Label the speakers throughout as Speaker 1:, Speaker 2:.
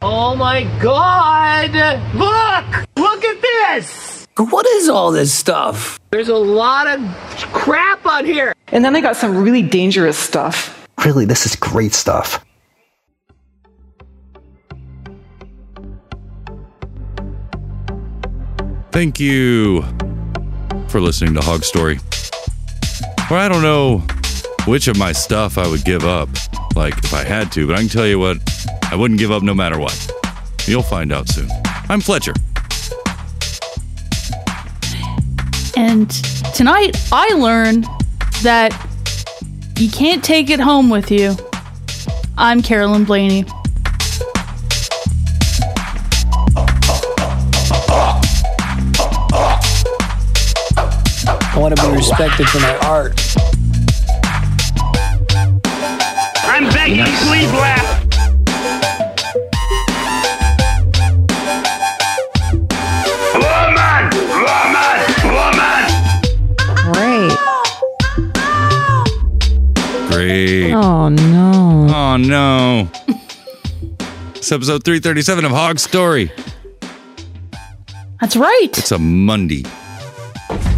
Speaker 1: Oh my god! Look! Look at this!
Speaker 2: What is all this stuff?
Speaker 1: There's a lot of crap on here!
Speaker 3: And then they got some really dangerous stuff.
Speaker 4: Really, this is great stuff.
Speaker 5: Thank you for listening to Hog Story. Or I don't know which of my stuff I would give up, like if I had to, but I can tell you what, I wouldn't give up no matter what. You'll find out soon. I'm Fletcher.
Speaker 6: And tonight I learned that you can't take it home with you. I'm Carolyn Blaney.
Speaker 2: I want to be respected for my art.
Speaker 1: I'm begging, please laugh!
Speaker 7: Woman! Woman! Woman!
Speaker 8: Great.
Speaker 5: Great.
Speaker 8: Oh no.
Speaker 5: Oh no. it's episode 337 of Hog Story.
Speaker 6: That's right.
Speaker 5: It's a Monday,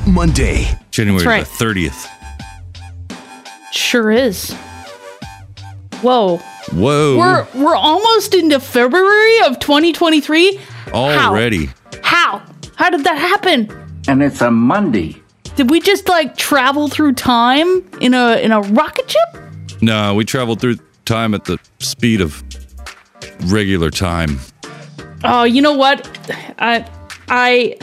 Speaker 9: Monday.
Speaker 5: January
Speaker 6: right.
Speaker 5: the 30th.
Speaker 6: sure is. Whoa.
Speaker 5: Whoa.
Speaker 6: We're we're almost into February of 2023.
Speaker 5: Already.
Speaker 6: How? How did that happen?
Speaker 10: and it's a Monday.
Speaker 6: Did we just like travel through time in a in a rocket ship?
Speaker 5: No, we traveled through time at the speed of regular time.
Speaker 6: Oh, you know what? I I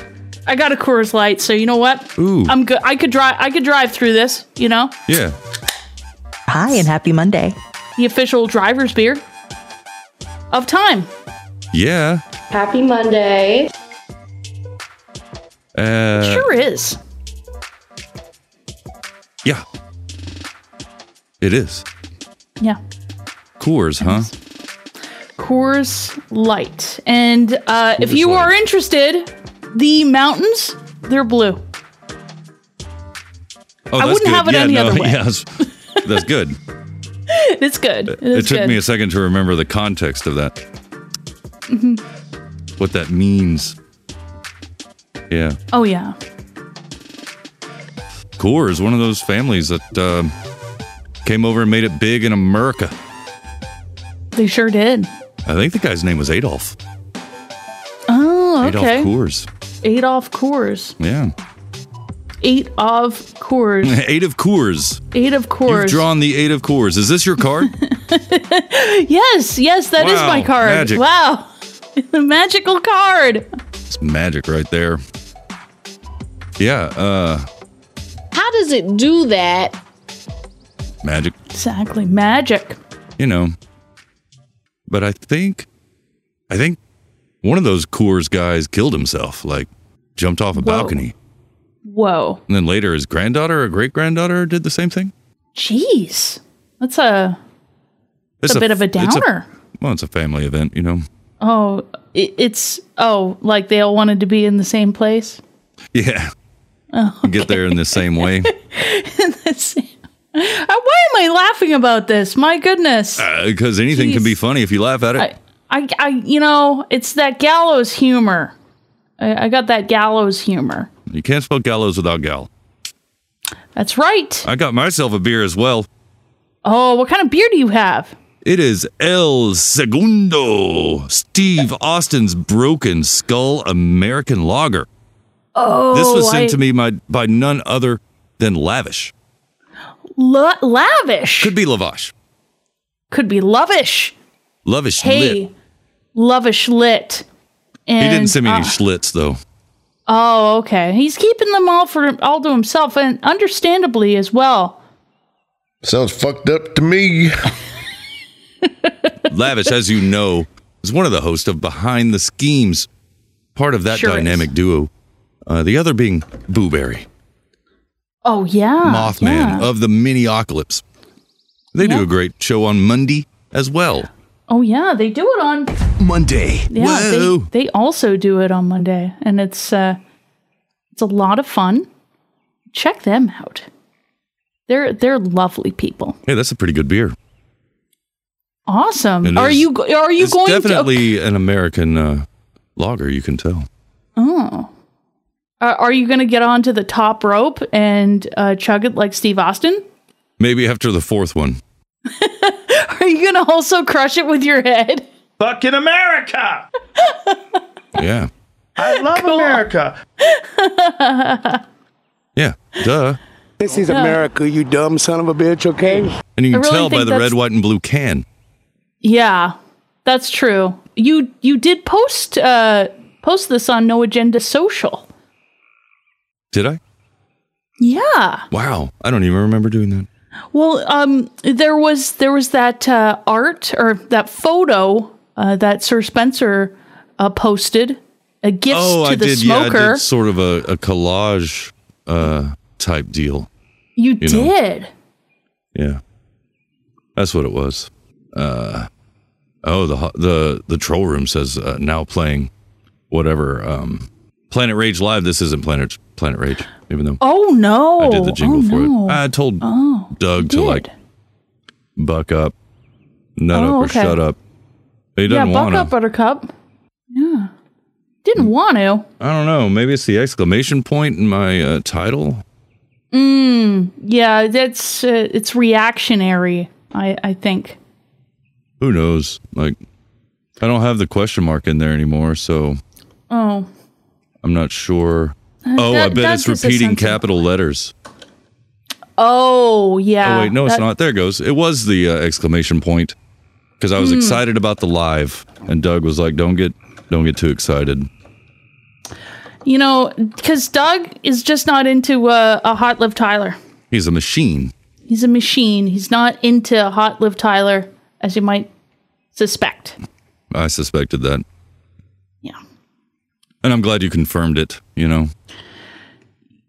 Speaker 6: I got a Coors Light, so you know what?
Speaker 5: Ooh.
Speaker 6: I'm good. I could drive. I could drive through this. You know,
Speaker 5: Yeah.
Speaker 8: Hi and happy Monday.
Speaker 6: the official driver's beer of time.
Speaker 5: Yeah.
Speaker 11: Happy Monday.
Speaker 5: Uh,
Speaker 6: sure is.
Speaker 5: Yeah. It is.
Speaker 6: Yeah,
Speaker 5: Coors, huh?
Speaker 6: Coors Light. And uh, if
Speaker 5: Coors
Speaker 6: you
Speaker 5: Light.
Speaker 6: are interested, the mountains they're blue.
Speaker 5: Oh,
Speaker 6: I wouldn't have it
Speaker 5: yeah,
Speaker 6: any other way.
Speaker 5: Yes. That's good.
Speaker 6: It's good. It,
Speaker 5: it
Speaker 6: is
Speaker 5: took
Speaker 6: good.
Speaker 5: me a second to remember the context of that.
Speaker 6: Mm-hmm.
Speaker 5: What that means. Yeah.
Speaker 6: oh yeah.
Speaker 5: Coors, one of those families that um, came over and made it big in America.
Speaker 6: They sure did.
Speaker 5: I think the guy's name was Adolf.
Speaker 6: Oh, okay.
Speaker 5: Adolf Coors.
Speaker 6: Adolf Coors.
Speaker 5: Yeah.
Speaker 6: Eight of Coors.
Speaker 5: Eight of Coors.
Speaker 6: Eight of Coors.
Speaker 5: You've drawn the eight of cores. Is this your card?
Speaker 6: Yes, yes, that is
Speaker 5: Wow,
Speaker 6: my card.
Speaker 5: magic.
Speaker 6: Wow. the magical card.
Speaker 5: it's magic right there. Yeah, uh
Speaker 11: How does it do that?
Speaker 5: magic,
Speaker 6: Exactly. Magic.
Speaker 5: you know. But I think I think one of those Coors guys killed himself, like jumped off a balcony.
Speaker 6: Whoa.
Speaker 5: And then later his granddaughter or great granddaughter did the same thing.
Speaker 6: Jeez. That's a,
Speaker 5: It's
Speaker 6: a bit of a
Speaker 5: it's
Speaker 6: downer.
Speaker 5: well, it's a family event, you know.
Speaker 6: oh, it, it's oh, like they all wanted to be in the same place. Oh,
Speaker 5: Yeah. Get there in the same way.
Speaker 6: That's- Uh, Why am I laughing about this? My goodness.
Speaker 5: Uh, Because anything can be funny if you laugh at it.
Speaker 6: I, I, I you know, it's that gallows humor. I, I got that gallows humor.
Speaker 5: you can't spell gallows without gal.
Speaker 6: That's right.
Speaker 5: I got myself a beer as well.
Speaker 6: Oh, what kind of beer do you have?
Speaker 5: It is El Segundo, Steve Austin's Broken Skull American Lager.
Speaker 6: Oh,
Speaker 5: this was sent
Speaker 6: I-
Speaker 5: to me by, by none other than Lavish.
Speaker 6: La- lavish.
Speaker 5: Could be Lavash.
Speaker 6: could be lovish.
Speaker 5: Lavish
Speaker 6: Hey,
Speaker 5: lit.
Speaker 6: lovish lit. And,
Speaker 5: He didn't send me any
Speaker 6: uh,
Speaker 5: schlitz, though.
Speaker 6: oh, okay. He's keeping them all for all to himself, and understandably as well.
Speaker 12: Sounds fucked up to me.
Speaker 5: Lavish, as you know, is one of the hosts of Behind the Schemes, part of that
Speaker 6: Sure is.
Speaker 5: dynamic duo. Uh, the other being Booberry,
Speaker 6: Oh yeah, yeah.
Speaker 5: Mothman of the Miniocalypse. They do
Speaker 6: Yeah.
Speaker 5: a great show on Monday as well.
Speaker 6: oh yeah, they do it on.
Speaker 9: Monday.
Speaker 6: Yeah, they,
Speaker 5: Whoa.
Speaker 6: they also do it on Monday, and it's uh, it's a lot of fun. Check them out. They're they're lovely people.
Speaker 5: Hey, that's a pretty good beer.
Speaker 6: Awesome.
Speaker 5: And
Speaker 6: are
Speaker 5: there's-
Speaker 6: you are you
Speaker 5: It's
Speaker 6: going to
Speaker 5: definitely an American uh, logger. You can tell.
Speaker 6: Oh. Are are you going to get onto the top rope and uh, chug it like Steve Austin?
Speaker 5: Maybe after the fourth one.
Speaker 6: Are you going to also crush it with your head?
Speaker 10: Fucking America!
Speaker 5: Yeah.
Speaker 10: I love America.
Speaker 5: Yeah. Duh.
Speaker 13: This is
Speaker 6: Yeah.
Speaker 13: America, you dumb son of a bitch, okay?
Speaker 5: And you
Speaker 6: I
Speaker 5: can
Speaker 6: really
Speaker 5: tell by
Speaker 6: think
Speaker 5: the red,
Speaker 6: that's-
Speaker 5: white, and blue can.
Speaker 6: Yeah, that's true. You you did post uh post this on No Agenda Social.
Speaker 5: Did I?
Speaker 6: Yeah.
Speaker 5: Wow. I don't even remember doing that.
Speaker 6: Well, um, there was there was that uh, art or that photo uh, that Sir Spencer uh, posted a gift
Speaker 5: oh,
Speaker 6: to
Speaker 5: I
Speaker 6: the
Speaker 5: did.
Speaker 6: smoker.
Speaker 5: Yeah, I did sort of a, a collage uh, type deal.
Speaker 6: you,
Speaker 5: you know.
Speaker 6: did.
Speaker 5: Yeah, that's what it was. Uh, oh, the ho- the the troll room says uh, now playing whatever um, Planet Rage live. This isn't Planet Planet Rage, even though
Speaker 6: Oh no!
Speaker 5: I did the jingle
Speaker 6: oh,
Speaker 5: for
Speaker 6: no.
Speaker 5: it. I told
Speaker 6: Oh,
Speaker 5: Doug to
Speaker 6: did.
Speaker 5: like buck up, nut
Speaker 6: Oh,
Speaker 5: up, or
Speaker 6: okay.
Speaker 5: shut up. He
Speaker 6: yeah,
Speaker 5: doesn't
Speaker 6: buck
Speaker 5: want to.
Speaker 6: up, Buttercup. Yeah, didn't want to.
Speaker 5: I don't know. Maybe it's the exclamation point in my uh, title.
Speaker 6: Mm, yeah, that's uh, it's reactionary. I I think.
Speaker 5: Who knows? Like, I don't have the question mark in there anymore, so
Speaker 6: Oh,
Speaker 5: I'm not sure.
Speaker 6: Uh,
Speaker 5: Oh,
Speaker 6: that-
Speaker 5: I bet
Speaker 6: that
Speaker 5: it's
Speaker 6: gives a
Speaker 5: repeating
Speaker 6: sense of-
Speaker 5: capital letters.
Speaker 6: oh yeah.
Speaker 5: oh wait, no, it's
Speaker 6: Uh, That-
Speaker 5: not. There it goes. It was the uh, exclamation point because I was
Speaker 6: Hmm.
Speaker 5: excited about the live, and Doug was like, "Don't get, don't get too excited."
Speaker 6: You know, because Doug is just not into uh, a hot live Tyler.
Speaker 5: He's a machine.
Speaker 6: He's a machine. He's not into a hot live Tyler, as you might suspect.
Speaker 5: I suspected that,
Speaker 6: Yeah.
Speaker 5: and I'm glad you confirmed it. You know,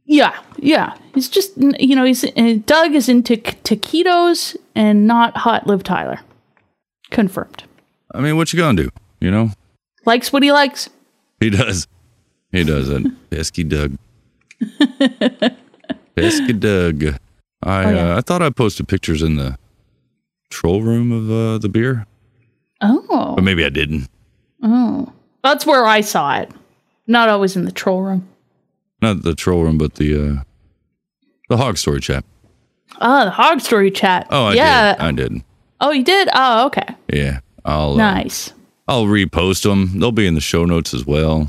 Speaker 6: Yeah, yeah. He's just you know he's uh, Doug is into k- taquitos and not hot live Tyler. Confirmed.
Speaker 5: I mean, what you gonna do? You know,
Speaker 6: Likes what he likes.
Speaker 5: he does, he does it. Pesky Doug, pesky Doug. I,
Speaker 6: Oh, yeah.
Speaker 5: uh, I thought I posted pictures in the troll room of uh, the beer,
Speaker 6: Oh,
Speaker 5: but maybe I didn't.
Speaker 6: oh. That's where I saw it. Not always in the troll room.
Speaker 5: not the troll room, but the uh, the hog story chat.
Speaker 6: Ah, the hog story chat.
Speaker 5: Oh, I
Speaker 6: yeah.
Speaker 5: did. I did.
Speaker 6: Oh, you did. Oh, okay.
Speaker 5: Yeah, I'll uh,
Speaker 6: nice.
Speaker 5: I'll repost them. They'll be in the show notes as well,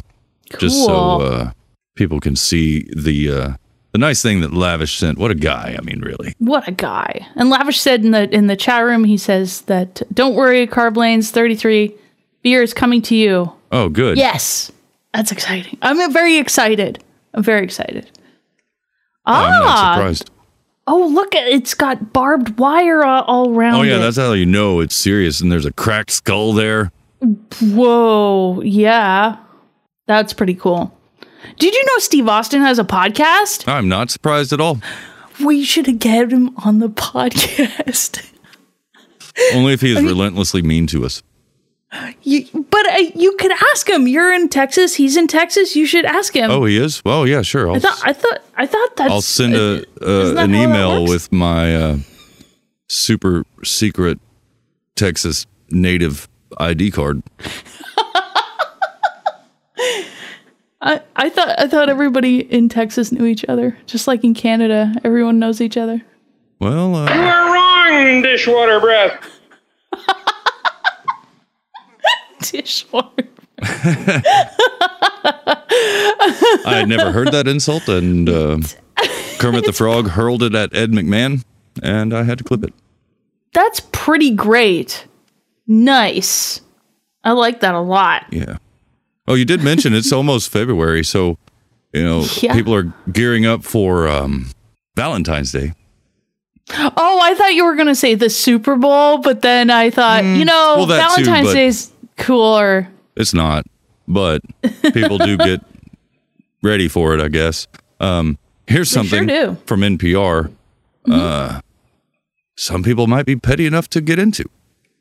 Speaker 5: just so
Speaker 6: Cool.
Speaker 5: uh, people can see the uh, the nice thing that Lavish sent. What a guy! I mean, really.
Speaker 6: What a guy. And Lavish said in the in the chat room, he says that don't worry, Carb Lanes 33 beer is coming to you.
Speaker 5: Oh, good.
Speaker 6: Yes. That's exciting. I'm very excited. I'm very excited.
Speaker 5: I'm not
Speaker 6: Ah.
Speaker 5: surprised.
Speaker 6: Oh, look at it's got barbed wire all, all around
Speaker 5: Oh yeah,
Speaker 6: it.
Speaker 5: that's how you know it's serious. And there's a cracked skull there.
Speaker 6: Whoa. Yeah. That's pretty cool. Did you know Steve Austin has a podcast?
Speaker 5: I'm not surprised at all.
Speaker 6: We should get him on the podcast.
Speaker 5: Only if he is relentlessly mean to us.
Speaker 6: You, but uh, you could ask him. You're in Texas. He's in Texas. You should ask him.
Speaker 5: Oh, he is. Oh yeah, sure.
Speaker 6: um, I
Speaker 5: I'll
Speaker 6: thought. I thought. I thought that's.
Speaker 5: I'll send a,
Speaker 6: isn't
Speaker 5: uh,
Speaker 6: that
Speaker 5: an
Speaker 6: how that
Speaker 5: email
Speaker 6: works?
Speaker 5: with my uh, super secret Texas native ID card.
Speaker 6: I, I thought. I thought everybody in Texas knew each other, just like in Canada, everyone knows each other.
Speaker 5: Well,
Speaker 7: You
Speaker 5: uh,
Speaker 7: are wrong, dishwater breath.
Speaker 6: Dishwater.
Speaker 5: I had never heard that insult, and uh, Kermit the Frog hurled it at Ed McMahon, and I had to clip it.
Speaker 6: That's pretty great. Nice. I like that a lot.
Speaker 5: Yeah. Oh, you did mention it's almost February, so you know
Speaker 6: Yeah.
Speaker 5: people are gearing up for um, Valentine's Day.
Speaker 6: Oh, I thought you were gonna say the Super Bowl, but then I thought, you know,
Speaker 5: Mm. well, that too,
Speaker 6: Valentine's
Speaker 5: but-
Speaker 6: Day's cooler.
Speaker 5: It's not, but people do get ready for it, I guess. Um, here's
Speaker 6: They sure
Speaker 5: something
Speaker 6: do. Mm-hmm.
Speaker 5: from NPR. Uh, some people might be petty enough to get into.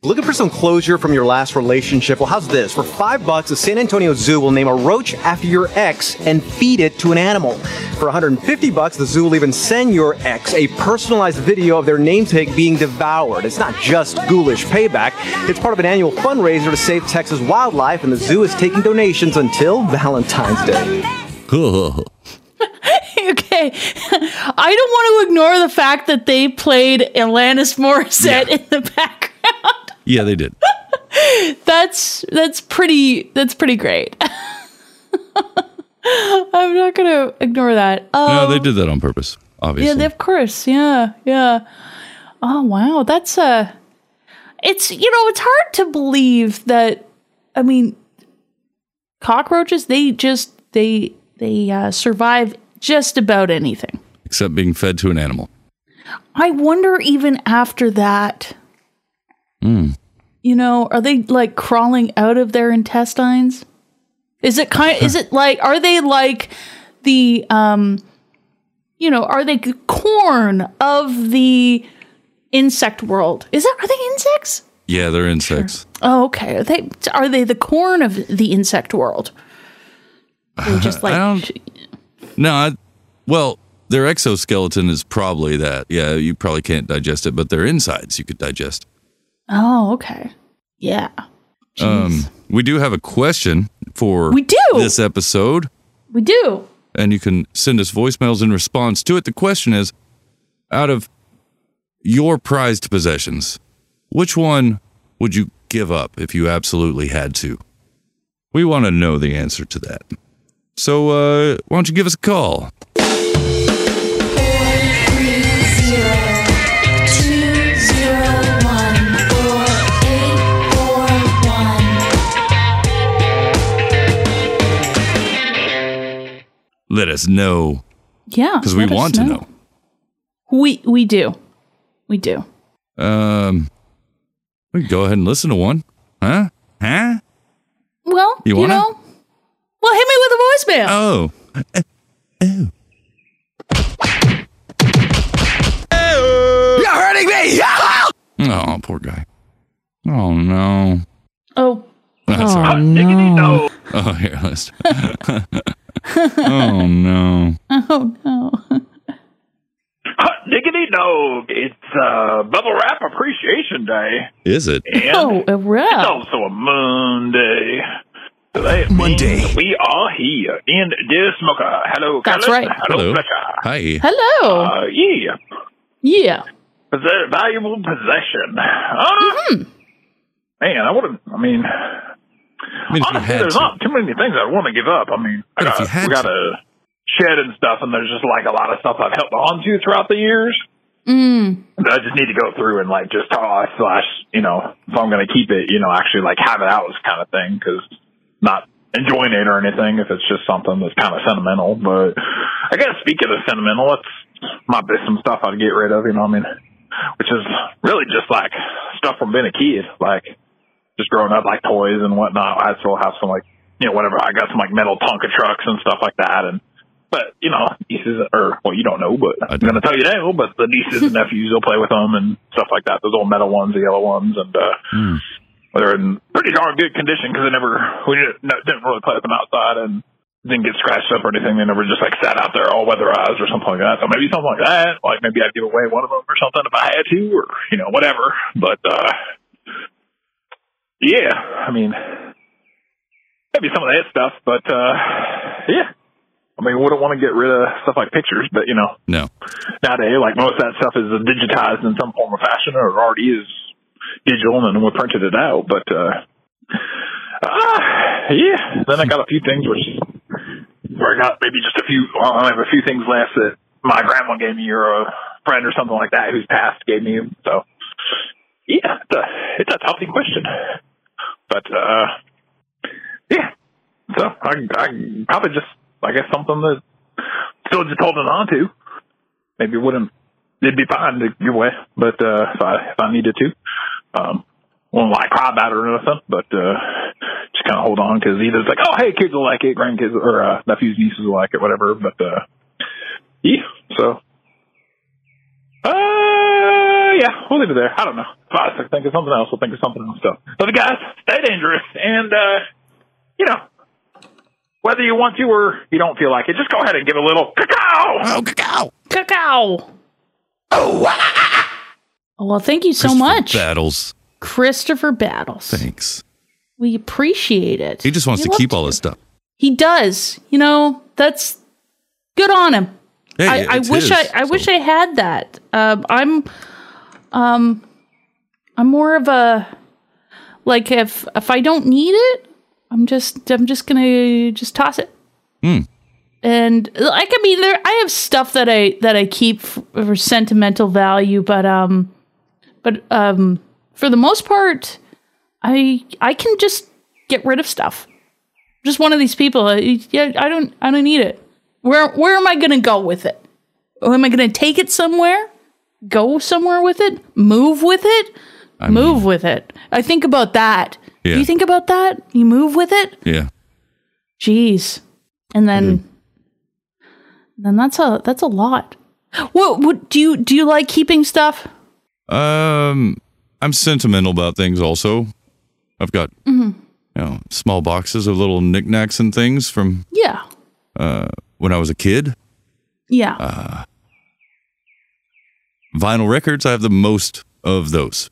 Speaker 14: Looking for some closure from your last relationship? Well, how's this? For five bucks, the San Antonio Zoo will name a roach after your ex and feed it to an animal. For 150 bucks, the zoo will even send your ex a personalized video of their namesake being devoured. It's not just ghoulish payback. It's part of an annual fundraiser to save Texas wildlife, and the zoo is taking donations until Valentine's Day.
Speaker 6: okay. I don't want to ignore the fact that they played Alanis Morissette in the background.
Speaker 5: Yeah, they did.
Speaker 6: That's that's pretty that's pretty great. I'm not gonna ignore that.
Speaker 5: no,
Speaker 6: Um,
Speaker 5: they did that on purpose, obviously.
Speaker 6: yeah, they- of course. Yeah, yeah. Oh wow, that's a. It's you know it's hard to believe that. I mean, cockroaches they just they they uh, survive just about anything.
Speaker 5: Except being fed to an animal.
Speaker 6: I wonder even after that,
Speaker 5: Mm.
Speaker 6: you know, are they like crawling out of their intestines? Is it kind? is it like? Are they like the um, you know, are they corn of the insect world? Is that are they insects?
Speaker 5: Yeah, they're insects.
Speaker 6: Oh, okay. Are they are they the corn of the insect world? They're just like
Speaker 5: No, I, well, their exoskeleton is probably that. Yeah, you probably can't digest it, but their insides you could digest.
Speaker 6: oh, okay, yeah.
Speaker 5: Um, we do have a question for
Speaker 6: We do!
Speaker 5: this episode,
Speaker 6: We do.
Speaker 5: and you can send us voicemails in response to it. The question is out of your prized possessions, which one would you give up if you absolutely had to? We want to know the answer to that. So, uh, why don't you give us a call? Let us know
Speaker 6: Yeah,
Speaker 5: because we
Speaker 6: let us
Speaker 5: want to know.
Speaker 6: We we do, we do.
Speaker 5: Um, we can go ahead and listen to one, huh? Huh?
Speaker 6: Well,
Speaker 5: You
Speaker 6: you,
Speaker 5: wanna?
Speaker 6: know. Well, hit me with a voicemail.
Speaker 5: Oh,
Speaker 1: You're hurting me!
Speaker 5: oh, poor guy. Oh no.
Speaker 6: Oh.
Speaker 5: That's all right.
Speaker 6: no.
Speaker 5: Oh, here, let's. oh no.
Speaker 6: Oh no.
Speaker 7: Diggity dog. It's uh, Bubble Wrap Appreciation Day.
Speaker 5: Is it?
Speaker 7: And
Speaker 6: Oh, a wrap.
Speaker 7: It's also a Monday. So that Monday. we are here in this smoker. Hello,
Speaker 6: That's
Speaker 7: Carlos.
Speaker 6: right.
Speaker 7: Hello,
Speaker 5: Hello.
Speaker 7: Fletcher.
Speaker 5: Hi.
Speaker 6: Hello.
Speaker 7: Uh, yeah.
Speaker 6: yeah.
Speaker 7: Possess- valuable possession. Huh?
Speaker 5: Mm-hmm.
Speaker 7: Man, I would have, I mean,
Speaker 5: I mean, if you
Speaker 7: honestly,
Speaker 5: had
Speaker 7: there's
Speaker 5: to.
Speaker 7: not too many things I want to give up. I mean, I
Speaker 5: But if
Speaker 7: got,
Speaker 5: you had
Speaker 7: we got a shed and stuff, and there's just like a lot of stuff I've held on to throughout the years.
Speaker 6: Mm.
Speaker 7: that I just need to go through and like just toss slash, you know, if I'm going to keep it, you know, actually like have it out as kind of thing because not enjoying it or anything if it's just something that's kind of sentimental. But I guess speaking of sentimental, it's might be some stuff I'd get rid of, you know what I mean? Which is really just like stuff from being a kid, like just growing up, like toys and whatnot. I still have some like, you know, whatever. I got some like metal Tonka trucks and stuff like that. And, but you know, nieces or well, you don't know, but I'm going to tell you now. But the nieces and nephews will play with them and stuff like that. Those old metal ones, the yellow ones, and uh, they're in pretty darn good condition because they never we didn't, no, didn't really play with them outside and didn't get scratched up or anything. They never just like sat out there all weatherized or something like that. So maybe something like that. Like maybe I'd give away one of them or something if I had to, or you know whatever. But uh, yeah, I mean maybe some of that stuff. But uh, yeah. I mean, wouldn't want to get rid of stuff like pictures, but you know,
Speaker 5: No.
Speaker 7: nowadays, like most of that stuff is digitized in some form or fashion, or already is digital, and we printed it out. But uh, ah, yeah, then I got a few things which where I got maybe just a few. Well, I have a few things left that my grandma gave me, or a friend or something like that who's passed gave me. So yeah, it's a, it's a healthy question, but uh, yeah. So I, I probably just, I guess, something that still just holding on to. Maybe it wouldn't, it'd be fine to give away, but uh, if I if I needed to, um, won't like cry about it or nothing, but uh, just kind of hold on because either it's like, oh hey, kids will like it, grandkids or uh, nephews, nieces will like it, whatever. But uh, yeah, so uh, yeah, we'll leave it there. I don't know. Fuck, think of something else. We'll think of something else. So, so the guys, stay dangerous, and uh, you know, whether you want to or you don't feel like it, just go ahead and give a little cacao. Oh, cacao,
Speaker 6: cacao. Oh, Well, thank you so
Speaker 5: Christopher
Speaker 6: much,
Speaker 5: Battles.
Speaker 6: Christopher Battles.
Speaker 5: Thanks.
Speaker 6: We appreciate it.
Speaker 5: He just wants
Speaker 6: We
Speaker 5: to
Speaker 6: love
Speaker 5: keep all this stuff.
Speaker 6: He does. You know, that's good on him.
Speaker 5: Hey,
Speaker 6: I, I
Speaker 5: it's
Speaker 6: wish
Speaker 5: his,
Speaker 6: I, I wish I had that. Um, I'm, um, I'm more of a like if if I don't need it, I'm just I'm just gonna just toss it.
Speaker 5: Hmm.
Speaker 6: And like I mean, there I have stuff that I that I keep f- for sentimental value, but um, but um, for the most part, I I can just get rid of stuff just one of these people. uh, Yeah, I don't, I don't need it. Where, where am I going to go with it? Or am I going to take it somewhere? Go somewhere with it? Move with it? move with it? I think about that.
Speaker 5: Yeah.
Speaker 6: Do you think about that? You move with it?
Speaker 5: Yeah.
Speaker 6: Jeez. And then,
Speaker 5: Mm-hmm.
Speaker 6: then that's a that's a lot. What, what do you do? You like keeping stuff?
Speaker 5: Um, I'm sentimental about things. Also, I've got
Speaker 6: Mm-hmm.
Speaker 5: you know small boxes of little knickknacks and things from
Speaker 6: Yeah.
Speaker 5: uh, when I was a kid.
Speaker 6: Yeah.
Speaker 5: Uh, vinyl records. I have the most of those.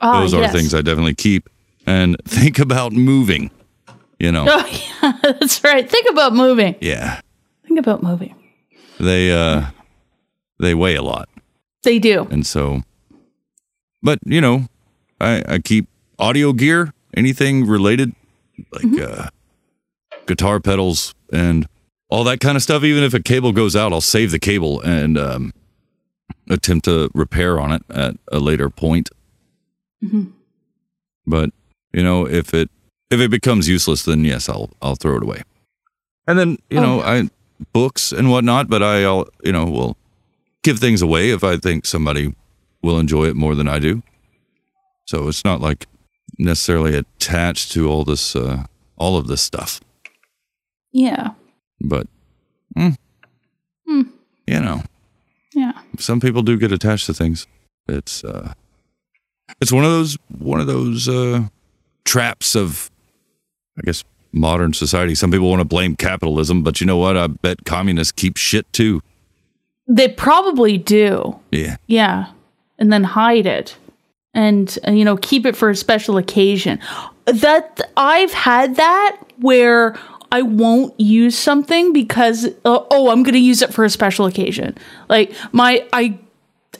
Speaker 6: Ah,
Speaker 5: those are
Speaker 6: yes.
Speaker 5: things I definitely keep. And think about moving. You know.
Speaker 6: Oh, yeah, that's right. Think about moving.
Speaker 5: Yeah.
Speaker 6: Think about moving.
Speaker 5: They uh, they weigh a lot.
Speaker 6: They do.
Speaker 5: And so, but you know, I, I keep audio gear, anything related, like
Speaker 6: Mm-hmm.
Speaker 5: uh, guitar pedals and all that kind of stuff. Even if a cable goes out, I'll save the cable and um, attempt to repair on it at a later point.
Speaker 6: Mhm.
Speaker 5: But you know, if it if it becomes useless, then yes, I'll I'll throw it away. And then you know, I books and whatnot, but I all you know will give things away if I think somebody will enjoy it more than I do. So it's not like necessarily attached to all this uh, all of this stuff,
Speaker 6: Yeah.
Speaker 5: but mm,
Speaker 6: Hmm.
Speaker 5: you know,
Speaker 6: Yeah.
Speaker 5: some people do get attached to things. It's uh, it's one of those one of those uh, traps of, I guess, modern society. Some people want to blame capitalism, but you know what? I bet communists keep shit too.
Speaker 6: They probably do.
Speaker 5: Yeah.
Speaker 6: Yeah. And then hide it and, uh, you know, keep it for a special occasion. That I've had that where I won't use something because uh, oh, I'm going to use it for a special occasion. Like my I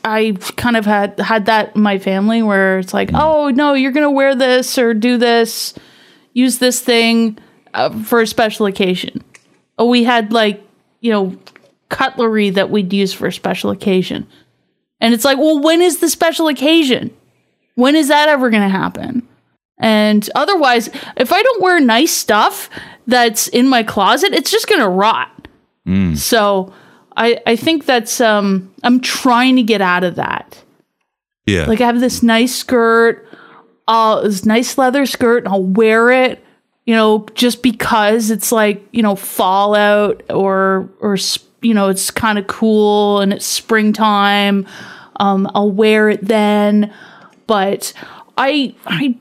Speaker 6: I kind of had had that in my family where it's like, "Oh, no, you're going to wear this or do this, use this thing uh, for a special occasion." Oh, we had like, you know, cutlery that we'd use for a special occasion. And it's like, well, when is the special occasion? When is that ever going to happen? And otherwise, if I don't wear nice stuff that's in my closet, it's just going to rot.
Speaker 15: Hmm.
Speaker 5: Mm.
Speaker 6: So I, I think that's, um, I'm trying to get out of that.
Speaker 5: Yeah.
Speaker 6: Like I have this nice skirt, uh, this nice leather skirt, and I'll wear it, you know, just because it's like you know fallout or or s- you know it's kind of cool and it's springtime. Um, I'll wear it then, but I I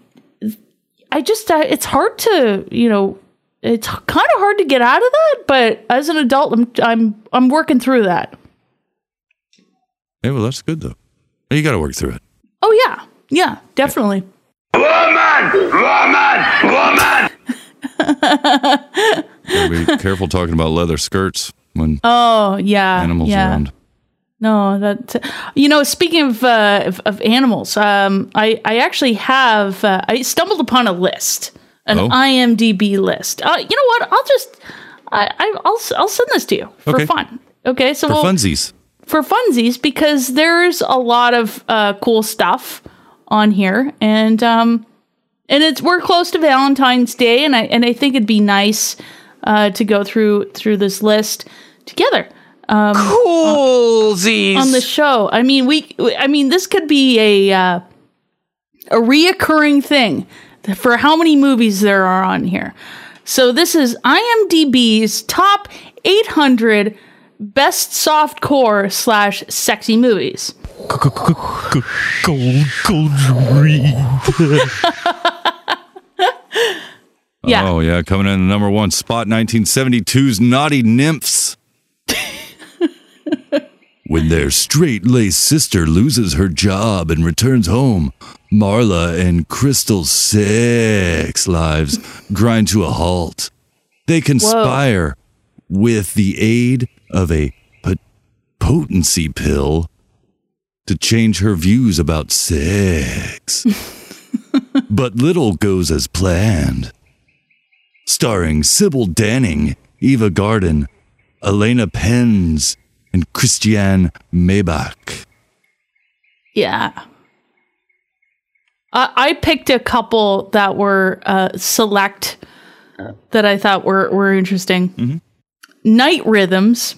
Speaker 6: I just uh, it's hard to you know it's kind of hard to get out of that. But as an adult, I'm I'm I'm working through that.
Speaker 5: Hey, well, that's good though. You got to work through it.
Speaker 6: Oh yeah, yeah, definitely.
Speaker 5: Gotta be careful talking about leather skirts when
Speaker 6: Oh yeah,
Speaker 5: animals
Speaker 6: yeah.
Speaker 5: around.
Speaker 6: No, that you know. Speaking of uh, of, of animals, um, I I actually have uh, I stumbled upon a list, an
Speaker 5: Oh.
Speaker 6: IMDb list. Uh, you know what? I'll just I, I I'll s- I'll send this to you for
Speaker 5: Okay.
Speaker 6: fun. Okay, so
Speaker 5: For
Speaker 6: we'll,
Speaker 5: funsies.
Speaker 6: for funsies because there's a lot of uh, cool stuff on here, and um, and it's we're close to Valentine's Day, and I and I think it'd be nice uh, to go through through this list together. Um,
Speaker 1: Coolsies.
Speaker 6: on, on the show. I mean, we. I mean, this could be a uh, a reoccurring thing for how many movies there are on here. So this is IMDb's top 800 best soft core slash sexy movies.
Speaker 5: Gold, gold reed.
Speaker 6: Yeah.
Speaker 5: Oh yeah, coming in at number one spot, 1972's Naughty Nymphs. when their straight-laced sister loses her job and returns home, Marla and Crystal's sex lives grind to a halt. They conspire with the aid of a pot- potency pill to change her views about sex. but little goes as planned starring Sybil Danning, Eva Garden, Elena Penz, and Christiane Maybach.
Speaker 6: Yeah. I, I picked a couple that were uh, select that I thought were, were interesting. Night Rhythms,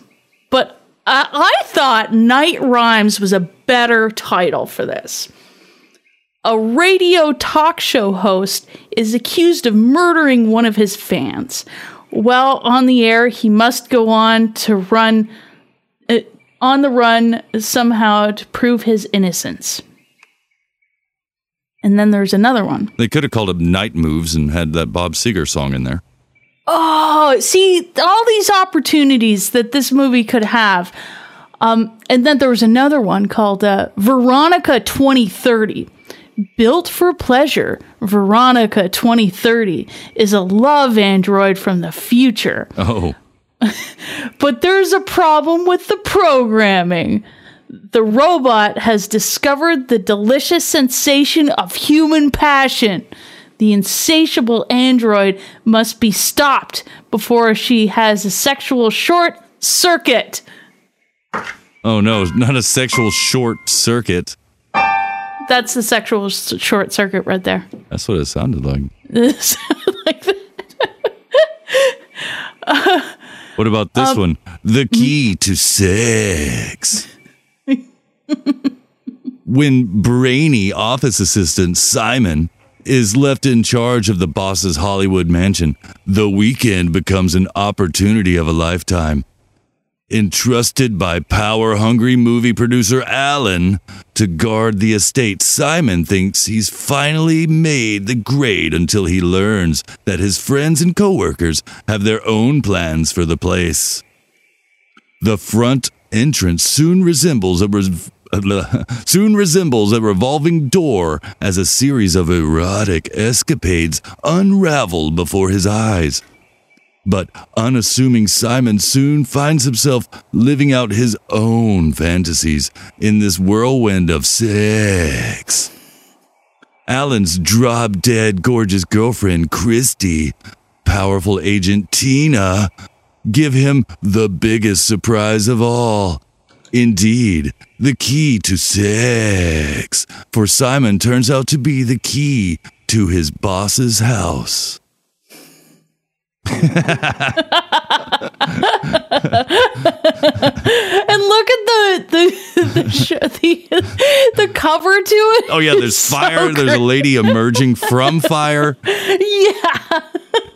Speaker 6: but I, I thought Night Rhymes was a better title for this. A radio talk show host is accused of murdering one of his fans. While on the air, he must go on to run uh, on the run somehow to prove his innocence. And then there's another one.
Speaker 5: They could have called it Night Moves and had that Bob Seger song in there.
Speaker 6: Oh, see all these opportunities that this movie could have. Um, and then there was another one called uh, Veronica 2030. Built for pleasure, Veronica 2030 is a love android from the future.
Speaker 5: Oh.
Speaker 6: But there's a problem with the programming. The robot has discovered the delicious sensation of human passion. The insatiable android must be stopped before she has a sexual short circuit.
Speaker 5: Oh no, not a sexual short circuit.
Speaker 6: That's the sexual s- short circuit right there.
Speaker 5: That's what it sounded like.
Speaker 6: like that. Uh,
Speaker 5: What about this
Speaker 6: Um,
Speaker 5: one? The key to sex. when brainy office assistant Simon is left in charge of the boss's Hollywood mansion, the weekend becomes an opportunity of a lifetime. Entrusted by power hungry movie producer Alan to guard the estate, Simon thinks he's finally made the grade until he learns that his friends and coworkers have their own plans for the place. The front entrance soon resembles a res- soon resembles a revolving door as a series of erotic escapades unravel before his eyes. But unassuming Simon soon finds himself living out his own fantasies in this whirlwind of sex. Alan's drop dead gorgeous girlfriend, Christy, powerful agent Tina, give him the biggest surprise of all. Indeed, the key to sex for Simon turns out to be the key to his boss's house.
Speaker 6: and look at the the the, sh- the the cover to it.
Speaker 5: Oh yeah, there's
Speaker 6: It's so
Speaker 5: fire. there's a
Speaker 6: great.
Speaker 5: lady emerging from fire.
Speaker 6: Yeah.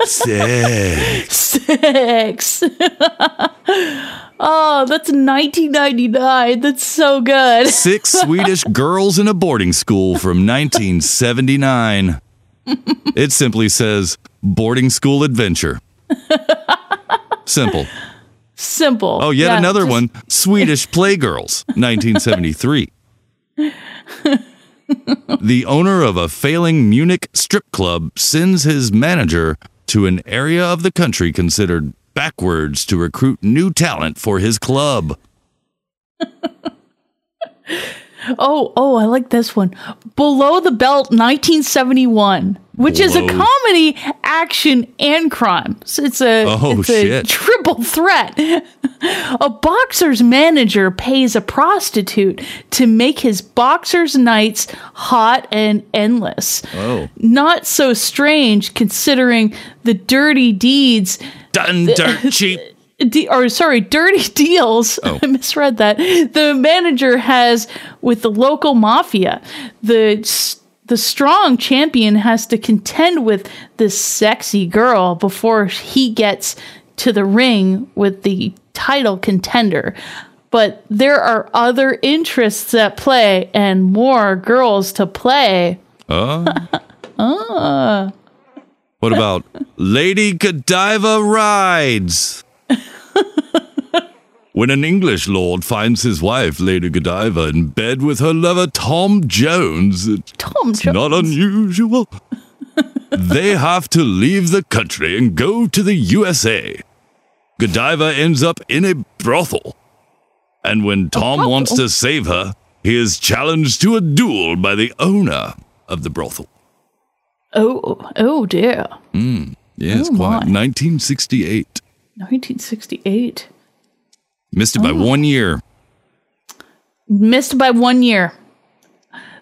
Speaker 5: Sick.
Speaker 6: Six. oh, that's 1999. That's so good.
Speaker 5: Six Swedish girls in a boarding school from 1979. It simply says boarding school adventure. Simple.
Speaker 6: Simple.
Speaker 5: Oh, yet
Speaker 6: Yeah,
Speaker 5: another
Speaker 6: just-
Speaker 5: one. Swedish Playgirls, 1973. the owner of a failing Munich strip club sends his manager to an area of the country considered backwards to recruit new talent for his club.
Speaker 6: Oh, oh, I like this one. Below the Belt 1971, which is a
Speaker 5: Whoa.
Speaker 6: comedy, action, and crime. So it's a,
Speaker 5: Oh,
Speaker 6: it's a
Speaker 5: shit.
Speaker 6: triple threat. a boxer's manager pays a prostitute to make his boxer's nights hot and endless.
Speaker 5: Oh.
Speaker 6: Not so strange considering the dirty deeds
Speaker 5: Done dirt cheap. Oh.
Speaker 6: de- or sorry, dirty deals. I misread that. The manager has with the local mafia. The s- the strong champion has to contend with this sexy girl before he gets to the ring with the title contender. but there are other interests at play and more girls to play.
Speaker 5: Oh.
Speaker 6: Ah.
Speaker 5: What about Lady Godiva rides? when an English lord finds his wife, Lady Godiva, in bed with her lover, Tom Jones, it's
Speaker 6: Tom Jones.
Speaker 5: not unusual. they have to leave the country and go to the USA. Godiva ends up in a brothel. And when Tom wants to save her, he is challenged to a duel by the owner of the brothel.
Speaker 6: Oh, oh dear.
Speaker 5: Mm, yes,
Speaker 6: Oh,
Speaker 5: quite. 1968.
Speaker 6: 1968.
Speaker 5: Missed it by
Speaker 6: Oh,
Speaker 5: one year.
Speaker 6: Missed by one year.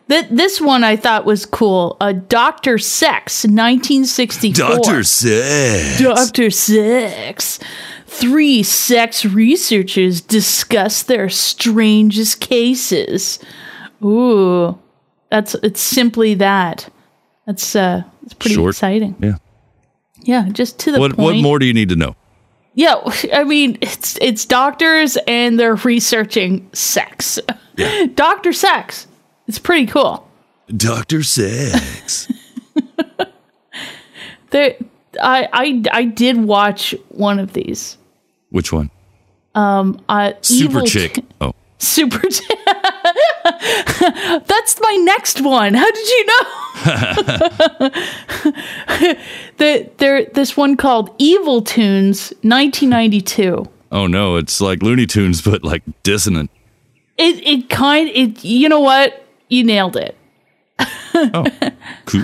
Speaker 6: Th- this one I thought was cool. Uh, Dr. Sex, 1964.
Speaker 5: Dr. Sex.
Speaker 6: Dr. Sex. Three sex researchers discuss their strangest cases. Ooh. That's it's simply that. That's uh it's pretty
Speaker 5: Short.
Speaker 6: exciting.
Speaker 5: Yeah.
Speaker 6: Yeah, just to the
Speaker 5: What,
Speaker 6: point.
Speaker 5: what more do you need to know?
Speaker 6: Yeah, I mean, it's it's doctors and they're researching sex. Doctor sex. It's pretty cool.
Speaker 5: Dr. Sex.
Speaker 6: They, I, I, I did watch one of these.
Speaker 5: Which one?
Speaker 6: Um, uh,
Speaker 5: Super
Speaker 6: Evil
Speaker 5: Chick.
Speaker 6: T-
Speaker 5: oh,
Speaker 6: Super. T- That's my next one. How did you know? the, there, this one called Evil Tunes, 1992.
Speaker 5: oh no, it's like Looney Tunes, but like dissonant.
Speaker 6: It it kind it you know what? You nailed it.
Speaker 5: Cool.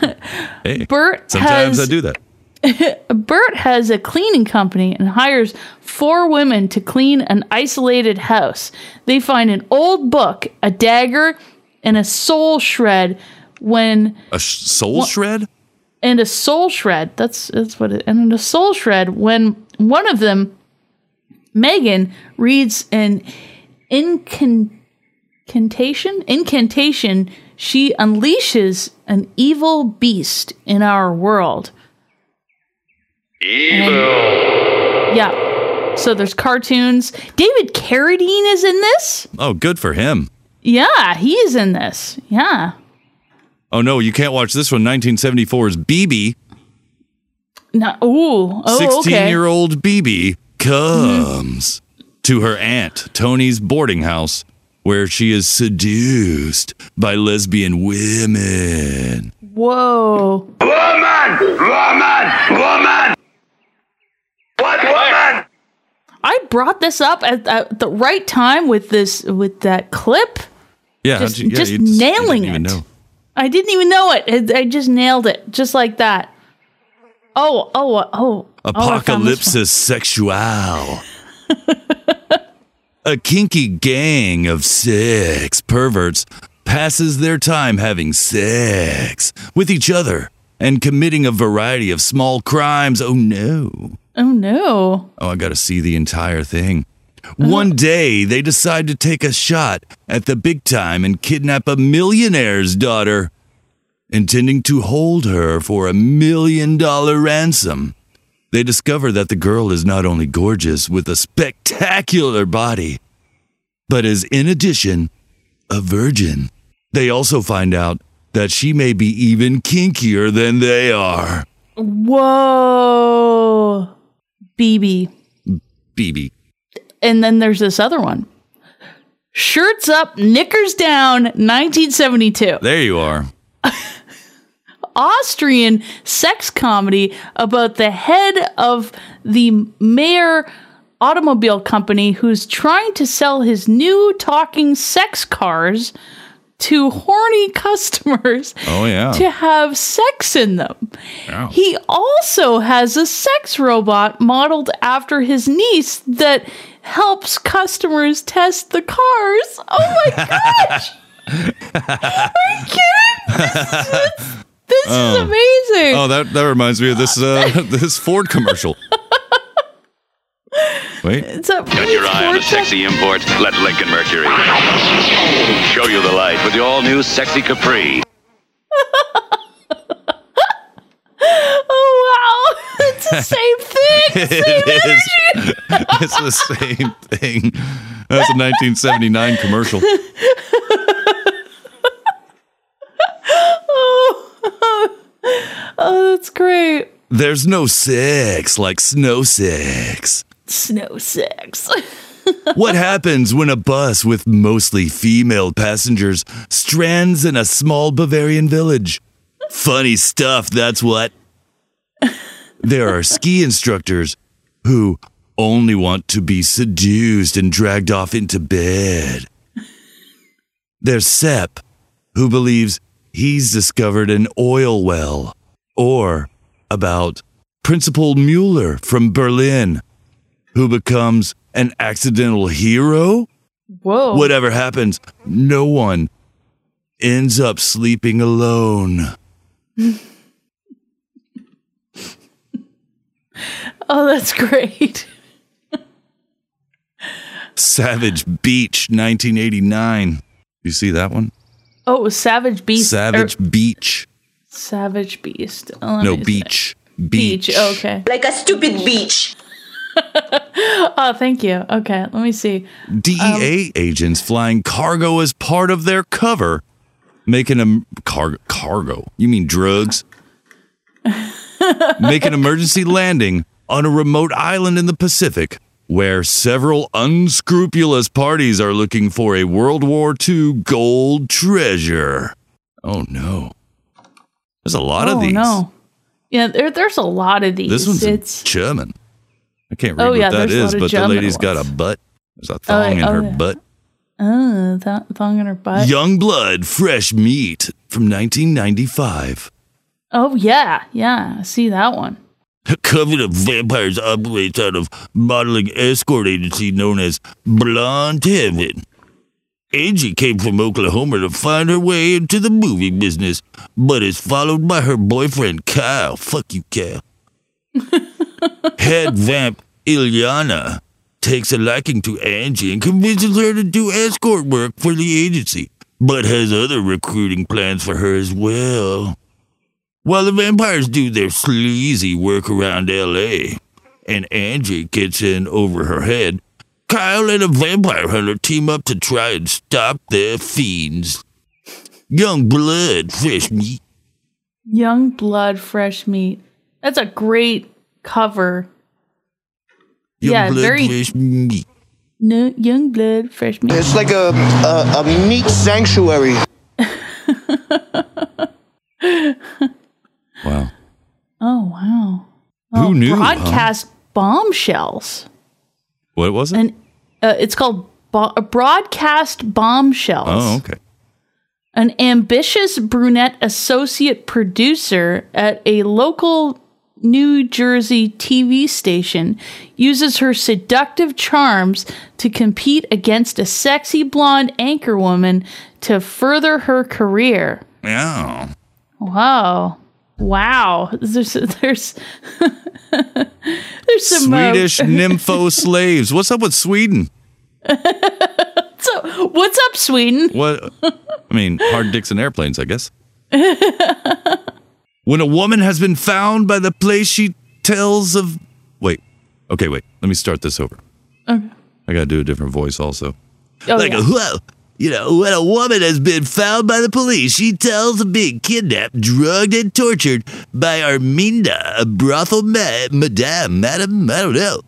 Speaker 5: Hey,
Speaker 6: Bert
Speaker 5: sometimes
Speaker 6: has-
Speaker 5: I do that.
Speaker 6: Bert has a cleaning company and hires four women to clean an isolated house. They find an old book, a dagger, and a soul shred when
Speaker 5: A sh- soul
Speaker 6: Wha-
Speaker 5: shred?
Speaker 6: and a soul shred. That's that's what it and a soul shred when one of them, Megan, reads an incantation. Incantation. She unleashes an evil beast in our world. Evil. Yeah. So there's cartoons. David Carradine is in this.
Speaker 5: Oh, good for him.
Speaker 6: Yeah, he is in this. Yeah.
Speaker 5: Oh no, you can't watch this one. 1974 is BB.
Speaker 6: No. Ooh. Oh.
Speaker 5: 16
Speaker 6: okay.
Speaker 5: year old BB comes to her aunt Tony's boarding house where she is seduced by lesbian women.
Speaker 6: Whoa.
Speaker 1: Woman! Woman! Woman! What woman?
Speaker 6: I brought this up at, at the right time with this with that clip.
Speaker 5: Yeah,
Speaker 6: Just-
Speaker 5: how'd you- yeah,
Speaker 6: just
Speaker 5: you you didn't
Speaker 6: nailing
Speaker 5: even
Speaker 6: it.
Speaker 5: know.
Speaker 6: I didn't even know it. I, I just nailed it, just like that. Oh, oh, oh! oh, I found this
Speaker 5: Apocalypsis sexual. A kinky gang of six perverts passes their time having sex with each other and committing a variety of small crimes. Oh no.
Speaker 6: one. Oh no!
Speaker 5: Oh, I got to see the entire thing.
Speaker 6: Uh-huh.
Speaker 5: One day, they decide to take a shot at the big time and kidnap a millionaire's daughter, intending to hold her for a million dollar ransom. They discover that the girl is not only gorgeous with a spectacular body, but is in addition a virgin. They also find out that she may be even kinkier than they are.
Speaker 6: Whoa, BB.
Speaker 5: BB.
Speaker 6: And then there's this other one. Shirts up, knickers down, 1972.
Speaker 5: There you are.
Speaker 6: Austrian sex comedy about the head of the mayor automobile company who's trying to sell his new talking sex cars to horny customers
Speaker 5: Oh, yeah.
Speaker 6: to have sex in them.
Speaker 5: Yeah.
Speaker 6: He also has a sex robot modeled after his niece that helps customers test the cars. Oh my gosh. Are you kidding? This is, this is
Speaker 5: Oh.
Speaker 6: amazing.
Speaker 5: Oh, that that reminds me of this uh, this Ford commercial. Wait,
Speaker 6: it's a
Speaker 16: Got your eye on a sexy import? Let Lincoln Mercury show you the light with the all new Sexy Capri.
Speaker 6: Oh wow, it's the same thing.
Speaker 5: it is. it's the same thing. That's a 1979 commercial.
Speaker 6: oh, oh, that's great.
Speaker 5: There's no sex like snow sex.
Speaker 6: Snow sex.
Speaker 5: What happens when a bus with mostly female passengers strands in a small Bavarian village? Funny stuff, that's what. There are ski instructors who only want to be seduced and dragged off into bed. There's Sepp, who believes he's discovered an oil well, or about Principal Mueller from Berlin, who becomes an accidental hero.
Speaker 6: Whoa.
Speaker 15: Oh.
Speaker 5: Whatever happens, no one ends up sleeping alone.
Speaker 6: Oh, that's great.
Speaker 5: Savage Beach, 1989. You see that one?
Speaker 6: Oh, it was Savage Beast.
Speaker 5: Savage
Speaker 6: or-
Speaker 5: Beach.
Speaker 6: Savage Beast. Oh, let me
Speaker 5: No,
Speaker 6: see.
Speaker 5: beach. Beach.
Speaker 6: Beach. Okay.
Speaker 17: Like a stupid beach.
Speaker 6: Oh, thank you. Okay, let me see.
Speaker 5: DEA E agents flying cargo as part of their cover, making a car- cargo. You mean drugs? make an emergency landing on a remote island in the Pacific where several unscrupulous parties are looking for a World War II gold treasure. Oh no. There's a lot
Speaker 6: oh,
Speaker 5: of these.
Speaker 6: no. Yeah, there, there's a lot of these.
Speaker 5: This one's a
Speaker 6: it's
Speaker 5: German. I can't read
Speaker 6: Oh,
Speaker 5: what
Speaker 6: yeah,
Speaker 5: that
Speaker 6: there's a lot
Speaker 5: is,
Speaker 6: of
Speaker 5: but the
Speaker 6: German
Speaker 5: lady's got a butt. There's a
Speaker 6: Oh,
Speaker 5: thong in
Speaker 6: oh,
Speaker 5: her
Speaker 6: yeah.
Speaker 5: butt.
Speaker 6: oh, th- thong in her butt.
Speaker 5: Young blood, fresh meat from 1995.
Speaker 6: Oh yeah, yeah. I see that one.
Speaker 18: Coven of Vampires operates out of modeling escort agency known as Blonde Heaven. Angie came from Oklahoma to find her way into the movie business, but is followed by her boyfriend Kyle. Fuck you, Kyle. Head vamp Ilyana takes a liking to Angie and convinces her to do escort work for the agency, but has other recruiting plans for her as well. While the vampires do their sleazy work around LA, and Angie gets in over her head, Kyle and a vampire hunter team up to try and stop their fiends. Young blood, fresh meat.
Speaker 6: Young blood, fresh meat. That's a great cover.
Speaker 18: Young
Speaker 6: yeah,
Speaker 18: blood,
Speaker 6: very
Speaker 18: fresh meat.
Speaker 6: no, young blood, fresh meat.
Speaker 13: It's like a, a, a meat sanctuary.
Speaker 5: Wow.
Speaker 6: Oh wow. Oh,
Speaker 5: Who knew? huh?
Speaker 6: Broadcast bombshells.
Speaker 5: What was it?
Speaker 6: And uh, it's called bo- broadcast bombshells.
Speaker 5: oh, okay.
Speaker 6: an ambitious brunette associate producer at a local New Jersey TV station uses her seductive charms to compete against a sexy blonde anchor woman to further her career.
Speaker 5: Yeah.
Speaker 6: Wow. Wow. There's there's um, there's some uh,
Speaker 5: Swedish nympho slaves. What's up with Sweden?
Speaker 6: so, what's up, Sweden?
Speaker 5: What? I mean, hard dicks and airplanes, I guess. when a woman has been found by the place she tells of. Wait. Okay, wait. Let me start this over.
Speaker 6: Okay.
Speaker 5: I got to do a different voice also.
Speaker 18: like
Speaker 6: yeah.
Speaker 18: a whoa. You know, when a woman has been found by the police, she tells of being kidnapped, drugged, and tortured by Arminda, a brothel ma- madame, madam, I don't know.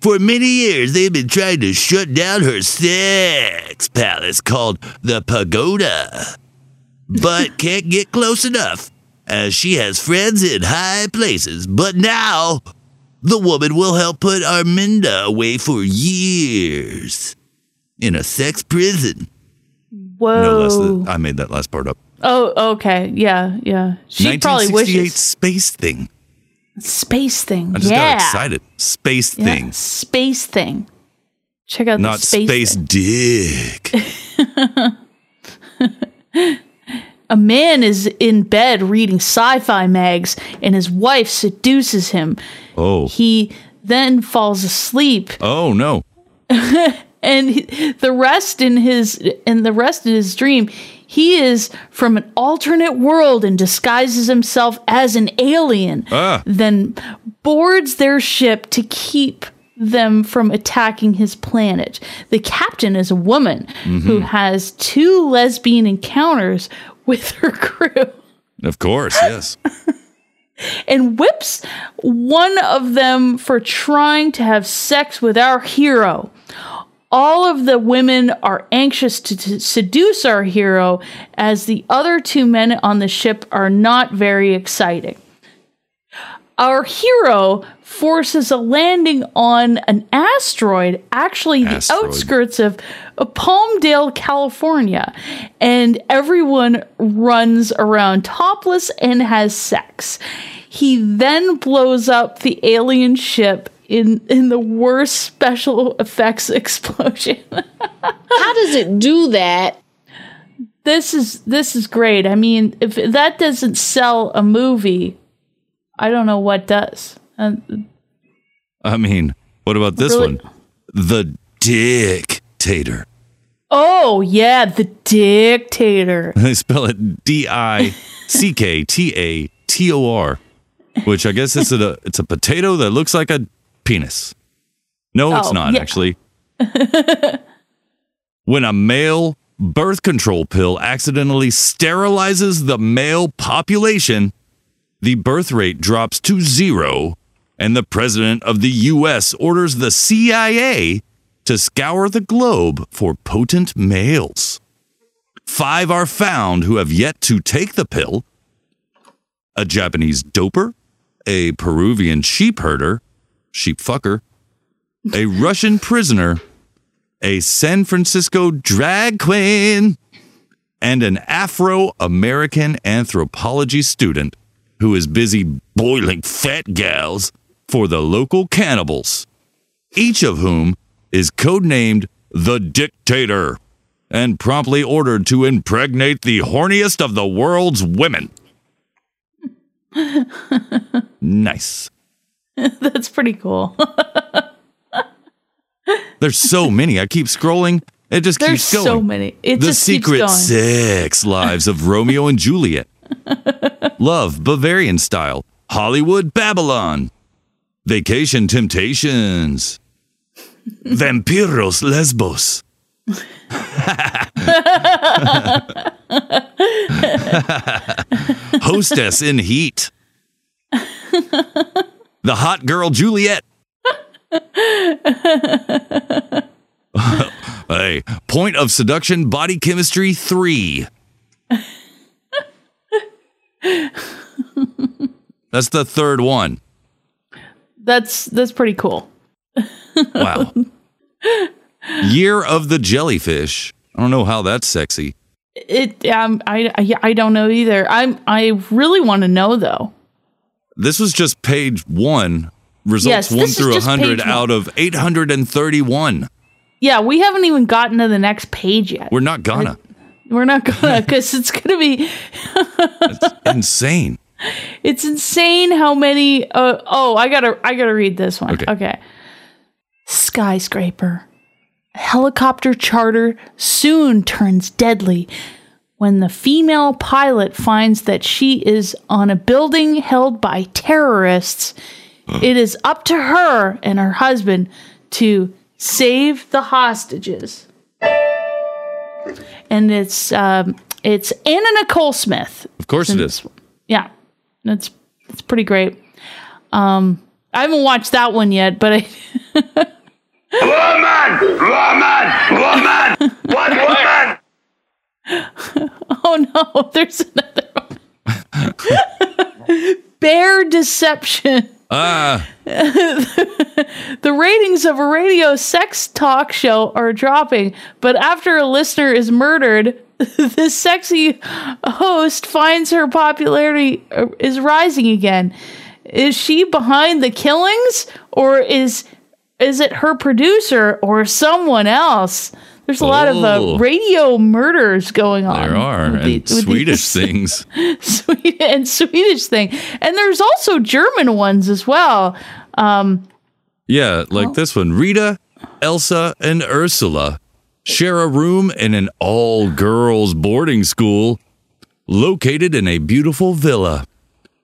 Speaker 18: For many years, they've been trying to shut down her sex palace called the Pagoda, but can't get close enough, as she has friends in high places. But now, the woman will help put Arminda away for years in a sex prison.
Speaker 6: Whoa.
Speaker 5: No less than, I made that last part up.
Speaker 6: oh, okay. Yeah, yeah. She probably
Speaker 5: 1968
Speaker 6: wishes
Speaker 5: space thing.
Speaker 6: space thing.
Speaker 5: I just
Speaker 6: yeah.
Speaker 5: got excited. Space
Speaker 6: Yeah,
Speaker 5: thing.
Speaker 6: Space thing. Check out
Speaker 5: Not
Speaker 6: the space.
Speaker 5: space dick.
Speaker 6: A man is in bed reading sci-fi mags, and his wife seduces him.
Speaker 5: Oh.
Speaker 6: He then falls asleep,
Speaker 5: Oh, no.
Speaker 6: and he- the rest in his and the rest of his dream, he is from an alternate world and disguises himself as an alien.
Speaker 5: Ah.
Speaker 6: Then boards their ship to keep them from attacking his planet. The captain is a woman who
Speaker 5: Mhm.
Speaker 6: has two lesbian encounters with her crew
Speaker 5: Of course, yes.
Speaker 6: and whips one of them for trying to have sex with our hero. All of the women are anxious to, to seduce our hero, as the other two men on the ship are not very exciting. Our hero forces a landing on an asteroid, actually the
Speaker 5: Asteroid.
Speaker 6: outskirts of uh, Palmdale, California, and everyone runs around topless and has sex. He then blows up the alien ship in in the worst special effects explosion. How does it do that? This is this is great. I mean, if that doesn't sell a movie, I don't know what does. Um,
Speaker 5: I mean, what about this
Speaker 6: Really?
Speaker 5: one? The dictator.
Speaker 6: oh yeah, the dictator.
Speaker 5: They spell it D I C K T A T O R, which I guess it's a it's a potato that looks like a penis. No, it's
Speaker 6: Oh,
Speaker 5: not
Speaker 6: yeah.
Speaker 5: actually. when a male birth control pill accidentally sterilizes the male population, the birth rate drops to zero, and the president of the U.S. orders the CIA to scour the globe for potent males. Five are found who have yet to take the pill a Japanese doper, a Peruvian sheep herder, sheep fucker, a Russian prisoner, a San Francisco drag queen, and an Afro American anthropology student who is busy boiling fat gals for the local cannibals, each of whom is codenamed the Dictator and promptly ordered to impregnate the horniest of the world's women. Nice.
Speaker 6: That's pretty cool.
Speaker 5: There's so many. I keep scrolling. It just
Speaker 6: There's
Speaker 5: keeps going.
Speaker 6: so many. It
Speaker 5: the
Speaker 6: just keeps
Speaker 5: secret
Speaker 6: going.
Speaker 5: sex lives of Romeo and Juliet. Love Bavarian style. Hollywood Babylon. Vacation temptations. Vampiros lesbos. Ah. Hostess in heat. The hot girl Juliet. Hey, point of seduction, body chemistry three. That's the third one.
Speaker 6: That's that's pretty cool.
Speaker 5: Wow. Year of the jellyfish. I don't know how that's sexy.
Speaker 6: It um I I, I don't know either. I'm I really want to know though.
Speaker 5: This was just page one,
Speaker 6: Yes,
Speaker 5: results one
Speaker 6: this is
Speaker 5: through
Speaker 6: just
Speaker 5: 100
Speaker 6: page one.
Speaker 5: out of 831.
Speaker 6: Yeah, we haven't even gotten to the next page yet.
Speaker 5: We're not gonna.
Speaker 6: We're not gonna because it's gonna be
Speaker 5: Insane.
Speaker 6: it's insane how many uh, oh i gotta i gotta read this one okay. skyscraper helicopter charter soon turns deadly when the female pilot finds that she is on a building held by terrorists it is up to her and her husband to save the hostages and it's um it's anna nicole smith
Speaker 5: Of course it is.
Speaker 6: yeah that's that's pretty great um i haven't watched that one yet but i
Speaker 1: Woman! What woman?
Speaker 6: oh no there's another one bear deception
Speaker 5: Ah,
Speaker 6: the ratings of a radio sex talk show are dropping, but after a listener is murdered, this sexy host finds her popularity uh, is rising again. Is she behind the killings or is is it her producer or someone else? There's a lot of
Speaker 5: Oh.
Speaker 6: uh, radio murders going on.
Speaker 5: there are.
Speaker 6: with the- with
Speaker 5: And
Speaker 6: the-
Speaker 5: Swedish things.
Speaker 6: Swedish and Swedish thing. And there's also German ones as well. Um,
Speaker 5: Yeah, like this one. Rita, Elsa, and Ursula share a room in an all girls boarding school located in a beautiful villa.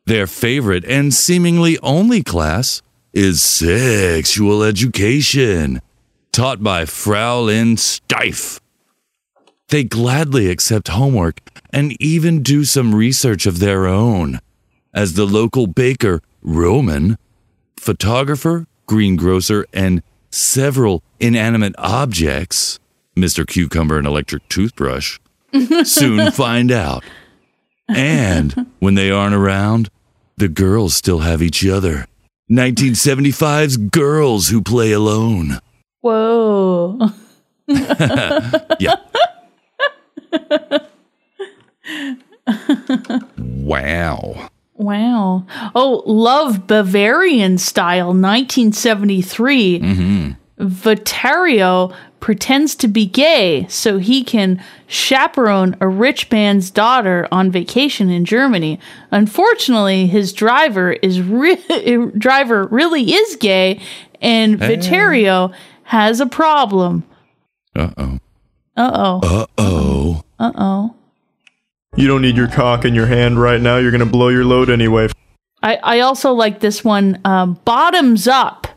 Speaker 5: Their favorite and seemingly only class is sexual education taught by Fraulein Steiff. They gladly accept homework and even do some research of their own, as the local baker, Roman, photographer, greengrocer, and several inanimate objects, Mr. Cucumber and Electric Toothbrush, soon find out. And when they aren't around, the girls still have each other. 1975's Girls Who Play Alone.
Speaker 6: Whoa.
Speaker 5: yeah. wow.
Speaker 6: Wow. Oh, Love Bavarian Style 1973.
Speaker 5: Mm-hmm.
Speaker 6: Vitario pretends to be gay so he can chaperone a rich man's daughter on vacation in Germany. Unfortunately, his driver is re- driver really is gay and
Speaker 5: Hey.
Speaker 6: Vitario has a problem.
Speaker 5: Uh oh.
Speaker 6: Uh-oh.
Speaker 5: Uh oh.
Speaker 6: Uh-oh.
Speaker 17: You don't need your cock in your hand right now. You're going to blow your load anyway.
Speaker 6: I, I also like this one. Um, bottoms up.
Speaker 5: Hmm.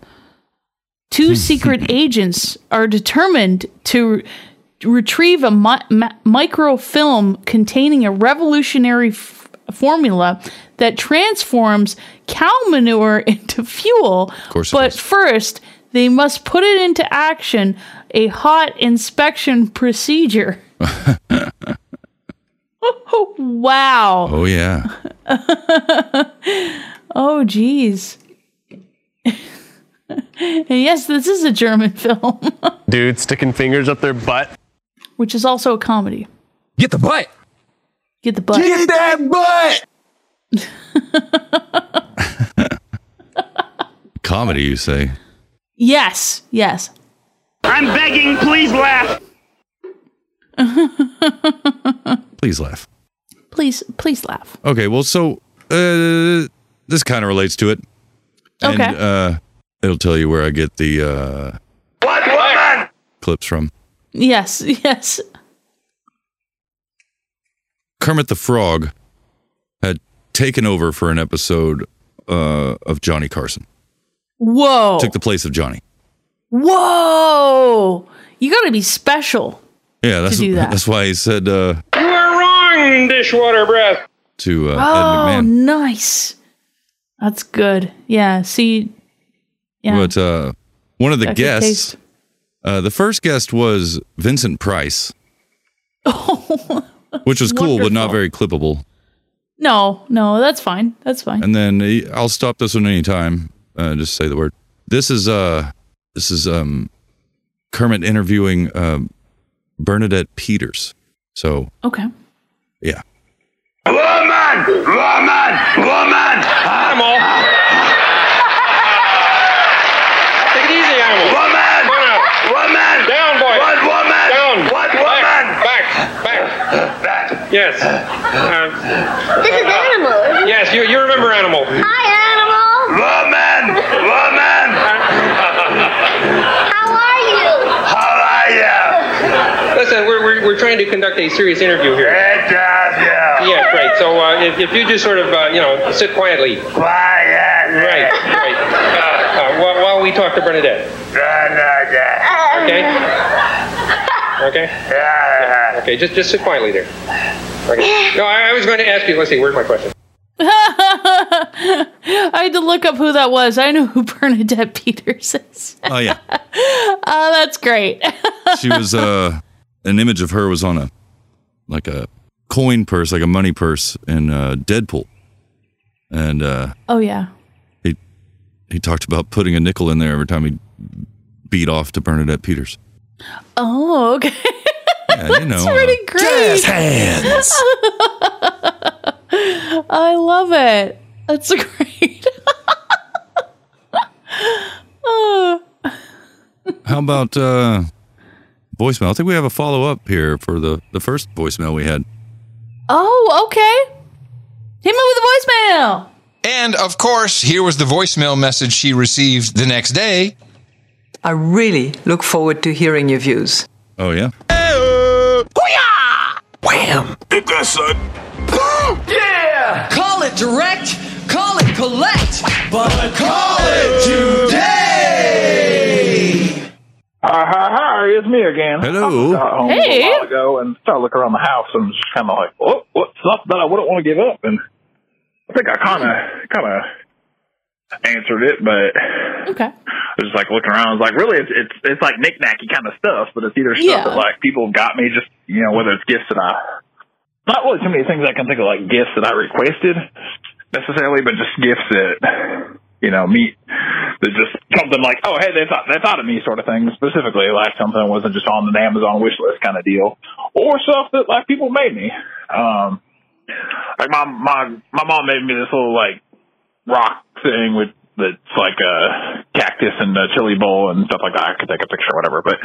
Speaker 6: Two secret agents are determined to re- retrieve a mi- ma- microfilm containing a revolutionary f- formula that transforms cow manure into fuel. Of
Speaker 5: course it
Speaker 6: but first, they must put it into action a hot inspection procedure. wow.
Speaker 5: Oh, yeah.
Speaker 6: Oh, geez. and yes, this is a German film,
Speaker 15: Dude sticking fingers up their butt.
Speaker 6: which is also a comedy.
Speaker 15: Get the butt.
Speaker 6: Get the butt.
Speaker 15: Get that butt.
Speaker 5: Comedy, you say?
Speaker 6: Yes, yes. I'm begging, please laugh.
Speaker 5: Please laugh.
Speaker 6: Please, please laugh.
Speaker 5: Okay, well, so uh, this kind of relates to it. And,
Speaker 6: Okay.
Speaker 5: uh, it'll tell you where I get the uh,
Speaker 1: What woman?
Speaker 5: clips from.
Speaker 6: Yes, yes.
Speaker 5: Kermit the Frog had taken over for an episode uh, of Johnny Carson.
Speaker 6: Whoa.
Speaker 5: Took the place of Johnny.
Speaker 6: Whoa. You got to be special.
Speaker 5: Yeah, that's
Speaker 6: do that.
Speaker 5: that's why he said uh,
Speaker 1: You are wrong, dishwater breath.
Speaker 5: to uh, Ed
Speaker 6: oh,
Speaker 5: McMahon.
Speaker 6: nice. That's good. Yeah, see. Yeah.
Speaker 5: But uh, one of the
Speaker 6: Got good
Speaker 5: guests,
Speaker 6: taste.
Speaker 5: uh, the first guest was Vincent Price,
Speaker 6: Oh.
Speaker 5: which was cool but not very clippable.
Speaker 6: No, no, that's fine. That's fine.
Speaker 5: And then he- I'll stop this one anytime. Uh, just say the word. This is uh, this is um, Kermit interviewing um, Bernadette Peters. So
Speaker 6: Okay.
Speaker 5: yeah,
Speaker 1: Woman! Woman! Woman! Animal! Take it easy, animal. Woman! Woman! Down, boy. One woman! Down. One woman! Back, back, back. Yes.
Speaker 19: uh,
Speaker 1: this is animal. Yes, you, you remember animal. Hi, animal. Woman! Woman! How are you? How are you?
Speaker 19: Listen, we're, we're, we're trying to conduct a serious interview here. Good job, yeah. Yeah, right. So uh, if, if you just sort of, uh, you know, sit quietly. Quiet. Right, right. Uh, uh, while, while we talk to Bernadette. Bernadette. Okay? Okay? Yeah. Okay, just, just sit quietly there. Okay. No, I, I was going to ask you, let's see, where's my question?
Speaker 6: I had to look up who that was. I know who Bernadette Peters is.
Speaker 5: oh yeah.
Speaker 6: Oh, that's great.
Speaker 5: she was uh an image of her was on a like a coin purse like a money purse in uh deadpool and uh
Speaker 6: Oh yeah.
Speaker 5: he he talked about putting a nickel in there every time he beat off to bernadette peters
Speaker 6: Oh, okay.
Speaker 5: yeah you
Speaker 6: That's
Speaker 5: know uh,
Speaker 6: pretty great.
Speaker 5: jazz hands.
Speaker 6: I love it. That's great. oh,
Speaker 5: how about uh voicemail i think we have a follow-up here for the the first voicemail we had
Speaker 6: oh, okay. Hit me with a voicemail.
Speaker 20: And of course, here was the voicemail message she received the next day.
Speaker 21: I really look forward to hearing your views.
Speaker 5: oh yeah
Speaker 21: Wham!
Speaker 1: Take that, son. yeah!
Speaker 22: Call it direct, call it collect.
Speaker 15: but call it today.
Speaker 7: Hi, hi, hi, it's me again.
Speaker 5: Hello.
Speaker 7: I got home
Speaker 15: Hey.
Speaker 7: a while ago and started looking around the house and was just kind of like, oh, what's up that I wouldn't want to give up? And I think I kind of, kind of answered it, but
Speaker 6: okay.
Speaker 7: I was just like looking around. I was like, really, it's it's, it's like knick-knacky kind of stuff, but it's either stuff
Speaker 6: Yeah.
Speaker 7: that like people got me just, you know, whether it's gifts that I, not really too many things I can think of like gifts that I requested necessarily, but just gifts that, you know, me, that just something like, oh, hey, they thought, they thought of me sort of thing, specifically like something that wasn't just on an Amazon wish list kind of deal, or stuff that like people made me. Um, like my, my, my mom made me this little like rock thing with, that's like a cactus and a chili bowl and stuff like that. I could take a picture or whatever, but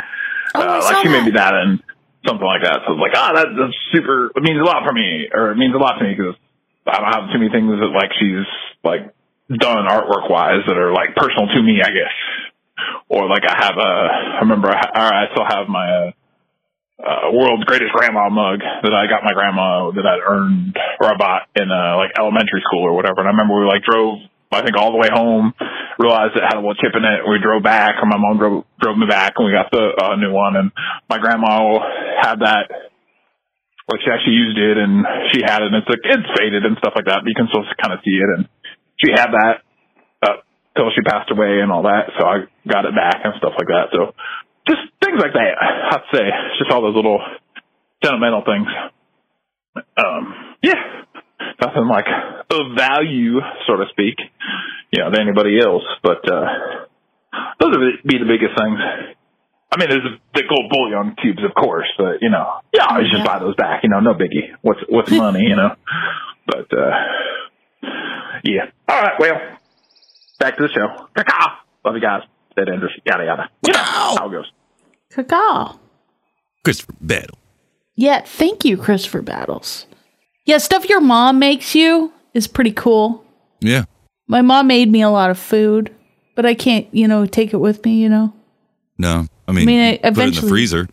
Speaker 7: uh, like she made me that and something like that. So it's like, ah, that, that's super. It means a lot for me, or it means a lot to me because I don't have too many things that like she's like done artwork wise that are like personal to me, I guess. Or like I have a, I remember I, or I still have my uh, uh, world's greatest grandma mug that I got my grandma that I'd earned or I bought in uh, like elementary school or whatever. And I remember we like drove, I think all the way home, realized it had a little chip in it. We drove back, or my mom drove drove me back, and we got the uh, new one. And my grandma had that like she actually used it and she had it and it's like it's faded and stuff like that, but you can still kind of see it and she had that up till she passed away and all that, so I got it back and stuff like that. So just things like that, I'd say. It's just all those little sentimental things. Um yeah. Nothing like of value, so to speak, you know, to anybody else. But uh those would be the biggest things. I mean, there's the gold bullion cubes, of course, but you know, yeah, I should buy those back. You know, no biggie. What's what's money? You know, but uh, yeah. All right, well, back to the show. Caw-caw. Love you guys. That Andrews. Yada yada. You know how it goes.
Speaker 6: Caca.
Speaker 5: Christopher Battle.
Speaker 6: Yeah, thank you, Christopher Battles. Yeah, stuff your mom makes you is pretty cool.
Speaker 5: Yeah.
Speaker 6: My mom made me a lot of food, but I can't, you know, take it with me, you know.
Speaker 5: No, I mean,
Speaker 6: I mean, I-
Speaker 5: put it in the
Speaker 6: eventually-
Speaker 5: freezer.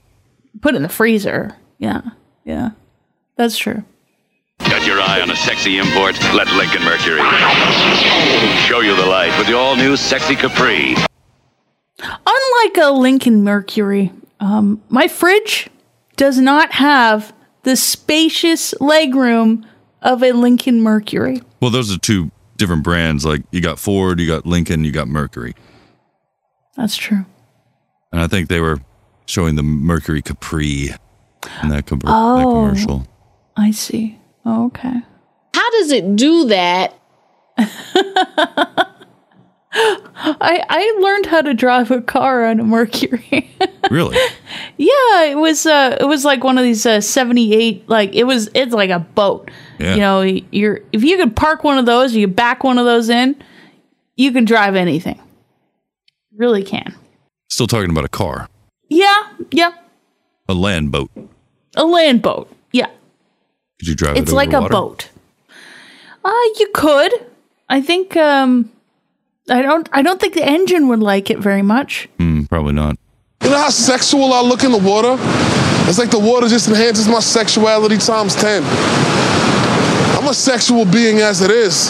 Speaker 6: Put it in the freezer. Yeah. Yeah. That's true.
Speaker 16: Got your eye on a sexy import? Let Lincoln Mercury show you the light with the all new Sexy Capri.
Speaker 6: Unlike a Lincoln Mercury, um, my fridge does not have the spacious legroom of a Lincoln Mercury.
Speaker 5: Well, those are two different brands. Like you got Ford, you got Lincoln, you got Mercury,
Speaker 6: That's true.
Speaker 5: and I think they were showing the Mercury Capri in that, com- that
Speaker 11: Oh.
Speaker 5: commercial.
Speaker 6: I see. Oh, okay.
Speaker 11: How does it do that?
Speaker 6: I, I learned how to drive a car on a Mercury.
Speaker 5: Really?
Speaker 6: yeah, it was uh it was like one of these uh, 78 like it was it's like a boat.
Speaker 5: Yeah.
Speaker 6: You know, you're if you could park one of those, you back one of those in, you can drive anything. Really can.
Speaker 5: Still talking about a car,
Speaker 6: Yeah, yeah.
Speaker 5: a land boat.
Speaker 6: A land boat. Yeah.
Speaker 5: Could you drive? it
Speaker 6: it's
Speaker 5: over
Speaker 6: like
Speaker 5: the
Speaker 6: a
Speaker 5: water?
Speaker 6: boat. Uh you could. I think um I don't I don't think the engine would like it very much.
Speaker 5: Hmm, probably not.
Speaker 3: You know how sexual I look in the water? It's like the water just enhances my sexuality times 10. I'm a sexual being as it is.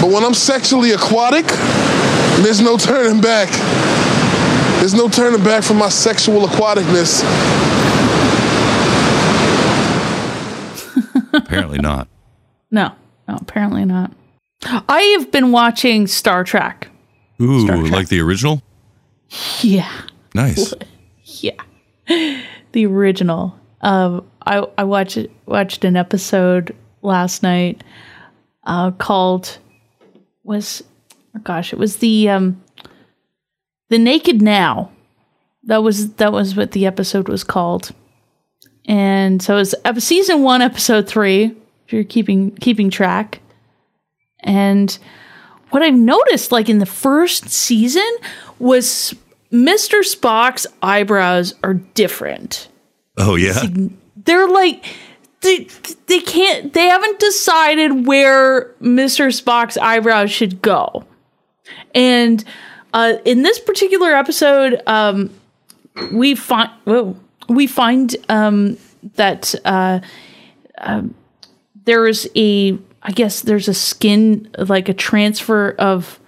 Speaker 3: But when I'm sexually aquatic, there's no turning back. There's no turning back from my sexual aquaticness.
Speaker 5: Apparently not.
Speaker 6: No. No, apparently not. I have been watching Star Trek.
Speaker 5: Ooh, like the original.
Speaker 6: Yeah.
Speaker 5: Nice.
Speaker 6: Yeah. The original. Um, I I watched watched an episode last night uh, called was oh gosh it was the um the naked now that was that was what the episode was called and so it's ep- season one episode three if you're keeping keeping track and what I've noticed, like in the first season, was Mr. Spock's eyebrows are different.
Speaker 5: Oh yeah.
Speaker 6: They're like they they can't they haven't decided where Mr. Spock's eyebrows should go. And uh, in this particular episode, um, we find whoa, we find um, that uh, um, there is a I guess there's a skin like a transfer of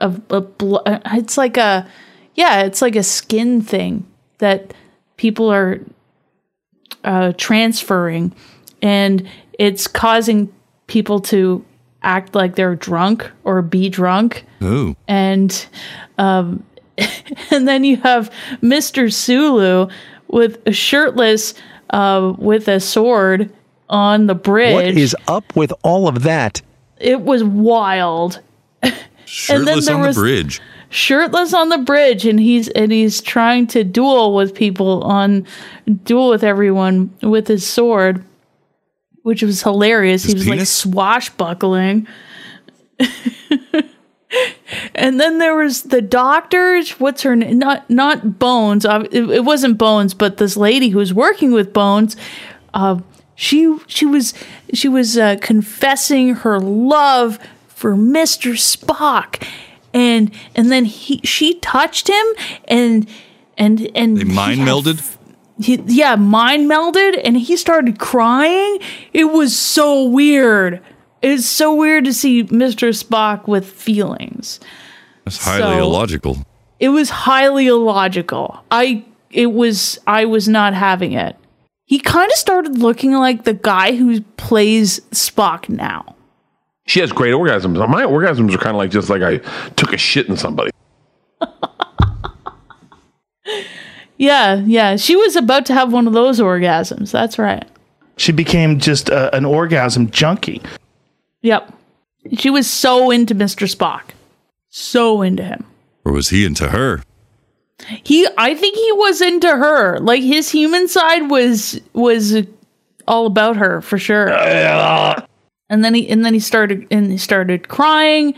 Speaker 6: of a bl- uh, it's like a yeah, it's like a skin thing that people are uh, transferring, and it's causing people to act like they're drunk or be drunk.
Speaker 5: Ooh.
Speaker 6: and um, and then you have Mister Sulu with a shirtless uh, with a sword on the bridge.
Speaker 14: What is up with all of that?
Speaker 6: it was wild. and then
Speaker 5: Shirtless
Speaker 6: there
Speaker 5: on the
Speaker 6: was
Speaker 5: bridge.
Speaker 6: shirtless on the bridge, and he's and he's trying to duel with people on duel with everyone with his sword, which was hilarious. he was like
Speaker 5: penis?
Speaker 6: swashbuckling. and then there was the doctors. What's her name? Not not Bones. ob- It, it wasn't Bones, but this lady who was working with Bones. Uh, she she was she was uh, confessing her love for Mister Spock, and and then he she touched him, and and and
Speaker 5: They
Speaker 6: he
Speaker 5: mind
Speaker 6: had
Speaker 5: melded.
Speaker 6: he, yeah, mind melded and he started crying. It was so weird. It's so weird to see Mr. Spock with feelings.
Speaker 5: That's highly
Speaker 6: So-
Speaker 5: illogical.
Speaker 6: It was highly illogical. I it was I was not having it. He kind of started looking like the guy who plays Spock now.
Speaker 4: She has great orgasms. My orgasms are kind of like just like I took a shit in somebody.
Speaker 6: Yeah, yeah. She was about to have one of those orgasms. That's right.
Speaker 10: She became just uh, an orgasm junkie.
Speaker 6: Yep. She was so into Mr. Spock. So into him.
Speaker 5: Or was he into her?
Speaker 6: he i think he was into her like his human side was was all about her for sure and then he and then he started and he started crying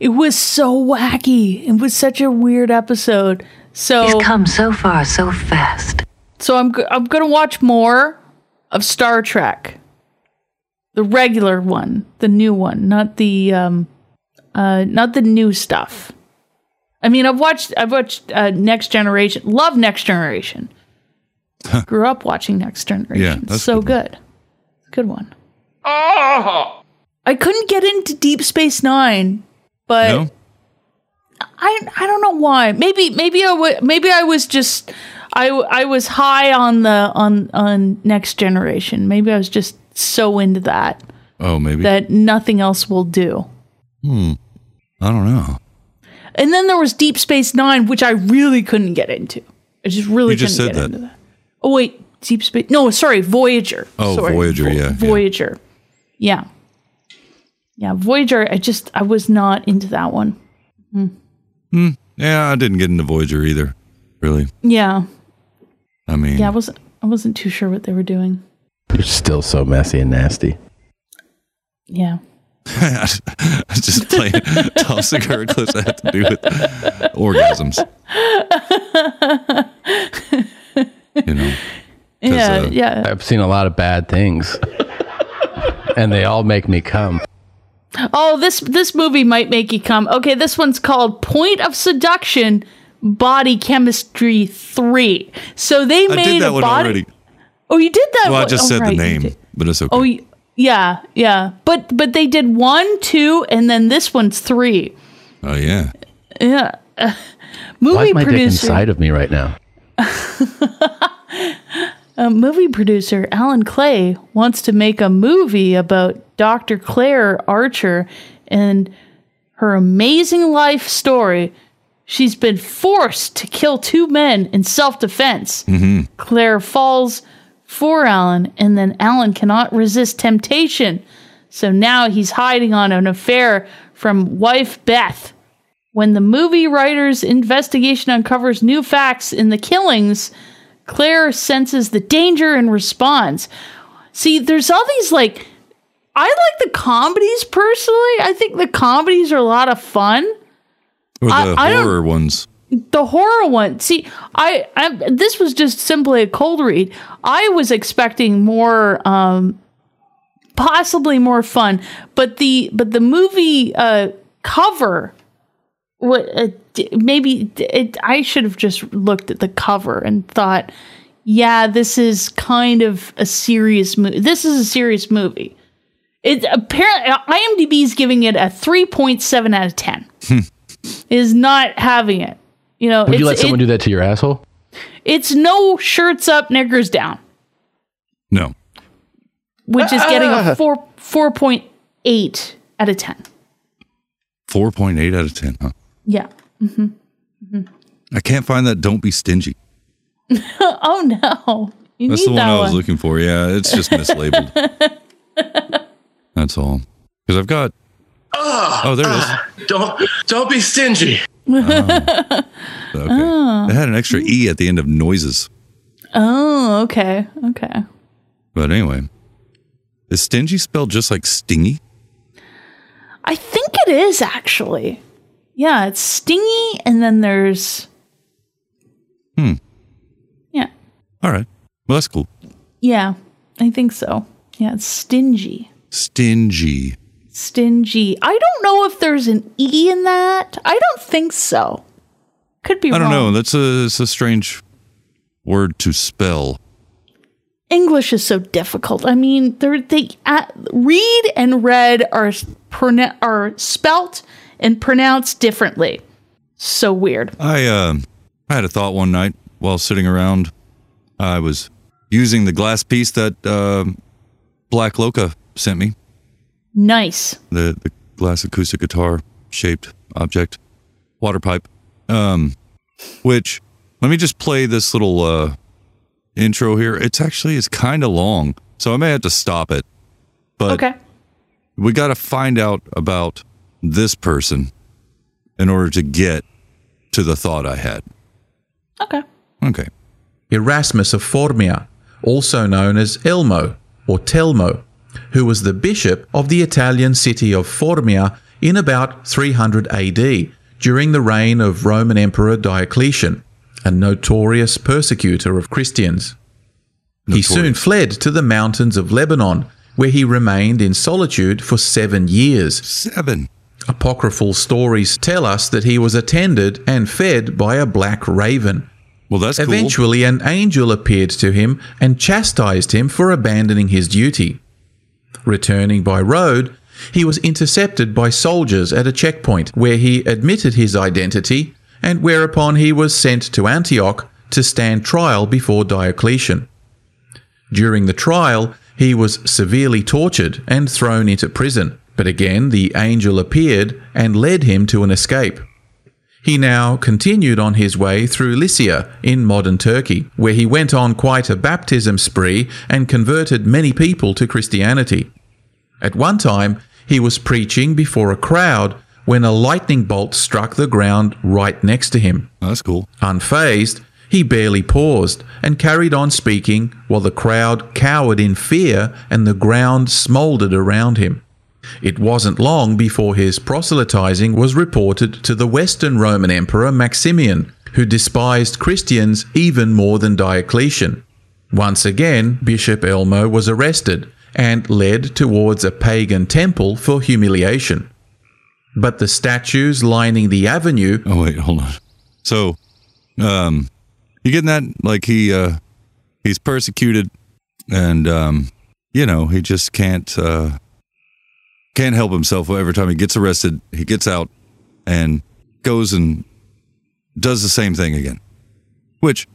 Speaker 6: it was so wacky it was such a weird episode so
Speaker 22: He's come so far so fast.
Speaker 6: so i'm go- i'm gonna watch more of star trek the regular one the new one not the um uh not the new stuff I mean, I've watched I've watched uh, Next Generation. Love Next Generation. Grew up watching Next Generation.
Speaker 5: Yeah, that's
Speaker 6: so good. Good one.
Speaker 4: Ah!
Speaker 6: I couldn't get into Deep Space Nine, but
Speaker 5: No?
Speaker 6: I I don't know why. Maybe maybe I wa- maybe I was just I w- I was high on the on on Next Generation. Maybe I was just so into that
Speaker 5: Oh, maybe.
Speaker 6: that nothing else will do.
Speaker 5: hmm. I don't know.
Speaker 6: And then there was Deep Space Nine, which I really couldn't get into. I just really
Speaker 5: You just
Speaker 6: couldn't
Speaker 5: said
Speaker 6: get
Speaker 5: that.
Speaker 6: into that. Oh wait, Deep Space. No, sorry, Voyager.
Speaker 5: Oh,
Speaker 6: sorry.
Speaker 5: Voyager, yeah, yeah.
Speaker 6: Voyager. Yeah. Yeah, Voyager. I just I was not into that one. Mm.
Speaker 5: Hmm. Yeah, I didn't get into Voyager either. Really.
Speaker 6: Yeah,
Speaker 5: I mean,
Speaker 6: yeah. I wasn't I wasn't too sure what they were doing.
Speaker 23: You're still so messy and nasty.
Speaker 6: Yeah.
Speaker 5: I just play tossing her clips that have to do with orgasms. You know.
Speaker 23: 'Cause,
Speaker 6: Yeah,
Speaker 23: uh,
Speaker 6: yeah.
Speaker 23: I've seen a lot of bad things, and they all make me come.
Speaker 6: Oh, this this movie might make you come. Okay, this one's called Point of Seduction, Body Chemistry Three. So they
Speaker 5: I
Speaker 6: made
Speaker 5: did
Speaker 6: a
Speaker 5: that one
Speaker 6: body.
Speaker 5: already.
Speaker 6: Oh, you did that.
Speaker 5: Well, I
Speaker 6: one-
Speaker 5: just
Speaker 6: oh,
Speaker 5: said
Speaker 6: right,
Speaker 5: the
Speaker 6: you
Speaker 5: name,
Speaker 6: did.
Speaker 5: but it's okay.
Speaker 6: Oh, y- yeah, yeah. But but they did one, two, and then this one's three.
Speaker 5: Oh yeah.
Speaker 6: Yeah.
Speaker 23: Why
Speaker 6: movie
Speaker 23: is my dick
Speaker 6: producer,
Speaker 23: inside of me right now?
Speaker 6: uh, movie producer Alan Clay wants to make a movie about Dr. Claire Archer and her amazing life story. She's been forced to kill two men in self-defense.
Speaker 5: Mm-hmm.
Speaker 6: Claire falls for Alan, and then Alan cannot resist temptation. So now he's hiding on an affair from wife Beth. When the movie writer's investigation uncovers new facts in the killings, Claire senses the danger and responds. See, there's all these like, I like the comedies personally. I think the comedies are a lot of fun
Speaker 5: Or the
Speaker 6: I- I don't-
Speaker 5: horror ones.
Speaker 6: the horror one. See, I, I this was just simply a cold read. I was expecting more, um, possibly more fun, but the but the movie uh, cover, what uh, d- maybe d- it, I should have just looked at the cover and thought, yeah, this is kind of a serious movie. This is a serious movie.
Speaker 5: Hmm.
Speaker 6: It apparently IMDb is giving it a three point seven out of ten. is not having it. You know,
Speaker 23: Would
Speaker 6: Oh, it's,
Speaker 23: you let someone
Speaker 6: it-
Speaker 23: do that to your asshole?
Speaker 6: it's no shirts up, niggers down.
Speaker 5: No.
Speaker 6: Which is getting
Speaker 5: Ah.
Speaker 6: a four four point eight out of ten.
Speaker 5: 4.8 out of 10, huh?
Speaker 6: Yeah. hmm
Speaker 5: I can't find that Don't Be Stingy.
Speaker 6: oh no, you
Speaker 5: That's
Speaker 6: need
Speaker 5: the one
Speaker 6: that
Speaker 5: I
Speaker 6: one.
Speaker 5: was looking for. Yeah, it's just mislabeled. That's all. Because I've got. Oh, there it is.
Speaker 4: Ah,
Speaker 2: Don't don't be stingy.
Speaker 5: Ah, Okay.
Speaker 6: Oh.
Speaker 5: It had an extra E at the end of noises.
Speaker 6: oh, okay, okay.
Speaker 5: But anyway, is stingy spelled just like stingy?
Speaker 6: I think it is actually. Yeah, it's stingy, and then there's
Speaker 5: Hmm.
Speaker 6: Yeah.
Speaker 5: All right. Well, that's cool.
Speaker 6: yeah, I think so. Yeah, it's stingy,
Speaker 5: Stingy.
Speaker 6: stingy. I don't know if there's an e in that. I don't think so. Could be
Speaker 5: I don't
Speaker 6: wrong.
Speaker 5: know. That's a, it's a strange word to spell.
Speaker 6: English is so difficult. I mean, they're, they uh, read and read are s- pronou- are spelt and pronounced differently. So weird.
Speaker 5: I uh, I had a thought one night while sitting around. I was using the glass piece that uh, Black Loca sent me,
Speaker 6: Nice.
Speaker 5: the, the glass acoustic guitar shaped object, water pipe. Um, which let me just play this little uh, intro here. It's actually it's kind of long, so I may have to stop it. But
Speaker 6: okay.
Speaker 5: we got to find out about this person in order to get to the thought I had.
Speaker 6: Okay.
Speaker 5: Okay.
Speaker 8: Erasmus of Formia, also known as Elmo or Telmo, who was the bishop of the Italian city of Formia in about 300 AD during the reign of Roman Emperor Diocletian, a notorious persecutor of Christians. He soon fled to the mountains of Lebanon, where he remained in solitude for seven years.
Speaker 5: Seven.
Speaker 8: Apocryphal stories tell us that he was attended and fed by a black raven.
Speaker 5: Well, that's
Speaker 8: cool. Eventually, an angel appeared to him and chastised him for abandoning his duty. Returning by road, he was intercepted by soldiers at a checkpoint where he admitted his identity and whereupon he was sent to Antioch to stand trial before Diocletian. During the trial, he was severely tortured and thrown into prison, but again the angel appeared and led him to an escape. He now continued on his way through Lycia in modern Turkey, where he went on quite a baptism spree and converted many people to Christianity. At one time, he was preaching before a crowd when a lightning bolt struck the ground right next to him.
Speaker 5: That's cool.
Speaker 8: Unfazed, he barely paused and carried on speaking while the crowd cowered in fear and the ground smouldered around him. It wasn't long before his proselytizing was reported to the Western Roman Emperor Maximian, who despised Christians even more than Diocletian. Once again, Bishop Elmo was arrested and led towards a pagan temple for humiliation. But the statues lining the avenue.
Speaker 5: Oh, wait, hold on. So, um, you getting that? Like he, uh, he's persecuted and, um, you know, he just can't, uh, can't help himself every time he gets arrested. He gets out and goes and does the same thing again, which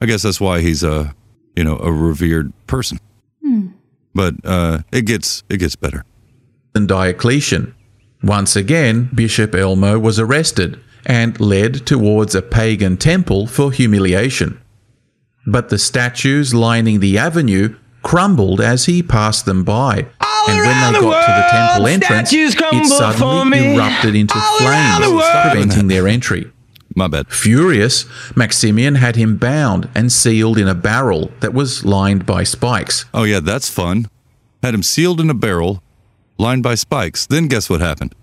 Speaker 5: I guess that's why he's a, you know, a revered person.
Speaker 8: Hmm.
Speaker 5: But, uh, it gets, it gets better.
Speaker 8: than Diocletian. Once again, Bishop Elmo was arrested and led towards a pagan temple for humiliation. But the statues lining the avenue crumbled as he passed them by. and when they got to the temple entrance, it suddenly erupted into flames, preventing their entry.
Speaker 5: My bad.
Speaker 8: Furious, Maximian had him bound and sealed in a barrel that was lined by spikes.
Speaker 5: Oh, yeah, that's fun. Had him sealed in a barrel, lined by spikes. Then guess what happened?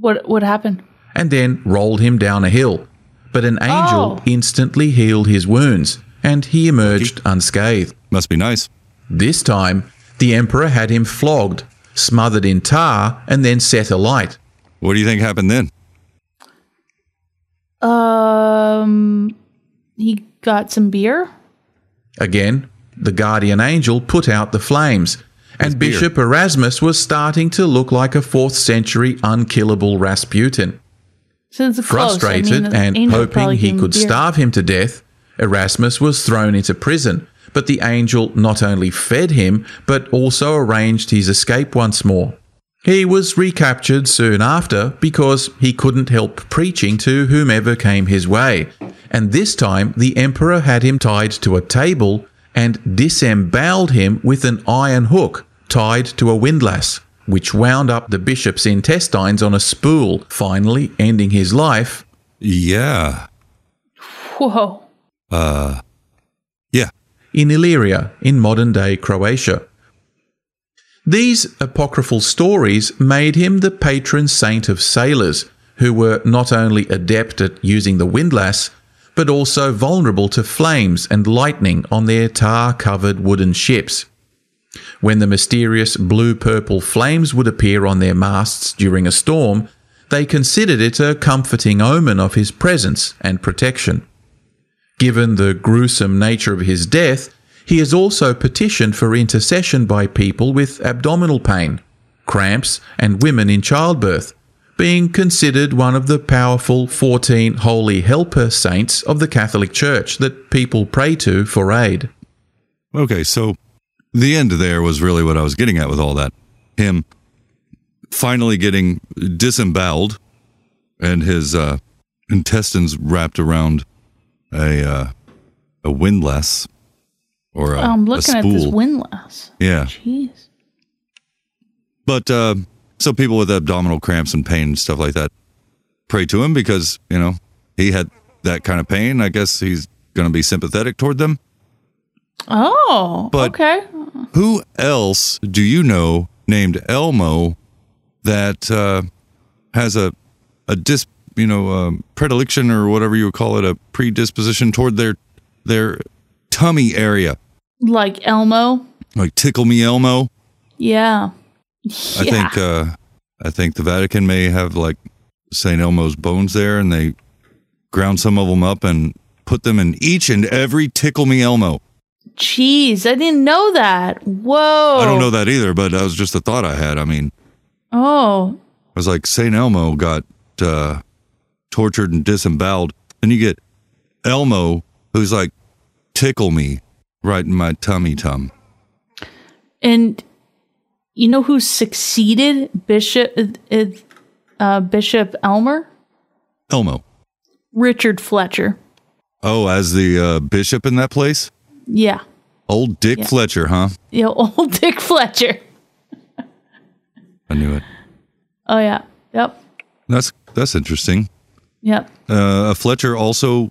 Speaker 6: What what happened?
Speaker 8: and then rolled him down a hill. But an angel instantly healed his wounds, and he emerged unscathed.
Speaker 5: Must be nice.
Speaker 8: This time, the emperor had him flogged, smothered in tar, and then set alight.
Speaker 5: What do you think happened then?
Speaker 6: Um, he got some beer.
Speaker 8: Again, the guardian angel put out the flames, and Bishop Erasmus was starting to look like a 4th century unkillable Rasputin.
Speaker 6: Since it's close, I mean,
Speaker 8: Frustrated
Speaker 6: the
Speaker 8: and
Speaker 6: angel
Speaker 8: hoping
Speaker 6: probably
Speaker 8: he
Speaker 6: gave him
Speaker 8: could
Speaker 6: beer.
Speaker 8: starve him to death, Erasmus was thrown into prison. But the angel not only fed him, but also arranged his escape once more. He was recaptured soon after because he couldn't help preaching to whomever came his way. And this time the emperor had him tied to a table and disemboweled him with an iron hook tied to a windlass, which wound up the bishop's intestines on a spool, finally ending his life.
Speaker 5: Yeah.
Speaker 6: Whoa.
Speaker 5: Uh, yeah.
Speaker 8: In Illyria, in modern day Croatia. These apocryphal stories made him the patron saint of sailors, who were not only adept at using the windlass, but also vulnerable to flames and lightning on their tar covered wooden ships. When the mysterious blue purple flames would appear on their masts during a storm, they considered it a comforting omen of his presence and protection. Given the gruesome nature of his death, he has also petitioned for intercession by people with abdominal pain, cramps, and women in childbirth, being considered one of the powerful 14 holy helper saints of the Catholic Church that people pray to for aid.
Speaker 5: Okay, so the end there was really what I was getting at with all that. Him finally getting disemboweled and his uh, intestines wrapped around a uh, a windlass or a,
Speaker 6: I'm
Speaker 5: a
Speaker 6: looking
Speaker 5: spool.
Speaker 6: at this windlass.
Speaker 5: Yeah,
Speaker 6: Jeez.
Speaker 5: but uh, so people with abdominal cramps and pain and stuff like that pray to him because you know he had that kind of pain. I guess he's going to be sympathetic toward them.
Speaker 6: Oh.
Speaker 5: But-
Speaker 6: okay.
Speaker 5: Who else do you know named Elmo that uh, has a a dis you know um, predilection or whatever you would call it a predisposition toward their their tummy area
Speaker 6: Like Elmo.
Speaker 5: like tickle me Elmo?
Speaker 6: Yeah.
Speaker 5: I
Speaker 6: Yeah.
Speaker 5: think uh, I think the Vatican may have like Saint Elmo's bones there, and they ground some of them up and put them in each and every tickle me Elmo.
Speaker 6: Jeez, I didn't know that. Whoa.
Speaker 5: I don't know that either, but that was just a thought I had. I mean.
Speaker 6: Oh.
Speaker 5: I was like, St. Elmo got uh, tortured and disemboweled. Then you get Elmo, who's like, tickle me right in my tummy tum.
Speaker 6: And you know who succeeded Bishop uh, uh, Bishop Elmer?
Speaker 5: Elmo.
Speaker 6: Richard Fletcher.
Speaker 5: Oh, as the uh, bishop in that place?
Speaker 6: Yeah.
Speaker 5: Old Dick
Speaker 6: Yeah.
Speaker 5: Fletcher, huh?
Speaker 6: You know, old Dick Fletcher.
Speaker 5: I knew it.
Speaker 6: Oh yeah. Yep.
Speaker 5: That's that's interesting.
Speaker 6: Yep.
Speaker 5: Uh, Fletcher also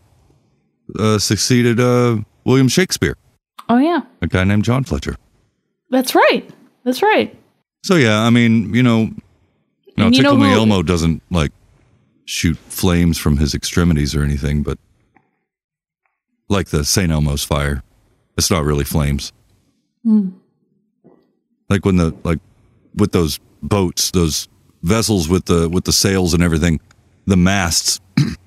Speaker 5: uh, succeeded uh, William Shakespeare,
Speaker 6: Oh yeah.
Speaker 5: a guy named John Fletcher.
Speaker 6: That's right. That's right.
Speaker 5: So yeah, I mean, you know, no,
Speaker 6: And you know
Speaker 5: Tickle Me
Speaker 6: who-
Speaker 5: Elmo doesn't like shoot flames from his extremities or anything, but like the St. Elmo's fire, it's not really flames.
Speaker 6: Hmm.
Speaker 5: Like when the like with those boats, those vessels with the with the sails and everything, the masts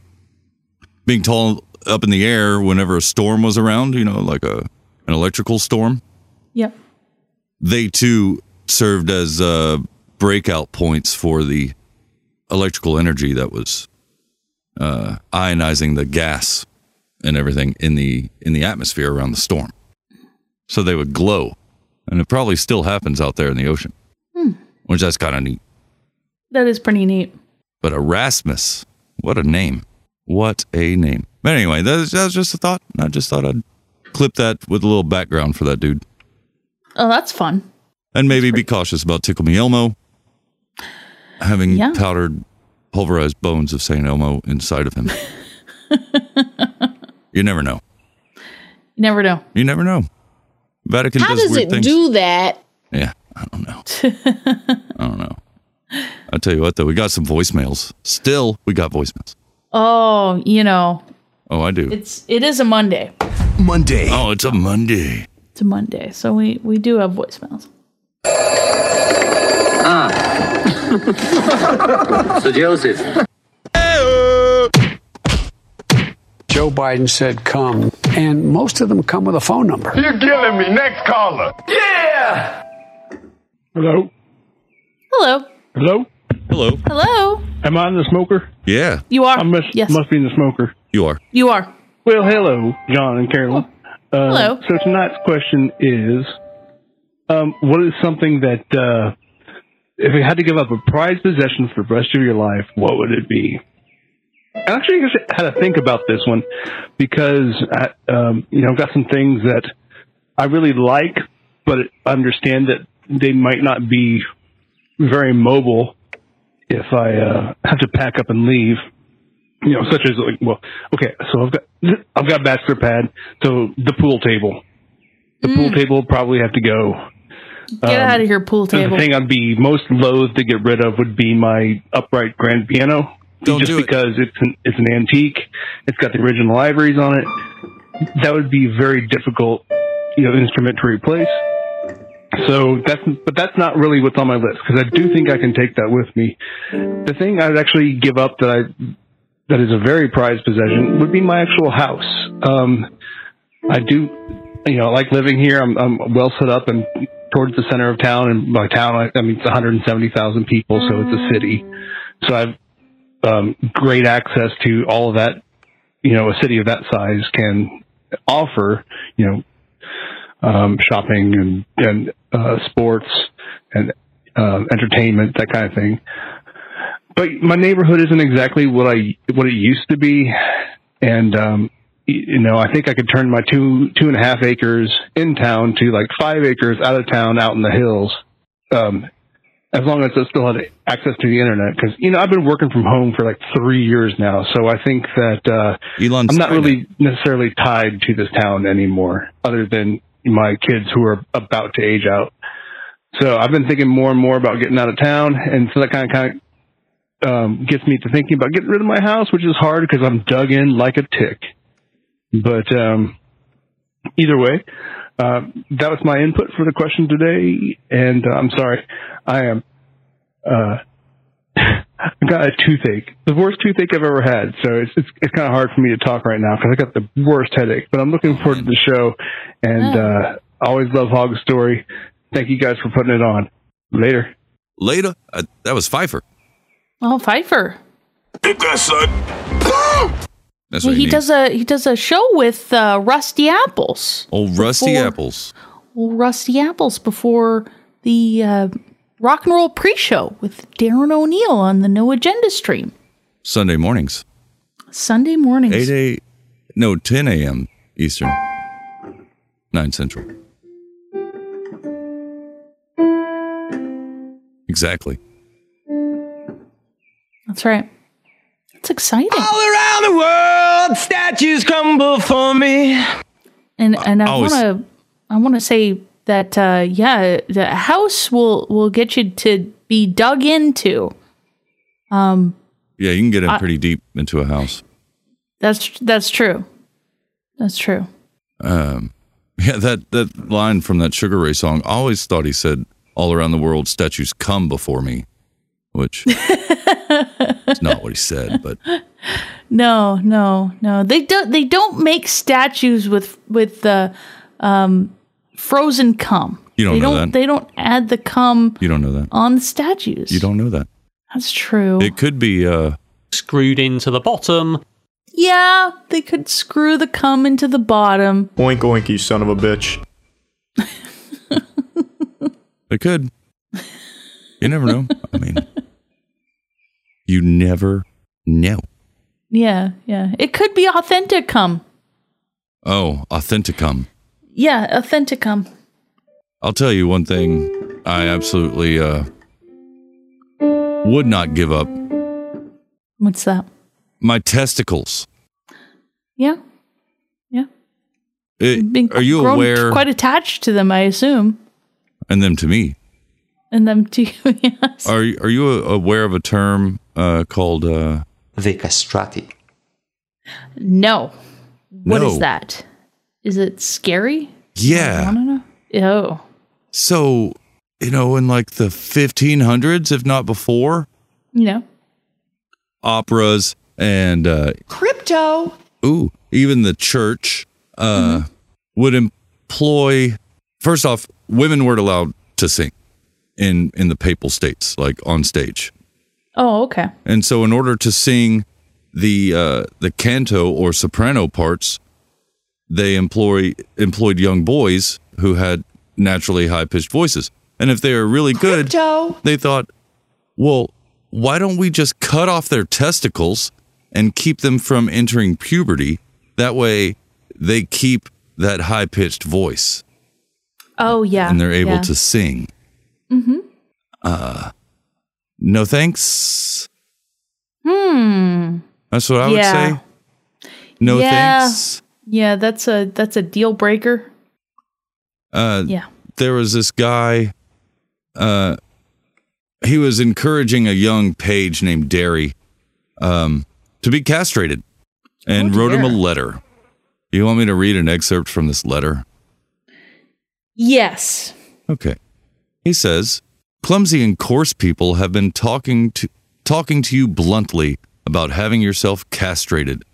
Speaker 5: being tall up in the air whenever a storm was around, you know, like a an electrical storm
Speaker 6: Yep.
Speaker 5: they too served as uh, breakout points for the electrical energy that was uh, ionizing the gas and everything in the in the atmosphere around the storm. So they would glow, and it probably still happens out there in the ocean,
Speaker 6: Hmm.
Speaker 5: which that's kind of neat.
Speaker 6: That is pretty neat.
Speaker 5: But Erasmus, what a name! What a name! But anyway, that was, that was just a thought. and I just thought I'd clip that with a little background for that dude,
Speaker 6: Oh, that's fun.
Speaker 5: and maybe be cautious about Tickle Me Elmo having
Speaker 6: Yeah.
Speaker 5: powdered, pulverized bones of Saint Elmo inside of him. you never know.
Speaker 6: You never know.
Speaker 5: You never know. Vatican
Speaker 11: How
Speaker 5: does,
Speaker 11: does
Speaker 5: weird
Speaker 11: it
Speaker 5: things.
Speaker 11: do that?
Speaker 5: yeah, I don't know. I don't know. I tell you what, though, we got some voicemails. Still, we got voicemails.
Speaker 6: Oh, you know,
Speaker 5: Oh, I do.
Speaker 6: it's it is a Monday.
Speaker 5: Monday. Oh, it's a Monday.
Speaker 6: It's a Monday, so we we do have voicemails.
Speaker 9: so Joseph. Joe Biden said come, and most of them come with a phone number.
Speaker 1: You're killing me. Next caller. Yeah. Hello.
Speaker 6: Hello.
Speaker 1: Hello.
Speaker 5: Hello.
Speaker 6: Hello.
Speaker 12: Am I in the smoker?
Speaker 5: Yeah.
Speaker 6: You are.
Speaker 12: I must,
Speaker 6: yes.
Speaker 12: must be in the smoker.
Speaker 5: You are.
Speaker 6: You are. Oh.
Speaker 12: Well, hello, John and Carolyn. Uh,
Speaker 6: Hello.
Speaker 12: So tonight's question is, um, what is something that uh, if you had to give up a prized possession for the rest of your life, what would it be? I actually just had to think about this one because I, um, you know I've got some things that I really like, but understand that they might not be very mobile if I uh, have to pack up and leave. You know, such as like, well, okay, so I've got I've got bachelor pad, so the pool table, the pool table probably have to go.
Speaker 6: Get
Speaker 12: Um,
Speaker 6: out of here, pool table.
Speaker 12: The thing I'd be most loath to get rid of would be my upright grand piano. just because it's an, it's an antique, it's got the original ivories on it. That would be very difficult, you know, instrument to replace. So that's but that's not really what's on my list because I do think I can take that with me. The thing I'd actually give up that I that is a very prized possession would be my actual house. Um, I do, you know, I like living here. I'm, I'm well set up and towards the center of town. And by town, I, I mean it's 170,000 people, so it's a city. So I've um, great access to all of that. You know, a city of that size can offer. You know, um, shopping and and uh, sports and uh, entertainment, that kind of thing. But my neighborhood isn't exactly what I what it used to be, and um, y- you know I think I could turn my two two and a half acres in town to like five acres out of town, out in the hills, um, as long as I still had access to the internet. Because you know I've been working from home for like three years now, so I think that uh,
Speaker 5: Elon's
Speaker 12: I'm not really necessarily tied to this town anymore, other than my kids who are about to age out. So I've been thinking more and more about getting out of town, and so that kind of kind of um, gets me to thinking about getting rid of my house, which is hard because I'm dug in like a tick. But um, either way, uh, that was my input for the question today, and uh, I'm sorry, I am. Uh, I got a toothache, the worst toothache I've ever had. So it's it's, it's kind of hard for me to talk right now because I got the worst headache. But I'm looking forward to the show, and uh, I always love Hog's story. Thank you guys for putting it on. Later.
Speaker 5: Later. Uh, that was Pfeiffer.
Speaker 6: Oh, Pfeiffer.
Speaker 5: That's
Speaker 6: Well,
Speaker 5: what
Speaker 6: he
Speaker 5: you need.
Speaker 6: does a he does a show with uh, Rusty Apples.
Speaker 5: Old rusty
Speaker 6: Before-
Speaker 5: apples.
Speaker 6: Well, Rusty Apples before the uh, rock and roll pre-show with Darren O'Neill on the No Agenda stream
Speaker 5: Sunday mornings.
Speaker 6: Sunday mornings.
Speaker 5: Eight a. No, ten a.m. Eastern. Nine Central. Exactly.
Speaker 6: That's right. It's exciting.
Speaker 15: All around the world, statues crumble for me.
Speaker 6: And and I
Speaker 15: I was-
Speaker 6: want to I want to say that uh, yeah, the house will will get you to be dug into. Um,
Speaker 5: Yeah, you can get in
Speaker 6: I-
Speaker 5: pretty deep into a house.
Speaker 6: that's that's true. That's true.
Speaker 5: Um, yeah, that that line from that Sugar Ray song. I always thought he said, "All around the world, statues come before me," which is not what he said, but
Speaker 6: No, no, no. They don't. They don't make statues with with the um, frozen cum.
Speaker 5: You don't
Speaker 6: they
Speaker 5: know
Speaker 6: don't,
Speaker 5: that.
Speaker 6: They don't add the cum
Speaker 5: you don't know that.
Speaker 6: on the statues.
Speaker 5: You don't know that.
Speaker 6: That's true.
Speaker 5: It could be uh,
Speaker 13: screwed into the bottom.
Speaker 6: yeah, they could screw the cum into the bottom.
Speaker 17: Oink oink, you son of a bitch.
Speaker 5: It could. You never know. I mean, you never know.
Speaker 6: Yeah, yeah. It could be authentic cum.
Speaker 5: Oh, authenticum.
Speaker 6: Yeah, authentic cum.
Speaker 5: I'll tell you one thing I absolutely uh, would not give up
Speaker 6: What's that?
Speaker 5: my testicles.
Speaker 6: Yeah,
Speaker 5: It-
Speaker 6: Being
Speaker 5: are you
Speaker 6: grown
Speaker 5: aware?
Speaker 6: Quite attached to them, I assume.
Speaker 5: and them to me.
Speaker 6: And them to yes.
Speaker 5: Are you- are you aware of a term uh, called uh, the castrati?
Speaker 6: No. What is
Speaker 5: No.
Speaker 6: that? Is it scary? I
Speaker 5: Yeah.
Speaker 6: don't know. Oh.
Speaker 5: So you know, in like the 1500s, if not before,
Speaker 6: You know.
Speaker 5: operas and uh,
Speaker 6: Crypto.
Speaker 5: ooh, even the church uh, would employ. First off, women weren't allowed to sing in in the papal states, like on stage.
Speaker 6: Oh, okay.
Speaker 5: And so, in order to sing the uh, the canto or soprano parts, they employ employed young boys who had naturally high pitched voices. And if they are really good, they thought, well, why don't we just cut off their testicles and keep them from entering puberty? That way, they keep that high pitched voice
Speaker 6: Oh, yeah.
Speaker 5: and they're able
Speaker 6: yeah.
Speaker 5: to sing.
Speaker 6: Mm-hmm.
Speaker 5: Uh, no thanks.
Speaker 6: Hmm.
Speaker 5: That's what I would
Speaker 6: Yeah.
Speaker 5: say. No
Speaker 6: yeah.
Speaker 5: thanks.
Speaker 6: Yeah, that's a that's a deal breaker.
Speaker 5: Uh,
Speaker 6: Yeah.
Speaker 5: There was this guy. Uh, he was encouraging a young page named Derry um, to be castrated, and
Speaker 6: Oh,
Speaker 5: wrote him a letter. You want me to read an excerpt from this letter?
Speaker 6: Yes.
Speaker 5: Okay. He says, "Clumsy and coarse people have been talking to talking to you bluntly about having yourself castrated,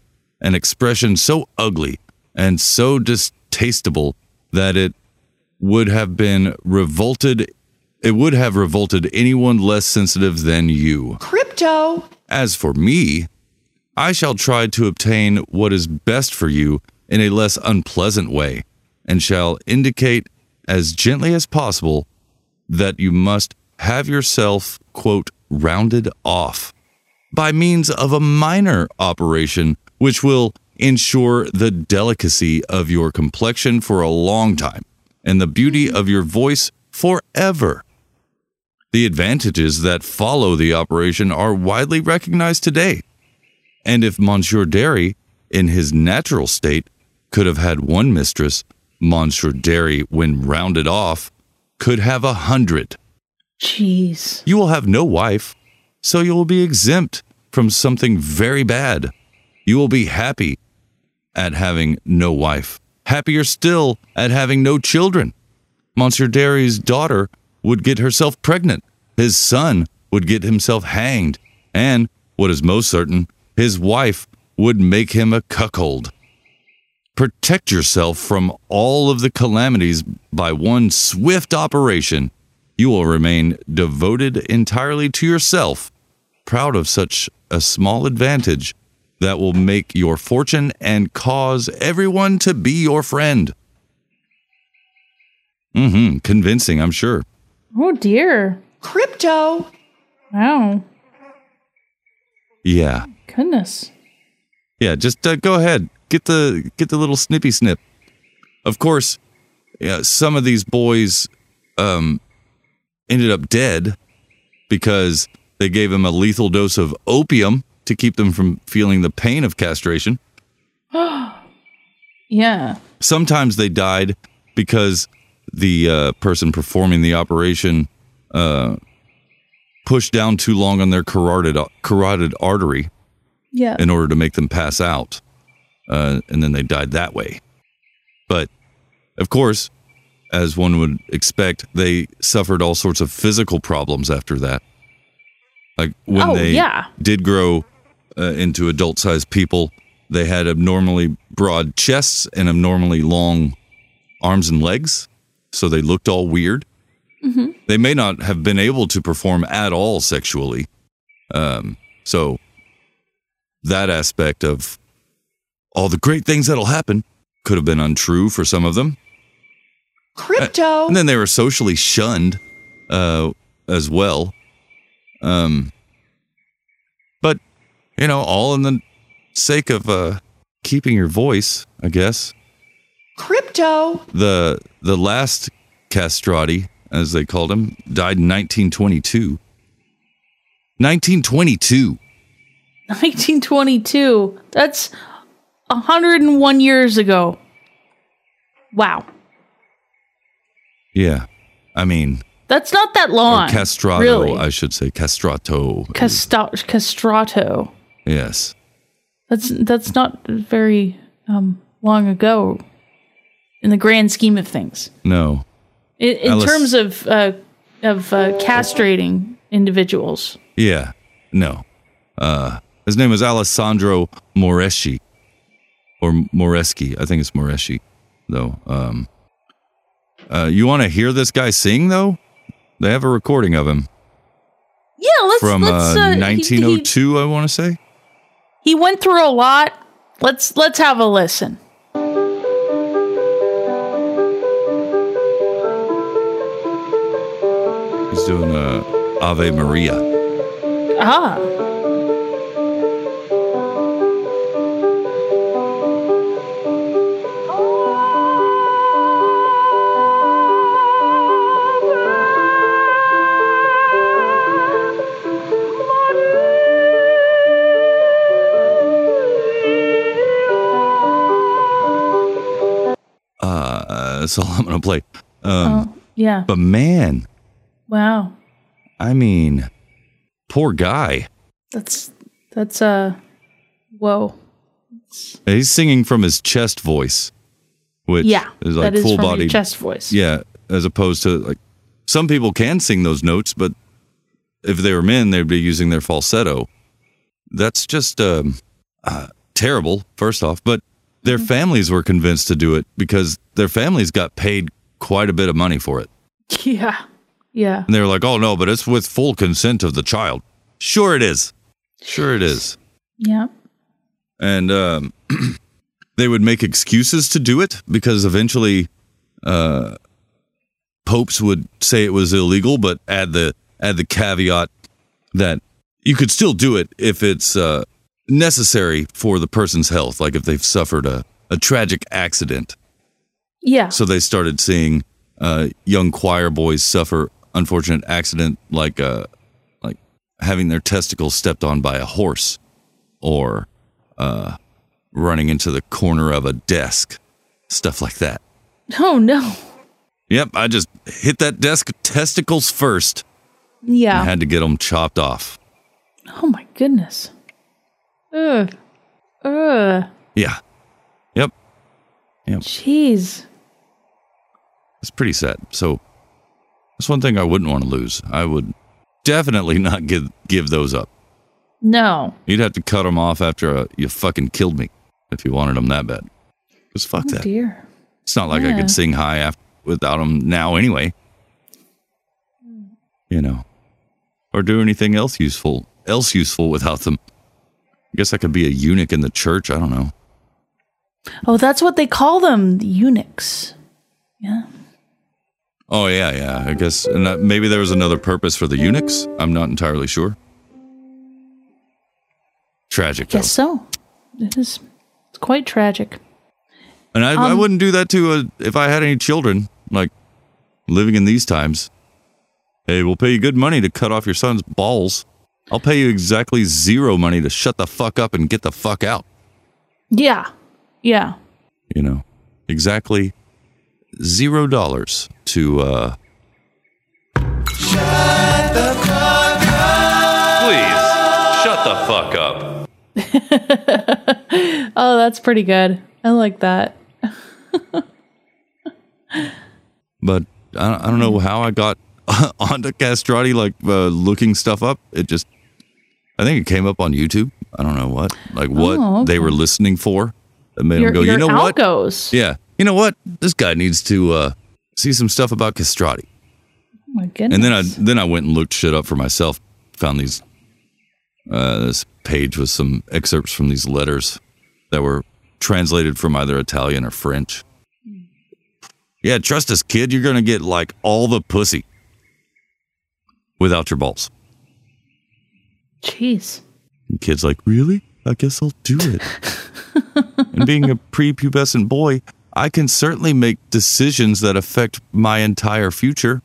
Speaker 5: an expression so ugly and so distasteful that it would have been revolted it would have revolted anyone less sensitive than you."
Speaker 15: Crypto.
Speaker 5: As for me, I shall try to obtain what is best for you in a less unpleasant way, and shall indicate as gently as possible that you must have yourself, quote, rounded off by means of a minor operation which will ensure the delicacy of your complexion for a long time and the beauty of your voice forever. The advantages that follow the operation are widely recognized today. And if Monsieur Derry, in his natural state, could have had one mistress, Monsieur Derry, when rounded off, could have a hundred.
Speaker 6: Jeez.
Speaker 5: You will have no wife, so you will be exempt from something very bad. You will be happy at having no wife, happier still at having no children. Monsieur Derry's daughter would get herself pregnant, his son would get himself hanged, and, what is most certain, his wife would make him a cuckold. Protect yourself from all of the calamities by one swift operation. You will remain devoted entirely to yourself, proud of such a small advantage that will make your fortune and cause everyone to be your friend. Mm-hmm. Convincing, I'm sure.
Speaker 6: Oh dear. Crypto. Wow.
Speaker 5: Yeah.
Speaker 6: Goodness.
Speaker 5: Yeah, just uh, go ahead. Get the get the little snippy snip. Of course, yeah, some of these boys um ended up dead because they gave him a lethal dose of opium to keep them from feeling the pain of castration.
Speaker 6: yeah.
Speaker 5: Sometimes they died because the uh, person performing the operation uh, pushed down too long on their carotid carotid artery
Speaker 6: Yeah.
Speaker 5: in order to make them pass out, uh, and then they died that way. But of course, as one would expect, they suffered all sorts of physical problems after that. Like when
Speaker 6: Oh,
Speaker 5: they
Speaker 6: yeah.
Speaker 5: did grow uh, into adult sized people, they had abnormally broad chests and abnormally long arms and legs. So they looked all weird.
Speaker 1: Mm-hmm.
Speaker 5: They may not have been able to perform at all sexually. Um, so that aspect of all the great things that'll happen could have been untrue for some of them.
Speaker 15: Crypto.
Speaker 5: And then they were socially shunned uh, as well. Um, but, you know, all in the sake of uh, keeping your voice, I guess.
Speaker 15: Crypto.
Speaker 5: The, the last castrati, as they called him, died in 1922. 1922.
Speaker 6: 1922. That's 101 years ago. Wow.
Speaker 5: Yeah. I mean,
Speaker 6: That's not that
Speaker 5: or
Speaker 6: long.
Speaker 5: castrato,
Speaker 6: Really.
Speaker 5: I should say. Castrato.
Speaker 6: Casta- castrato.
Speaker 5: Yes.
Speaker 6: That's that's not very um, long ago in the grand scheme of things.
Speaker 5: No.
Speaker 6: In, in
Speaker 5: Alice-
Speaker 6: terms of uh, of uh, castrating individuals.
Speaker 5: Yeah. No. Uh, his name is Alessandro Moreschi, or Moreschi. I think it's Moreschi, though. Um, uh, you want to hear this guy sing, though? They have a recording of him.
Speaker 6: Yeah, let's
Speaker 5: from
Speaker 6: let's
Speaker 5: uh,
Speaker 6: he- he-
Speaker 5: 1902, I want to say.
Speaker 6: He, went through a lot. Let's let's have a listen.
Speaker 5: He's doing uh, Ave Maria.
Speaker 6: Ah,
Speaker 5: Uh, that's all I'm gonna play. Um,
Speaker 6: yeah.
Speaker 5: But man,
Speaker 6: Wow.
Speaker 5: I mean, poor guy.
Speaker 6: That's that's uh whoa.
Speaker 5: He's singing from his chest voice, which
Speaker 6: Yeah,
Speaker 5: is like
Speaker 6: that is
Speaker 5: full
Speaker 6: from your
Speaker 5: body
Speaker 6: chest voice.
Speaker 5: Yeah, as opposed to like some people can sing those notes, but if they were men, they'd be using their falsetto. That's just um, uh, terrible, first off. But their
Speaker 6: Mm-hmm.
Speaker 5: families were convinced to do it because their families got paid quite a bit of money for it.
Speaker 6: Yeah. Yeah.
Speaker 5: And they were like, oh no, but it's with full consent of the child. Sure it is. Sure it is.
Speaker 6: Yeah.
Speaker 5: And um, they would make excuses to do it because eventually uh, popes would say it was illegal, but add the add the caveat that you could still do it if it's uh, necessary for the person's health, like if they've suffered a, a tragic accident.
Speaker 6: Yeah.
Speaker 5: So they started seeing uh, young choir boys suffer unfortunate accident, like uh, like having their testicles stepped on by a horse, or uh, running into the corner of a desk, stuff like that.
Speaker 6: Oh no.
Speaker 5: Yep, I just hit that desk testicles first.
Speaker 6: Yeah.
Speaker 5: I had to get them chopped off.
Speaker 6: Oh my goodness. Ugh. Ugh.
Speaker 5: Yeah. Yep. Yep.
Speaker 6: Jeez.
Speaker 5: It's pretty sad. So that's one thing I wouldn't want to lose. I would definitely not give give those up.
Speaker 6: No.
Speaker 5: You'd have to cut them off after uh, you fucking killed me if you wanted them that bad. Because fuck
Speaker 6: Oh
Speaker 5: that.
Speaker 6: dear.
Speaker 5: It's not like I
Speaker 6: Yeah.
Speaker 5: could sing high after, without them now anyway.
Speaker 6: Hmm.
Speaker 5: You know, or do anything else useful else useful without them. I guess I could be a eunuch in the church. I don't know.
Speaker 6: Oh, that's what they call them, the eunuchs. Yeah.
Speaker 5: Oh yeah, yeah. I guess and that, maybe there was another purpose for the eunuchs. I'm not entirely sure. Tragic. though.
Speaker 6: Guess so. It is it's quite tragic.
Speaker 5: And I, I
Speaker 6: Um,
Speaker 5: wouldn't do that to a, if I had any children. Like living in these times, hey, we'll pay you good money to cut off your son's balls. I'll pay you exactly zero money to shut the fuck up and get the fuck out.
Speaker 6: Yeah. Yeah.
Speaker 5: You know, exactly zero dollars to. uh Please shut the fuck up.
Speaker 6: Oh, that's pretty good. I like that. Oh,
Speaker 5: But I don't, I don't know how I got onto Castrati, like uh, looking stuff up. It just, I think it came up on YouTube. I don't know what, like what
Speaker 6: Oh,
Speaker 5: they
Speaker 6: okay.
Speaker 5: were listening for. That made
Speaker 6: Your-
Speaker 5: them go,
Speaker 6: your
Speaker 5: you know what?
Speaker 6: algos.
Speaker 5: Yeah. You know what? This guy needs to uh, see some stuff about Castrati.
Speaker 6: Oh my goodness.
Speaker 5: And then I then I went and looked shit up for myself. Found these uh, this page with some excerpts from these letters that were translated from either Italian or French. Yeah, trust us, kid. You're gonna get like all the pussy without your balls.
Speaker 6: Jeez.
Speaker 5: And kid's like, really? I guess I'll do it. and being a prepubescent boy, I can certainly make decisions that affect my entire future.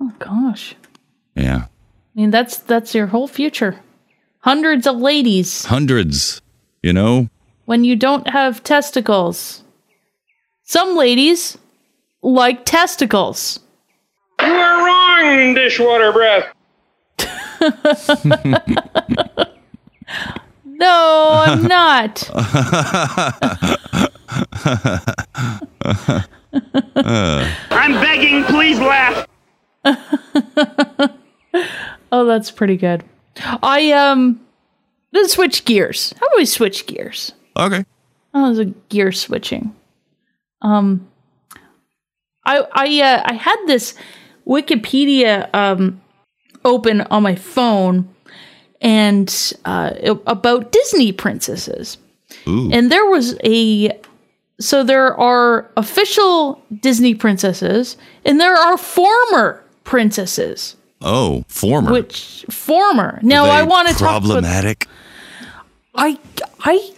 Speaker 6: Oh gosh.
Speaker 5: Yeah.
Speaker 6: I mean that's that's your whole future. Hundreds of ladies
Speaker 5: Hundreds, you know?
Speaker 6: when you don't have testicles. Some ladies like testicles.
Speaker 1: You are wrong, dishwater breath.
Speaker 6: No, I'm not.
Speaker 5: Uh,
Speaker 1: I'm begging, please laugh.
Speaker 6: Oh, that's pretty good. I um let's switch gears. How about we switch gears?
Speaker 5: okay.
Speaker 6: Oh, there's a gear switching. Um I I uh, I had this Wikipedia um open on my phone, and uh, it- about Disney princesses.
Speaker 5: Ooh.
Speaker 6: And there was a so there are official Disney princesses, and there are former princesses.
Speaker 5: Oh, former.
Speaker 6: Which former? Now I want to talk. about-
Speaker 5: problematic.
Speaker 6: I I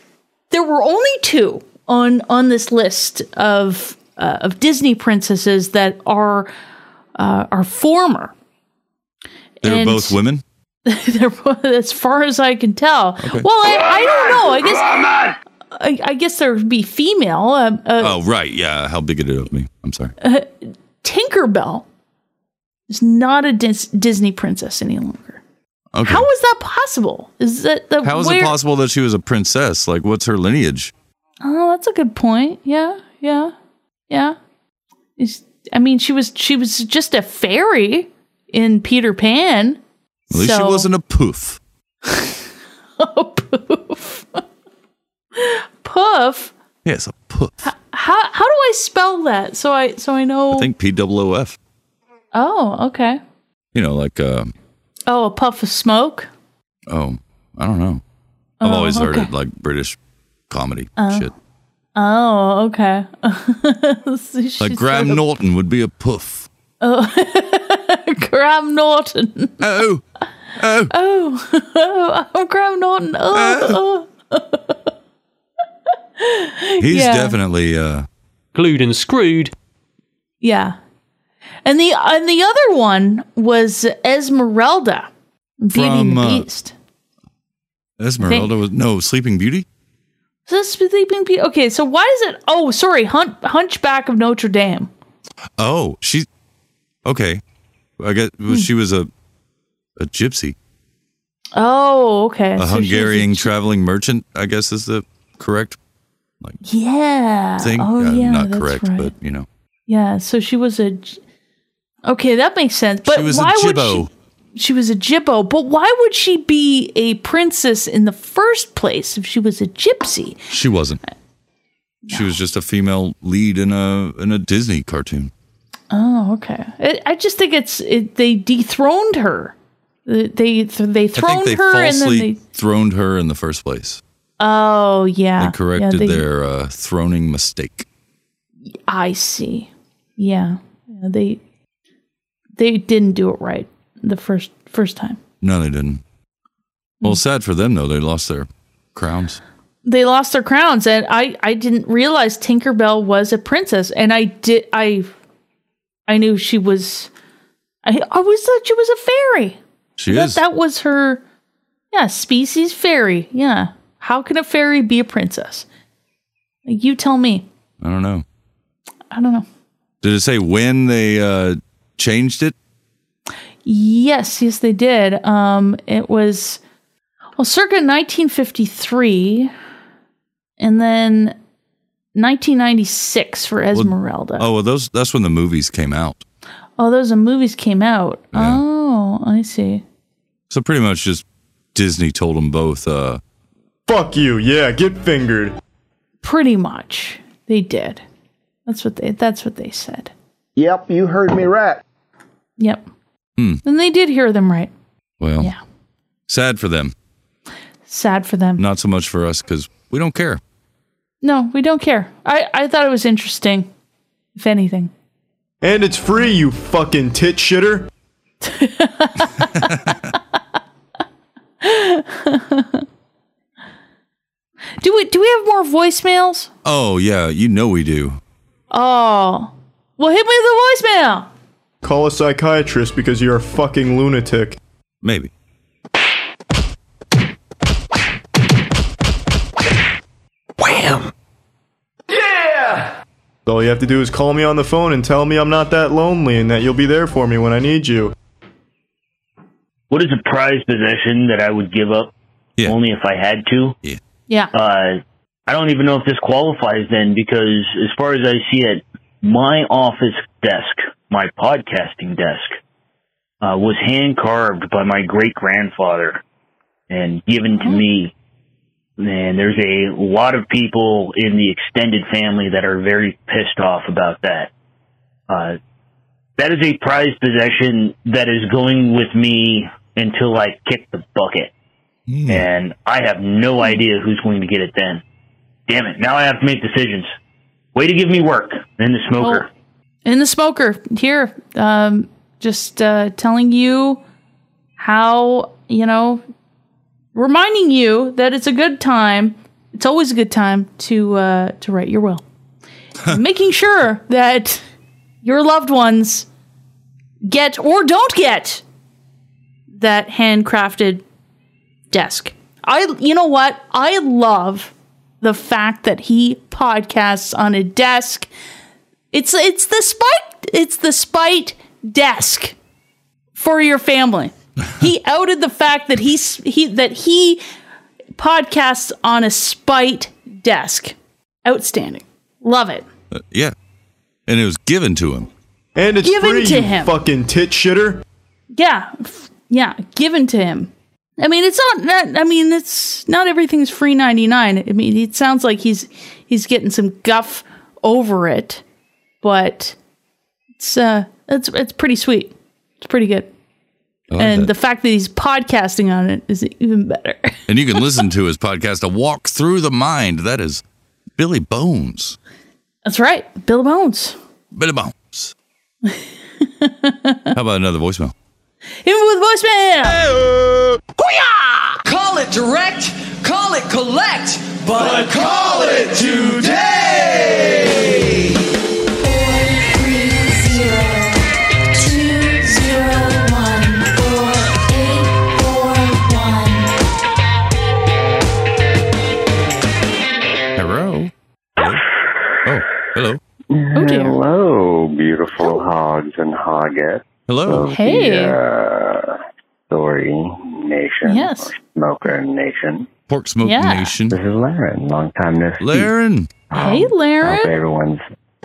Speaker 6: there were only two on on this list of uh, of Disney princesses that are uh, are former.
Speaker 5: They were
Speaker 6: And-
Speaker 5: both women.
Speaker 6: They're both- as far as I can tell. Well, I, I don't know. I guess I, I guess there'd be female. Um, uh,
Speaker 5: oh right, yeah. How bigoted of me. I'm sorry.
Speaker 6: uh, Tinkerbell is not a Dis- Disney princess any longer.
Speaker 5: Okay.
Speaker 6: How is that possible? Is that the
Speaker 5: How is
Speaker 6: where-
Speaker 5: it possible that she was a princess? Like, what's her lineage?
Speaker 6: Oh, that's a good point. Yeah, yeah, yeah. Is- I mean, she was she was just a fairy in Peter Pan.
Speaker 5: At least she
Speaker 6: So-
Speaker 5: wasn't a poof.
Speaker 6: Puff.
Speaker 5: Yes, a poof.
Speaker 6: How how do I spell that? So I so I know.
Speaker 5: I think P W O F.
Speaker 6: oh, okay.
Speaker 5: You know, like uh,
Speaker 6: Oh, a puff of smoke.
Speaker 5: oh, I don't know. I've
Speaker 6: Oh,
Speaker 5: always heard
Speaker 6: okay.
Speaker 5: it like British comedy
Speaker 6: Oh.
Speaker 5: shit.
Speaker 6: Oh, okay. She's
Speaker 5: Like Graham
Speaker 6: sort of-
Speaker 5: Norton would be a poof.
Speaker 6: Oh, Graham Norton.
Speaker 5: Oh. Oh.
Speaker 6: Oh. Oh, Graham Norton. Oh. oh.
Speaker 5: Uh. He's
Speaker 6: yeah.
Speaker 5: definitely uh,
Speaker 13: glued and screwed.
Speaker 6: Yeah. And the and the other one was Esmeralda. Beauty
Speaker 5: From,
Speaker 6: and
Speaker 5: uh,
Speaker 6: the Beast.
Speaker 5: Esmeralda was no Sleeping Beauty.
Speaker 6: So this Sleeping Beauty. Okay, so why is it? Oh, sorry, Hun- Hunchback of Notre Dame.
Speaker 5: Oh, she. Okay, I guess
Speaker 6: Hmm.
Speaker 5: well, she was a a gypsy,
Speaker 6: Oh, okay.
Speaker 5: a
Speaker 6: so she's-
Speaker 5: Hungarian traveling merchant. I guess is the correct
Speaker 6: yeah.
Speaker 5: thing.
Speaker 6: Oh,
Speaker 5: Uh,
Speaker 6: yeah.
Speaker 5: not
Speaker 6: that's
Speaker 5: correct,
Speaker 6: right.
Speaker 5: but you know,
Speaker 6: Yeah, so she was a. j- Okay, that makes sense. But
Speaker 5: she was
Speaker 6: why
Speaker 5: a
Speaker 6: would
Speaker 5: gibbo.
Speaker 6: she? She was a gibbo, but why would she be a princess in the first place if she was a gypsy?
Speaker 5: She, wasn't.
Speaker 6: Uh,
Speaker 5: She was just a female lead in a in a Disney cartoon.
Speaker 6: Oh, okay. I, I just think it's it, they dethroned her. They they, they
Speaker 5: I
Speaker 6: throned
Speaker 5: think they
Speaker 6: her and then
Speaker 5: falsely
Speaker 6: they.
Speaker 5: throned her in the first place.
Speaker 6: Oh yeah,
Speaker 5: they corrected
Speaker 6: yeah, they-
Speaker 5: their uh, throning mistake.
Speaker 6: I see. Yeah. yeah, they they didn't do it right the first first time.
Speaker 5: No, they didn't.
Speaker 6: Hmm.
Speaker 5: Well, sad for them though. They lost their crowns.
Speaker 6: they lost their crowns and i i didn't realize tinkerbell was a princess and i did i i knew she was i i always thought she was a fairy
Speaker 5: She
Speaker 6: I thought
Speaker 5: is.
Speaker 6: that was her yeah species fairy yeah how can a fairy be a princess you tell me
Speaker 5: I don't know.
Speaker 6: i don't know
Speaker 5: Did it say when they uh, changed it?
Speaker 6: yes yes they did um it was well circa 1953 and then 1996 for esmeralda
Speaker 5: Oh, well, those that's when the movies came out.
Speaker 6: Oh, those are movies came out. Oh, I see.
Speaker 5: So pretty much just Disney told them both. Uh,
Speaker 17: Fuck you. Yeah, get fingered.
Speaker 6: Pretty much, they did. That's what they. That's what they said.
Speaker 18: Yep, you heard me right.
Speaker 6: Yep.
Speaker 5: Hmm.
Speaker 6: And they did hear them right.
Speaker 5: Well, sad for them.
Speaker 6: Sad for them.
Speaker 5: Not so much for us because we don't care.
Speaker 6: No, we don't care. I I thought it was interesting. If anything,
Speaker 17: And it's free, you fucking tit shitter.
Speaker 6: do we do we have more voicemails?
Speaker 5: Oh yeah, you know we do.
Speaker 6: Oh, well, hit me with a voicemail.
Speaker 17: Call a psychiatrist because you're a fucking lunatic.
Speaker 5: Maybe.
Speaker 17: Wham! Yeah! All you have to do is call me on the phone and tell me I'm not that lonely and that you'll be there for me when I need you.
Speaker 19: What is a prized possession that I would give up only if I had to?
Speaker 5: Yeah.
Speaker 6: Yeah.
Speaker 19: Uh, I don't even know if this qualifies then because as far as I see it, my office desk, my podcasting desk, uh, was hand carved by my great grandfather and given to me. And there's a lot of people in the extended family that are very pissed off about that. Uh, That is a prized possession that is going with me until I kick the bucket. And I have no idea who's going to get it then. Damn it. Now I have to make decisions. Way to give me work in the smoker.
Speaker 6: in the smoker here um just uh telling you how you know reminding you that it's a good time it's always a good time to uh to write your will making sure that your loved ones get or don't get that handcrafted desk i you know what i love the fact that he podcasts on a desk it's it's the spite it's the spite desk for your family. he outed the fact that he s- he that he podcasts on a spite desk. Outstanding. Love it.
Speaker 5: Uh, yeah. And it was given to him.
Speaker 17: And it's
Speaker 6: Given
Speaker 17: free,
Speaker 6: to
Speaker 17: you
Speaker 6: him.
Speaker 17: fucking tit shitter.
Speaker 6: Yeah. f- Yeah, given to him. I mean, it's not, not I mean, it's not everything's free 99. I mean, it sounds like he's he's getting some guff over it, but it's uh it's it's pretty sweet. It's pretty good.
Speaker 5: I like
Speaker 6: and
Speaker 5: that.
Speaker 6: the fact that he's podcasting on it is even better.
Speaker 5: And you can listen to his podcast, A Walk Through the Mind. That is Billy Bones.
Speaker 6: That's right. Bill Bones.
Speaker 5: Billy Bones. How about another voicemail?
Speaker 6: Him with voicemail.
Speaker 15: Call it direct, call it collect, but,
Speaker 7: But call it today.
Speaker 5: Hello. Oh, hello.
Speaker 6: Oh,
Speaker 20: Hello, beautiful hogs and hoggettes.
Speaker 5: Hello.
Speaker 20: of
Speaker 5: Hey.
Speaker 20: The, uh, story Nation.
Speaker 6: Yes.
Speaker 20: Smoker Nation.
Speaker 5: Pork Smoke
Speaker 6: Yeah.
Speaker 5: Nation.
Speaker 20: This is Laren. Long time no see.
Speaker 5: Laren.
Speaker 6: Hey,
Speaker 5: Oh,
Speaker 6: Laren.
Speaker 20: Hope everyone's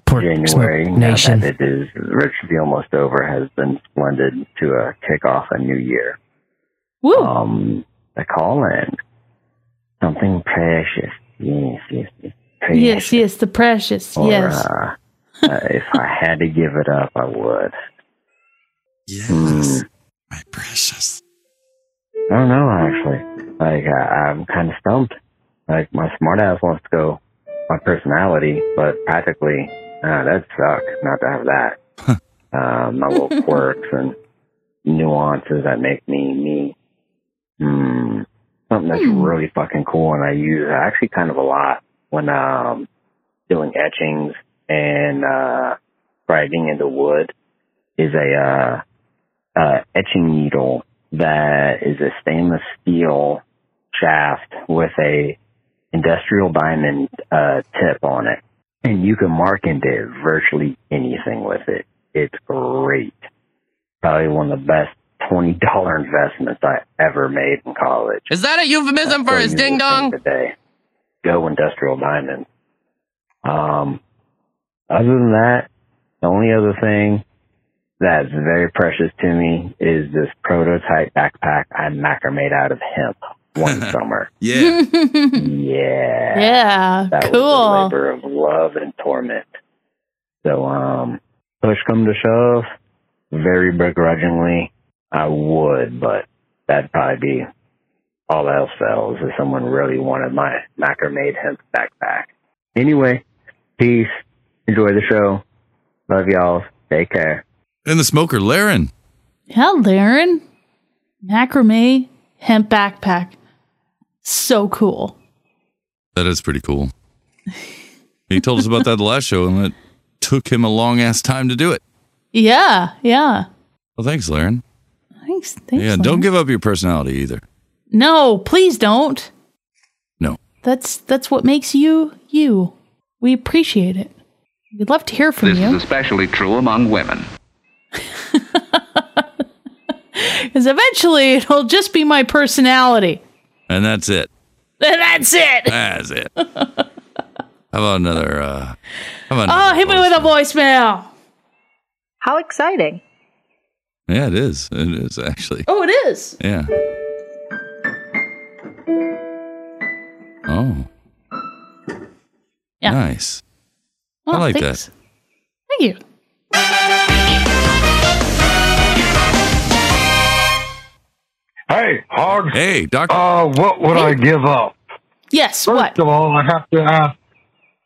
Speaker 20: January
Speaker 7: Smoke
Speaker 20: now
Speaker 7: Nation.
Speaker 20: that it is virtually almost over has been splendid to uh, kick off a new year.
Speaker 6: Woo.
Speaker 20: Um, the call in. Something precious. Yes, yes, yes. Precious.
Speaker 6: Yes, yes, the precious.
Speaker 20: Or,
Speaker 6: yes.
Speaker 20: uh, uh, if I had to give it up, I would. Yes, my precious. I don't know, actually. Like, I, I'm kind of stumped. Like, my smart ass wants to go, my personality, but practically, uh, that'd suck not to have that. uh, my little quirks and nuances that make me me. Hmm. Something that's
Speaker 7: Hmm.
Speaker 20: really fucking cool and I use it actually kind of a lot when um doing etchings and uh grinding into wood is a uh, uh etching needle that is a stainless steel shaft with a industrial diamond uh tip on it. And you can mark into virtually anything with it. It's great probably one of the best twenty dollar investments I ever made in college.
Speaker 7: Is that a euphemism for
Speaker 20: Still use
Speaker 7: his
Speaker 20: this
Speaker 7: ding dong?
Speaker 20: thing Today, go industrial diamond. Um, other than that, the only other thing that's very precious to me is this prototype backpack I macrame out of hemp one summer.
Speaker 5: Yeah.
Speaker 20: yeah.
Speaker 6: yeah.
Speaker 20: That was a
Speaker 6: cool.
Speaker 20: labor of love and torment. So, um, push come to shove, very begrudgingly, I would, but that'd probably be all else fails if someone really wanted my macrame hemp backpack. Anyway, peace. Enjoy the show. Love y'all. Take care.
Speaker 5: And the smoker, Laren.
Speaker 6: Yeah, Laren. Macrame hemp backpack. So cool.
Speaker 5: That is pretty cool. He told us about that the last show, and it took him a long ass time to do it.
Speaker 6: Yeah, yeah.
Speaker 5: Well, thanks, Laren.
Speaker 6: Thanks. thanks
Speaker 5: yeah, don't give up your personality either.
Speaker 6: No, please don't.
Speaker 5: No.
Speaker 6: That's that's what makes you you. We appreciate it. We'd love to hear from
Speaker 21: This
Speaker 6: you.
Speaker 21: is especially true among women.
Speaker 6: Because eventually it'll just be my personality.
Speaker 5: And that's it.
Speaker 6: And that's it.
Speaker 5: That's it. How about another? Uh, how about
Speaker 6: Oh, hit me with a voicemail.
Speaker 24: How exciting.
Speaker 5: Yeah, it is. It is actually.
Speaker 6: Oh, it is.
Speaker 5: Yeah. Oh,
Speaker 6: Yeah.
Speaker 5: nice.
Speaker 6: Oh,
Speaker 5: I like
Speaker 6: thanks. Thank you.
Speaker 3: Hey, Hogs.
Speaker 5: Hey, Doctor.
Speaker 3: Uh, what would I give up?
Speaker 6: Yes,
Speaker 3: First of all, I have to ask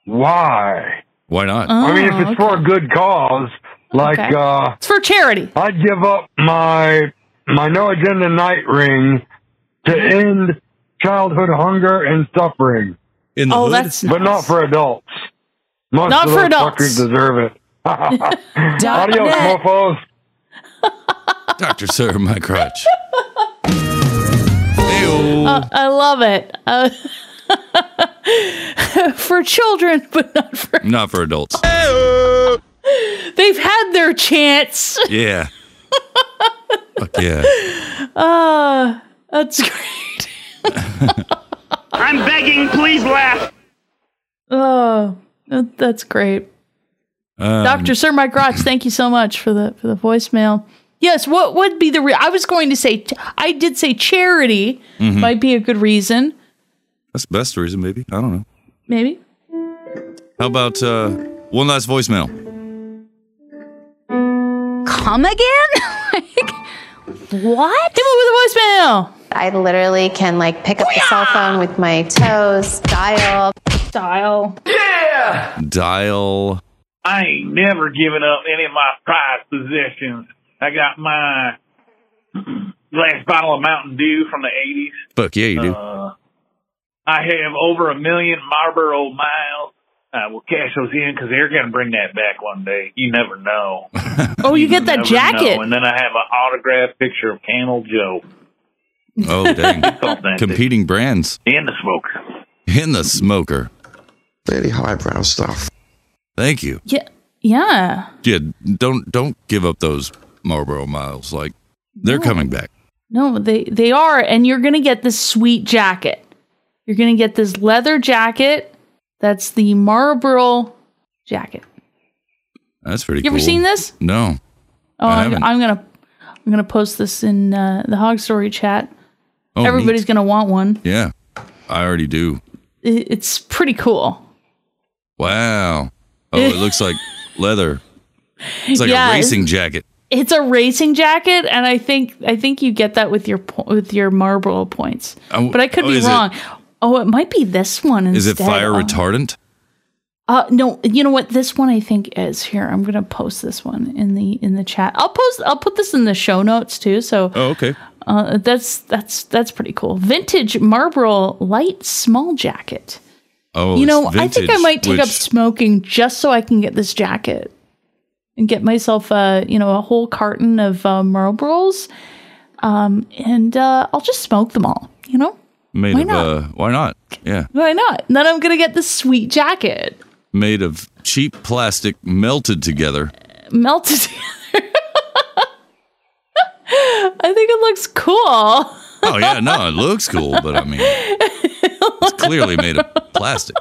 Speaker 3: why.
Speaker 5: Why not?
Speaker 3: I mean, if it's for a good cause, like
Speaker 6: Oh, Okay.
Speaker 3: uh,
Speaker 6: it's for charity.
Speaker 3: I'd give up my my no agenda night ring to
Speaker 6: Mm-hmm.
Speaker 3: end childhood hunger and suffering.
Speaker 5: In
Speaker 6: the Oh, hood? that's
Speaker 3: but not
Speaker 6: nice.
Speaker 3: for adults. Most
Speaker 6: Not
Speaker 3: of
Speaker 6: for
Speaker 3: those
Speaker 6: adults.
Speaker 3: fuckers deserve it. Adios,
Speaker 6: Net.
Speaker 3: mofos.
Speaker 5: Doctor, sir, my crotch.
Speaker 6: Uh, I love it. Uh, for children, but not for.
Speaker 5: Not for adults.
Speaker 6: They've had their chance.
Speaker 5: Yeah. Fuck yeah.
Speaker 6: Uh, that's great.
Speaker 4: I'm begging, please laugh.
Speaker 6: Oh, that- that's great.
Speaker 5: Um,
Speaker 6: Dr. Sir Mike Rotch, thank you so much for the for the voicemail. Yes, what would be the re- I was going to say I did say charity
Speaker 5: Mhm.
Speaker 6: might be a good reason,
Speaker 5: That's the best reason, maybe. I don't know.
Speaker 6: maybe.
Speaker 5: How about uh, one last voicemail?
Speaker 14: Come again? like, what? Give
Speaker 6: with a voicemail.
Speaker 14: I literally can like pick up the cell phone with my toes, dial,
Speaker 6: dial.
Speaker 4: Yeah!
Speaker 5: Dial.
Speaker 4: I ain't never given up any of my prized possessions. I got my last bottle of Mountain Dew from the 80s.
Speaker 5: Fuck yeah, you do.
Speaker 4: Uh, I have over a million Marlboro miles. I will cash those in because they're going to bring that back one day. You never know.
Speaker 6: Oh, you get that
Speaker 4: Never
Speaker 6: jacket.
Speaker 4: know. And then I have an autographed picture of Camel Joe.
Speaker 5: Oh, dang.
Speaker 4: Something.
Speaker 5: Competing brands.
Speaker 4: In the smoke.
Speaker 5: In the smoker. Very highbrow stuff. Thank you.
Speaker 6: Yeah. Yeah.
Speaker 5: Yeah, don't don't give up those Marlboro miles. Like they're coming back.
Speaker 6: No, they they are and you're going to get this sweet jacket. You're going to get this leather jacket. That's the Marlboro jacket.
Speaker 5: That's pretty
Speaker 6: You
Speaker 5: cool.
Speaker 6: ever seen this?
Speaker 5: No.
Speaker 6: Oh,
Speaker 5: I
Speaker 6: I'm,
Speaker 5: haven't.
Speaker 6: I'm gonna I'm gonna post this in uh, the Hog Story chat.
Speaker 5: Oh,
Speaker 6: Everybody's
Speaker 5: neat.
Speaker 6: gonna want one.
Speaker 5: Yeah. I already do.
Speaker 6: It, it's pretty cool.
Speaker 5: Wow. Oh, it looks like leather. It's like
Speaker 6: Yeah,
Speaker 5: a
Speaker 6: it's-
Speaker 5: racing jacket.
Speaker 6: It's a racing jacket, and I think I think you get that with your po- with your Marlboro points.
Speaker 5: Oh,
Speaker 6: but I could
Speaker 5: oh,
Speaker 6: be
Speaker 5: is it-
Speaker 6: wrong. oh, it might be this one
Speaker 5: Is it
Speaker 6: instead.
Speaker 5: fire
Speaker 6: Oh.
Speaker 5: retardant?
Speaker 6: Uh, no, you know what? This one I think is here. I'm gonna post this one in the in the chat. I'll post. I'll put this in the show notes too. So
Speaker 5: Oh, okay.
Speaker 6: uh, that's that's that's pretty cool. Vintage Marlboro light small jacket.
Speaker 5: Oh,
Speaker 6: you
Speaker 5: it's
Speaker 6: know, I think I
Speaker 5: vintage,
Speaker 6: might take up
Speaker 5: which-
Speaker 6: smoking just so I can get this jacket and get myself a you know a whole carton of uh, Marlboros, um, and uh, I'll just smoke them all. You know,
Speaker 5: made
Speaker 6: why
Speaker 5: of
Speaker 6: not?
Speaker 5: uh why not? Yeah.
Speaker 6: why not? And then I'm gonna get this sweet jacket
Speaker 5: Made of cheap plastic melted together.
Speaker 6: melted. together. I think it looks cool.
Speaker 5: Oh yeah, no, it looks cool, but I mean it's clearly made of plastic.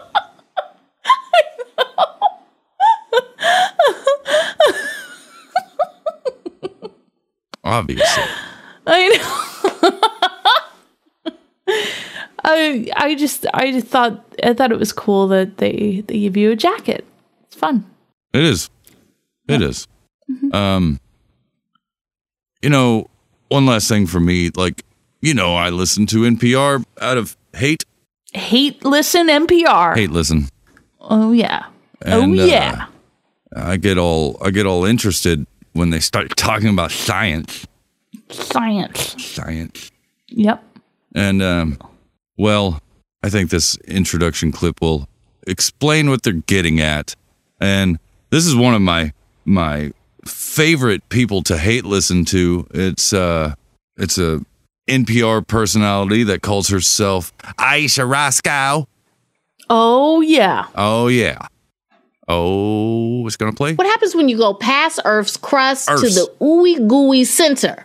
Speaker 5: Obviously.
Speaker 6: I know. I I just I just thought I thought it was cool that they they give you a jacket. It's fun.
Speaker 5: It is. It is.
Speaker 6: Mm-hmm.
Speaker 5: Um, you know, one last thing for me, like, you know, I listen to NPR out of hate.
Speaker 6: Hate listen NPR.
Speaker 5: Hate listen.
Speaker 6: Oh yeah.
Speaker 5: And,
Speaker 6: oh
Speaker 5: uh,
Speaker 6: yeah.
Speaker 5: I get all I get all interested when they start talking about science.
Speaker 6: Science.
Speaker 5: Science.
Speaker 6: Yep.
Speaker 5: And um well, I think this introduction clip will explain what they're getting at. And this is one of my my favorite people to hate listen to. It's uh it's a NPR personality that calls herself Aisha Raskow.
Speaker 6: Oh yeah.
Speaker 5: Oh yeah. Oh, it's gonna play?
Speaker 11: What happens when you go past Earth's crust to
Speaker 5: Earth's.
Speaker 11: the ooey gooey center?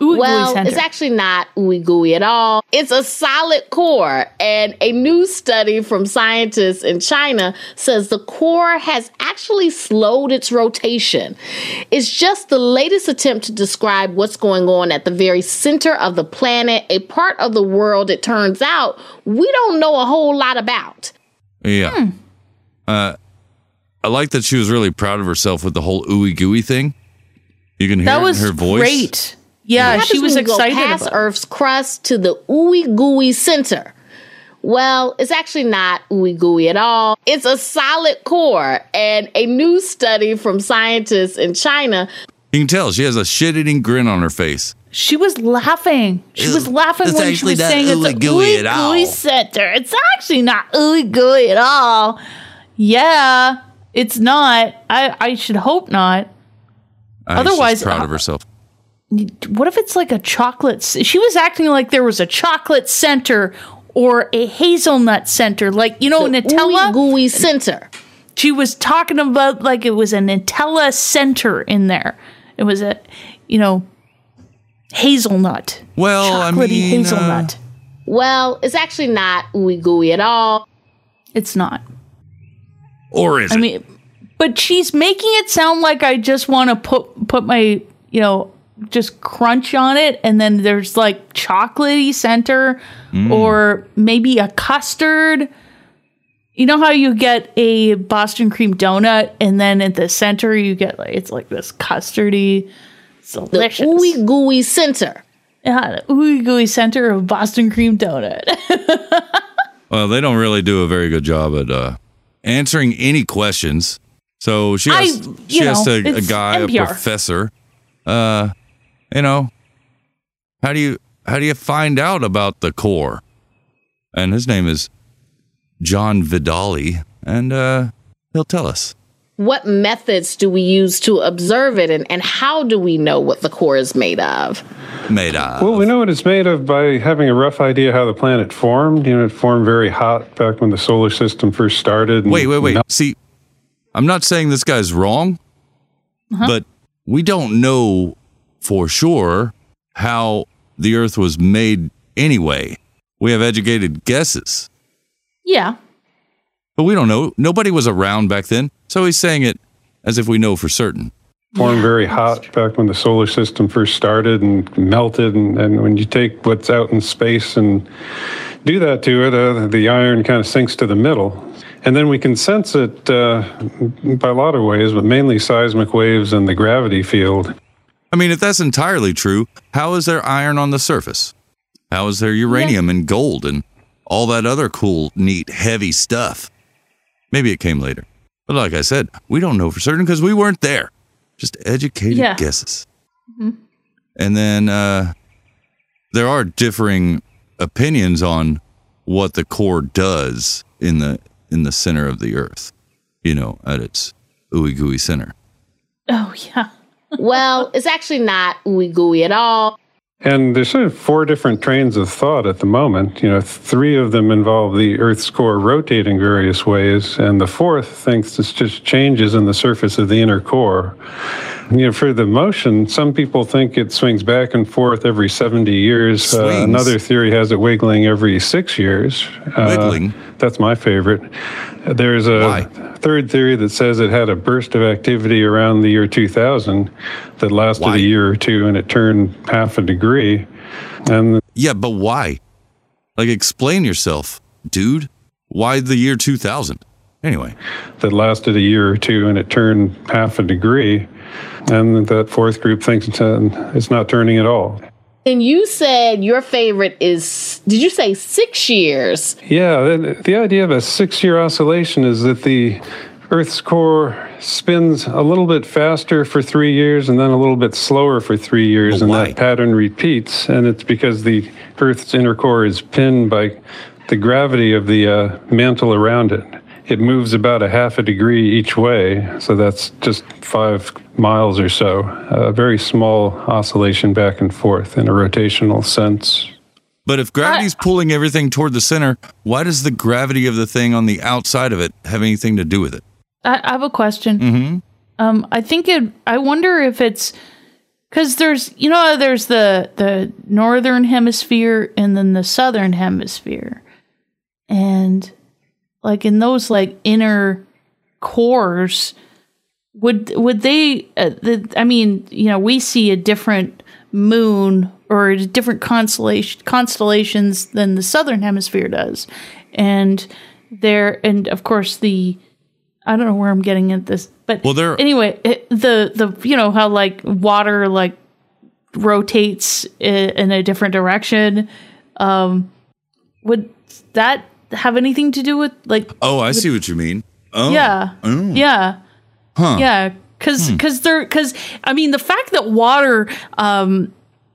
Speaker 6: Ooey-gooey
Speaker 11: well,
Speaker 6: center.
Speaker 11: it's actually not ooey gooey at all. It's a solid core. And a new study from scientists in China says the core has actually slowed its rotation. It's just the latest attempt to describe what's going on at the very center of the planet, a part of the world, it turns out, we don't know a whole lot about.
Speaker 5: Yeah.
Speaker 6: Hmm.
Speaker 5: Uh I like that she was really proud of herself with the whole ooey gooey thing. You can hear
Speaker 6: That
Speaker 5: it
Speaker 6: was
Speaker 5: in her voice.
Speaker 6: great. Yeah,
Speaker 11: What
Speaker 6: she
Speaker 11: happens
Speaker 6: was
Speaker 11: when you
Speaker 6: excited
Speaker 11: Go past
Speaker 6: about it.
Speaker 11: Earth's crust to the ooey gooey center. Well, it's actually not ooey gooey at all. It's a solid core, and a new study from scientists in China
Speaker 5: You can tell she has a shit eating grin on her face.
Speaker 6: She was laughing. She was laughing
Speaker 5: it's
Speaker 6: when she
Speaker 5: actually
Speaker 6: was
Speaker 5: not
Speaker 6: saying it's a
Speaker 5: ooey-gooey
Speaker 6: ooey
Speaker 5: at all.
Speaker 6: gooey center. It's actually not ooey gooey at all. Yeah, it's not. I I should hope not.
Speaker 5: I think
Speaker 6: Otherwise, uh,
Speaker 5: she's proud of herself.
Speaker 6: What if it's like a chocolate? c- She was acting like there was a chocolate center or a hazelnut center, like you know Nutella
Speaker 11: gooey center.
Speaker 6: She was talking about like it was a Nutella center in there. It was a, you know, hazelnut.
Speaker 5: Well, I
Speaker 6: Chocolatey
Speaker 5: mean, uh,
Speaker 6: hazelnut.
Speaker 11: Well, it's actually not ooey gooey at all.
Speaker 6: It's not.
Speaker 5: Or is
Speaker 6: I
Speaker 5: it?
Speaker 6: mean, but she's making it sound like I just want to put put my you know just crunch on it, and then there's like chocolatey center
Speaker 10: Mm.
Speaker 6: or maybe a custard. You know how you get a Boston cream donut, and then at the center you get like it's like this custardy, it's delicious,
Speaker 11: ooey gooey center.
Speaker 6: Yeah, the ooey gooey center of Boston cream donut.
Speaker 5: Well, they don't really do a very good job at uh, answering any questions. So she
Speaker 6: I-
Speaker 5: has,
Speaker 6: you
Speaker 5: she has
Speaker 6: know,
Speaker 5: to, a
Speaker 6: it's
Speaker 5: guy, a
Speaker 6: NPR.
Speaker 5: professor. Uh, you know, how do you how do you find out about the core? And his name is John Vidali, and uh, he'll tell us.
Speaker 11: What methods do we use to observe it, and, and how do we know what the core is made of?
Speaker 5: Made up.
Speaker 16: Well, we know what it's made of by having a rough idea how the planet formed. You know, it formed very hot back when the solar system first started. and
Speaker 5: Wait, wait, wait.
Speaker 16: mel-
Speaker 5: See, I'm not saying this guy's wrong,
Speaker 6: Uh-huh.
Speaker 5: but we don't know for sure how the Earth was made anyway. We have educated guesses,
Speaker 6: yeah,
Speaker 5: but we don't know. Nobody was around back then, so he's saying it as if we know for certain.
Speaker 16: formed very hot back when the solar system first started and melted. And, and when you take what's out in space and do that to it, uh, the iron kind of sinks to the middle. And then we can sense it uh, by a lot of ways, but mainly seismic waves and the gravity field.
Speaker 5: I mean, if that's entirely true, how is there iron on the surface? How is there uranium and gold and all that other cool, neat, heavy stuff? Maybe it came later. But like I said, we don't know for certain because we weren't there. Just educated
Speaker 6: Yeah.
Speaker 5: guesses.
Speaker 6: Mhm.
Speaker 5: And then uh, there are differing opinions on what the core does in the in the center of the Earth. You know, at its ooey gooey center.
Speaker 6: Oh, yeah.
Speaker 11: well, it's actually not ooey gooey at all.
Speaker 16: And there's sort of four different trains of thought at the moment. You know, three of them involve the Earth's core rotating various ways, and the fourth thinks it's just changes in the surface of the inner core. You know, for the motion, some people think it swings back and forth every 70 years. Uh,
Speaker 22: Swings.
Speaker 16: another theory has it wiggling every six years. Uh,
Speaker 22: Wiggling?
Speaker 16: that's my favorite. There's a third theory that says it had a burst of activity around the year 2000 that lasted a year or two and it turned half a degree. And
Speaker 5: Yeah, but why? Like, explain yourself, dude. Why the year 2000? Anyway,
Speaker 16: that lasted a year or two and it turned half a degree. And that fourth group thinks it's, uh, it's not turning at all.
Speaker 11: And you said your favorite is, did you say six years?
Speaker 16: Yeah, the, the idea of a six year oscillation is that the Earth's core spins a little bit faster for three years and then a little bit slower for three years, and that pattern repeats. And it's because the Earth's inner core is pinned by the gravity of the uh, mantle around it. It moves about a half a degree each way, so that's just five miles or so. A very small oscillation back and forth in a rotational sense.
Speaker 5: but if gravity's pulling everything toward the center, why does the gravity of the thing on the outside of it have anything to do with it?
Speaker 6: I, I have a question.
Speaker 5: Mm-hmm.
Speaker 6: Um, I think it. I wonder if it's because there's you know how there's the the northern hemisphere and then the southern hemisphere, and like in those like inner cores, would would they? Uh, the, I mean, you know, we see a different moon or a different constellation constellations than the southern hemisphere does, and there and of course the I don't know where I'm getting at this, but
Speaker 5: Well, there-
Speaker 6: anyway, it, the the you know how like water like rotates i- in a different direction. Um, would that have anything to do with like?
Speaker 5: Oh, I see what you mean. Oh,
Speaker 6: Yeah.
Speaker 5: Oh.
Speaker 6: Yeah.
Speaker 5: Huh. Hmm.
Speaker 6: Yeah. Because because they're because I mean the fact that water um,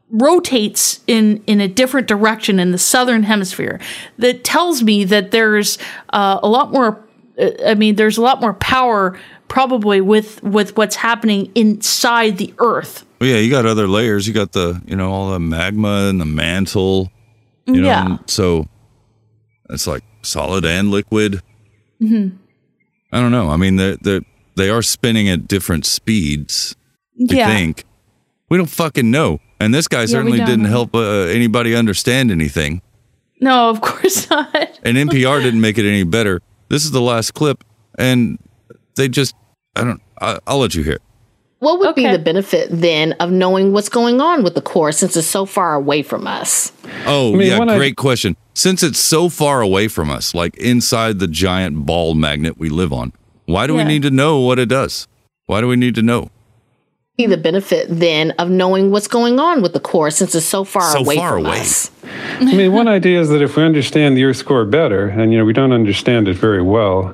Speaker 6: rotates in in a different direction in the southern hemisphere that tells me that there's uh, a lot more. uh, I mean, there's a lot more power probably with with what's happening inside the Earth.
Speaker 5: Well, Oh, yeah, you got other layers. You got the, you know, all the magma and the mantle. You know,
Speaker 6: Yeah.
Speaker 5: and so it's like solid and liquid.
Speaker 6: Mm-hmm.
Speaker 5: I don't know. I mean, they they they are spinning at different speeds. I
Speaker 6: Yeah.
Speaker 5: think we don't fucking know. And this guy
Speaker 6: we
Speaker 5: certainly
Speaker 6: don't.
Speaker 5: didn't help uh, anybody understand anything.
Speaker 6: No, of course not.
Speaker 5: And NPR didn't make it any better. This is the last clip, and they just I don't. I, I'll let you hear. It.
Speaker 11: What would be the benefit then of knowing what's going on with the core since it's so far away from us?
Speaker 5: Oh
Speaker 11: I mean,
Speaker 5: yeah,
Speaker 11: when I-
Speaker 5: great question. Since it's so far away from us, like inside the giant ball magnet we live on, why do we
Speaker 11: Yeah.
Speaker 5: need to know what it does? Why do we need to know?
Speaker 11: Be the benefit then of knowing what's going on with the core since it's so far away from us.
Speaker 16: I mean, one idea is that if we understand the Earth's core better, and you know we don't understand it very well,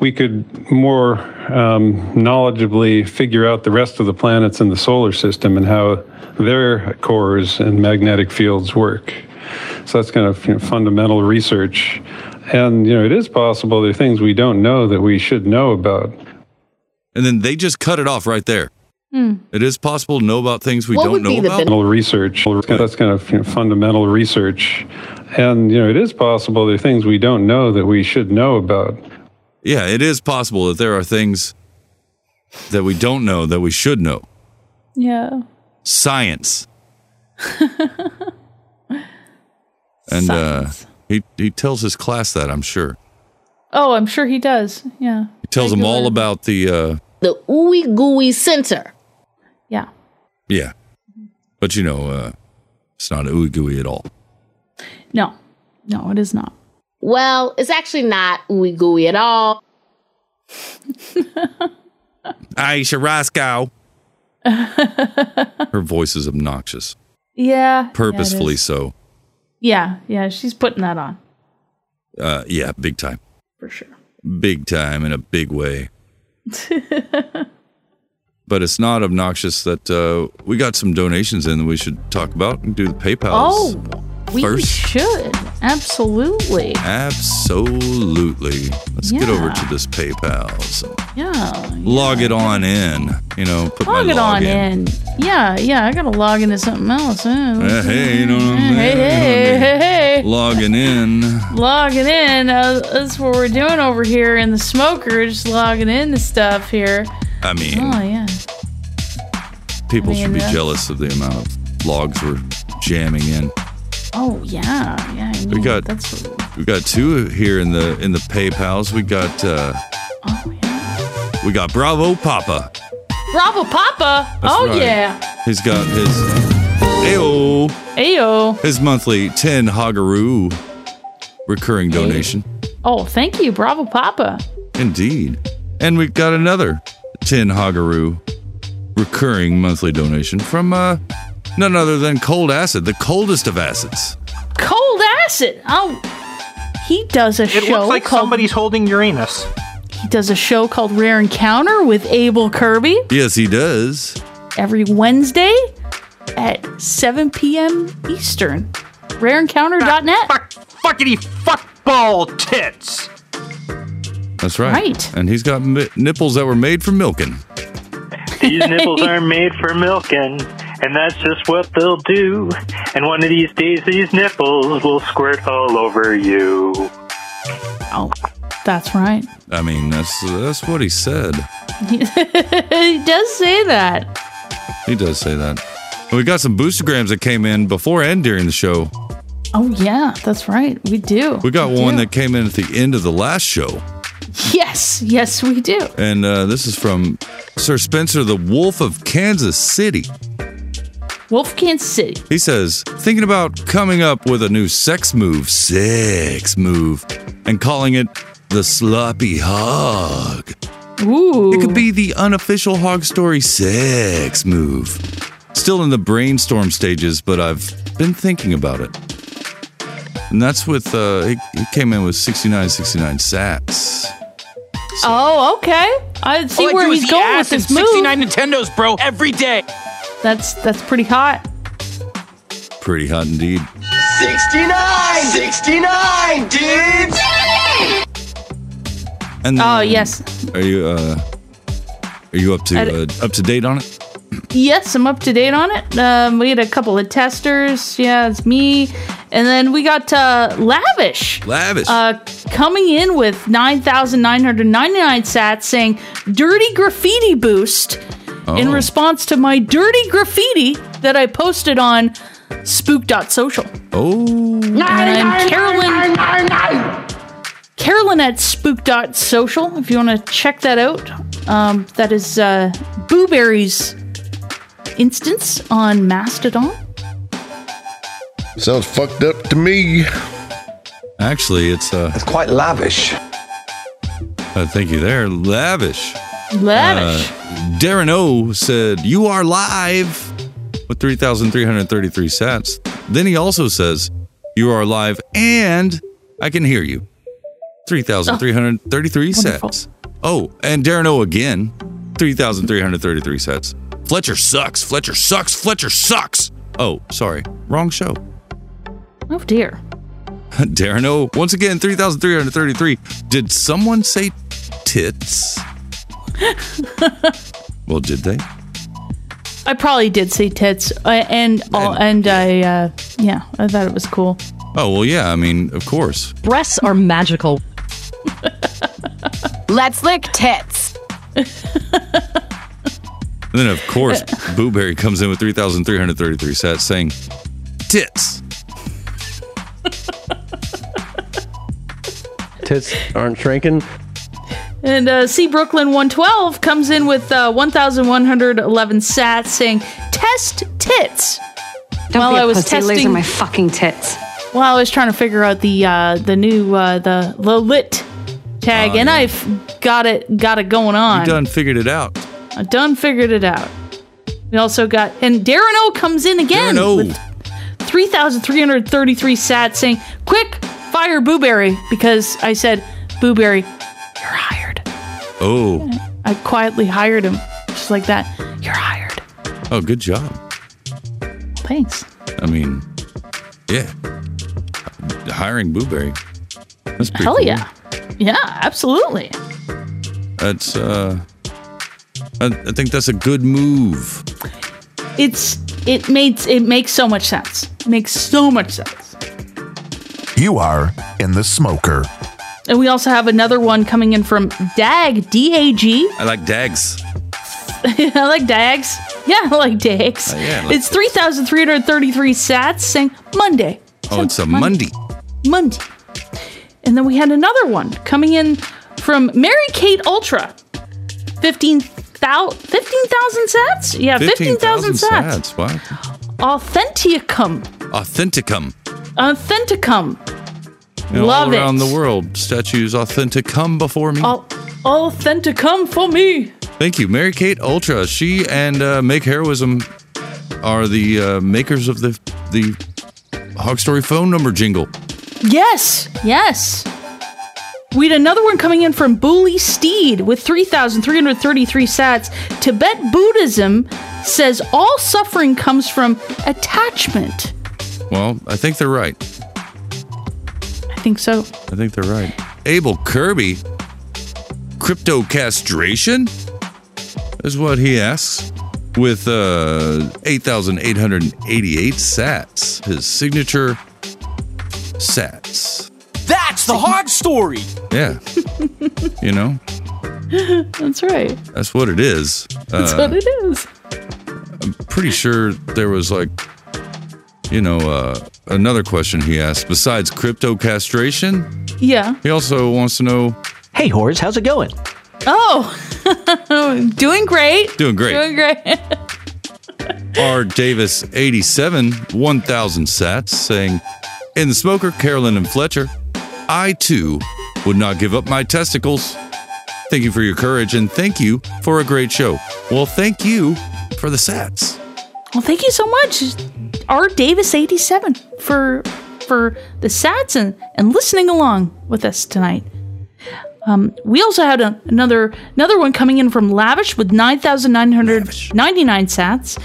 Speaker 16: we could more um, knowledgeably figure out the rest of the planets in the solar system and how their cores and magnetic fields work. So that's kind of you know, fundamental research, and you know it is possible there are things we don't know that we should know about.
Speaker 5: And then they just cut it off right there.
Speaker 6: Hmm.
Speaker 5: It is possible to know about things we
Speaker 16: What
Speaker 5: don't
Speaker 16: would
Speaker 5: know
Speaker 16: be the
Speaker 5: about.
Speaker 16: Fundamental research. That's kind of you know, fundamental research, and you know it is possible there are things we don't know that we should know about.
Speaker 5: yeah, it is possible that there are things that we don't know that we should know.
Speaker 6: Yeah.
Speaker 5: Science. and uh, he he tells his class that I'm sure.
Speaker 6: Oh, I'm sure he does. Yeah.
Speaker 5: He tells them all about the uh,
Speaker 11: The ooey gooey center.
Speaker 6: Yeah.
Speaker 5: yeah, but you know uh, it's not ooey gooey at all.
Speaker 6: No. No, it is not.
Speaker 11: Well, it's actually not ooey gooey at all.
Speaker 5: Aisha Roscoe. Her voice is obnoxious,
Speaker 6: Yeah.
Speaker 5: purposefully
Speaker 6: Yeah, it is.
Speaker 5: so.
Speaker 6: yeah. Yeah. She's putting that on
Speaker 5: Uh, yeah, big time.
Speaker 6: for sure.
Speaker 5: big time in a big way. but it's not obnoxious that uh, we got some donations in that we should talk about and do the PayPal's.
Speaker 6: oh, we
Speaker 5: first.
Speaker 6: should. Absolutely.
Speaker 5: Absolutely. Let's get over
Speaker 6: Yeah.
Speaker 5: to this PayPal's.
Speaker 6: Yeah.
Speaker 5: Log it on in. You know, put
Speaker 6: Log
Speaker 5: my
Speaker 6: it
Speaker 5: log
Speaker 6: on
Speaker 5: in.
Speaker 6: in. Yeah. Yeah. I got to log into something else. eh?
Speaker 5: Uh, hey, um, you know what I'm
Speaker 6: Hey, hey, hey,
Speaker 5: saying?
Speaker 6: hey, hey.
Speaker 5: Logging in.
Speaker 6: Logging in. Uh, that's what we're doing over here in the smoker. Just logging in the stuff here.
Speaker 5: I mean,
Speaker 6: Oh, yeah.
Speaker 5: people
Speaker 6: I mean,
Speaker 5: should be
Speaker 6: that's-
Speaker 5: jealous of the amount of logs we're jamming in.
Speaker 6: Oh, yeah. Yeah. I
Speaker 5: We
Speaker 6: mean,
Speaker 5: got
Speaker 6: That's,
Speaker 5: we got two here in the in the PayPal's. We got uh
Speaker 6: Oh,
Speaker 5: we got Bravo Papa.
Speaker 6: Bravo Papa.
Speaker 5: That's
Speaker 6: oh,
Speaker 5: right.
Speaker 6: yeah.
Speaker 5: He's got his Ayo
Speaker 6: Ayo.
Speaker 5: his monthly ten hogaroo recurring donation.
Speaker 6: Oh, thank you. Bravo Papa.
Speaker 5: Indeed. And we've got another ten hogaroo recurring monthly donation from uh none other than cold acid, the coldest of acids.
Speaker 6: Cold acid. Oh, he does a show.
Speaker 2: It looks like
Speaker 6: called,
Speaker 2: somebody's holding Uranus.
Speaker 6: He does a show called Rare Encounter with Abel Kirby
Speaker 5: Yes, he does.
Speaker 6: every Wednesday at 7 p.m. Eastern. RareEncounter.net. Fuck,
Speaker 2: fuckity fuckball tits.
Speaker 5: That's right.
Speaker 6: Right.
Speaker 5: And he's got mi- nipples that were made for milking.
Speaker 10: These nipples are made for milking, and that's just what they'll do. And one of these days, these nipples will squirt all over you.
Speaker 6: Oh, that's right.
Speaker 5: I mean, that's that's what he said.
Speaker 6: he does say that.
Speaker 5: He does say that. And we got some boostergrams that came in before and during the show.
Speaker 6: Oh, yeah. That's right. We do.
Speaker 5: We got
Speaker 6: do.
Speaker 5: one that came in at the end of the last show,
Speaker 6: Yes. Yes, we do.
Speaker 5: and uh, this is from Sir Spencer, the Wolf of Kansas City.
Speaker 6: Wolfgang City.
Speaker 5: He says, thinking about coming up with a new sex move, sex move, and calling it the sloppy hog.
Speaker 6: Ooh.
Speaker 5: It could be the unofficial hog story sex move. Still in the brainstorm stages, but I've been thinking about it. And that's with, uh, it, it came in with 6969 sats.
Speaker 6: Oh, okay. I see
Speaker 8: All I
Speaker 6: where
Speaker 8: do is
Speaker 6: he's
Speaker 8: eat
Speaker 6: going with
Speaker 8: ass
Speaker 6: this
Speaker 8: and
Speaker 6: move.
Speaker 8: 69 Nintendos, bro, every day.
Speaker 6: That's that's pretty hot.
Speaker 5: Pretty hot indeed.
Speaker 15: 69! 69, dudes!
Speaker 5: And
Speaker 6: Oh,
Speaker 5: then,
Speaker 6: yes.
Speaker 5: Are you, uh, are you up
Speaker 6: I d-
Speaker 5: to, uh, up to date on it?
Speaker 6: Yes, I'm up to date on it. Um, we had a couple of testers. Yeah, it's me, and then we got uh, lavish.
Speaker 5: Lavish.
Speaker 6: Uh, coming in with nine thousand nine hundred ninety nine sats, saying "dirty graffiti boost" in
Speaker 5: Oh.
Speaker 6: response to my dirty graffiti that I posted on Spook.social.
Speaker 5: Oh.
Speaker 6: And I'm Carolyn. Carolyn at spook.social if you want to check that out. Um, that is uh, Booberry's instance on Mastodon.
Speaker 9: Sounds fucked up to me.
Speaker 5: Actually, it's, uh, it's quite lavish. Uh, thank you there. Lavish.
Speaker 6: Lavish.
Speaker 5: Uh, Darren O said, You are live with 3,333 sats. Then he also says, You are live and I can hear you. 3,333 sats. Oh, and Darren O again, 3,333 sats. Fletcher sucks. Fletcher sucks. Fletcher sucks. Oh, sorry. Wrong show.
Speaker 6: Oh dear.
Speaker 5: Darren O, once again, 3,333. Did someone say tits? well, did they?
Speaker 6: I probably did see tits, uh, and all, and I uh, yeah, I thought it was cool.
Speaker 5: Oh, well, yeah. I mean, of course.
Speaker 22: Breasts are magical.
Speaker 23: Let's lick tits.
Speaker 5: And then, of course, Booberry comes in with 3,333 sats saying, Tits.
Speaker 25: Tits aren't shrinking.
Speaker 6: And uh, C Brooklyn 112 comes in with uh, 1,111 sats, saying test tits.
Speaker 26: Don't be a pussy, laser my fucking tits.
Speaker 6: While I was trying to figure out the uh, the new uh, the the lit tag,
Speaker 5: Oh,
Speaker 6: and
Speaker 5: yeah.
Speaker 6: I've got it got it going on.
Speaker 5: You done figured it out.
Speaker 6: I done figured it out. We also got and Darren O comes in again
Speaker 5: Darren O.
Speaker 6: with 3,333 sats, saying quick fire Booberry because I said Booberry
Speaker 5: Oh.
Speaker 6: I quietly hired him, just like that. You're hired.
Speaker 5: Oh, good job.
Speaker 6: Thanks.
Speaker 5: I mean, yeah. Hiring Booberry. That's pretty
Speaker 6: Hell
Speaker 5: cool.
Speaker 6: yeah. Yeah, absolutely.
Speaker 5: That's, uh, I, I think that's a good move.
Speaker 6: It's it makes it makes so much sense. makes so much sense.
Speaker 27: You are in the smoker.
Speaker 6: And we also have another one coming in from Dag D A G.
Speaker 5: I like dags.
Speaker 6: I like Dags. Yeah, I like Dags.
Speaker 5: Uh, yeah, I like
Speaker 6: it's three thousand three hundred thirty-three sats saying Monday.
Speaker 5: Oh, it's a
Speaker 6: Monday.
Speaker 5: Monday.
Speaker 6: Monday. And then we had another one coming in from Mary Kate Ultra. 15,000 15,000 sats? Yeah, 15,000 sats.
Speaker 5: sats. Wow.
Speaker 6: Authenticum.
Speaker 5: Authenticum.
Speaker 6: Authenticum.
Speaker 5: You know,
Speaker 6: Love
Speaker 5: all around
Speaker 6: it. Oh.
Speaker 5: the world, statues authenticum before me.
Speaker 6: Al- Authenticum for me.
Speaker 5: Thank you, Mary Kate Ultra. She and uh, Make Heroism are the uh, makers of the the Hog Story phone number jingle.
Speaker 6: Yes, yes. We had another one coming in from Bully Steed with 3,333 sats. Tibet Buddhism says all suffering comes from attachment.
Speaker 5: Well, I think they're right.
Speaker 6: I think so.
Speaker 5: I think they're right. Abel Kirby, crypto castration is what he asks with uh, 8,888 sats, his signature sats.
Speaker 8: That's the hog story.
Speaker 5: Yeah, you know,
Speaker 6: That's right.
Speaker 5: that's what it is.
Speaker 6: That's
Speaker 5: Uh,
Speaker 6: what it is.
Speaker 5: pretty sure there was like you know uh, another question he asked besides crypto castration
Speaker 6: Yeah.
Speaker 5: he also wants to know
Speaker 6: Hey,
Speaker 5: whores how's it going
Speaker 6: Oh, doing great.
Speaker 5: Doing great.
Speaker 6: Doing great.
Speaker 5: r davis 87 1000 sats saying in the smoker carolyn and fletcher i too would not give up my testicles thank you for your courage and thank you for a great show well thank you for the sats
Speaker 6: Well, thank you so much, R. Davis eighty seven for for the sats and and listening along with us tonight. Um, we also had a, another another one coming in from Lavish with nine thousand nine hundred ninety nine sats.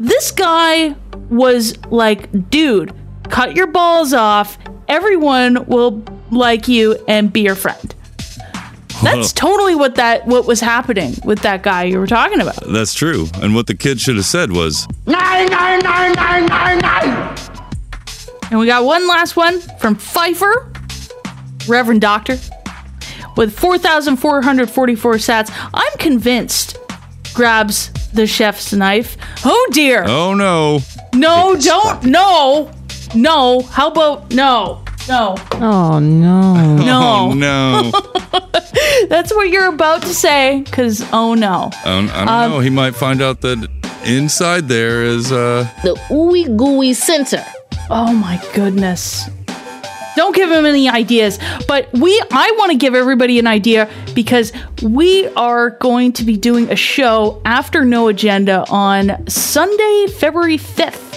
Speaker 6: This guy was like, dude, cut your balls off. Everyone will like you and be your friend. That's totally what that what was happening with that guy you were talking about.
Speaker 5: That's true. And what the kid should have said was,
Speaker 6: Nine, nine, nine, nine, nine, nine. And we got one last one from Pfeiffer, Reverend Doctor, with 4,444 sats. I'm convinced grabs the chef's knife. Oh dear.
Speaker 5: "Oh no,
Speaker 6: No, don't. No. No. How about no? No.
Speaker 1: Oh no.
Speaker 6: No.
Speaker 5: oh no,
Speaker 6: That's what you're about to say because oh no.
Speaker 5: Um, I don't
Speaker 6: Um,
Speaker 5: know. He might find out that inside there is uh,
Speaker 11: The ooey gooey center.
Speaker 6: Oh my goodness. Don't give him any ideas, but we I want to give everybody an idea because we are going to be doing a show after No Agenda on Sunday, February 5th.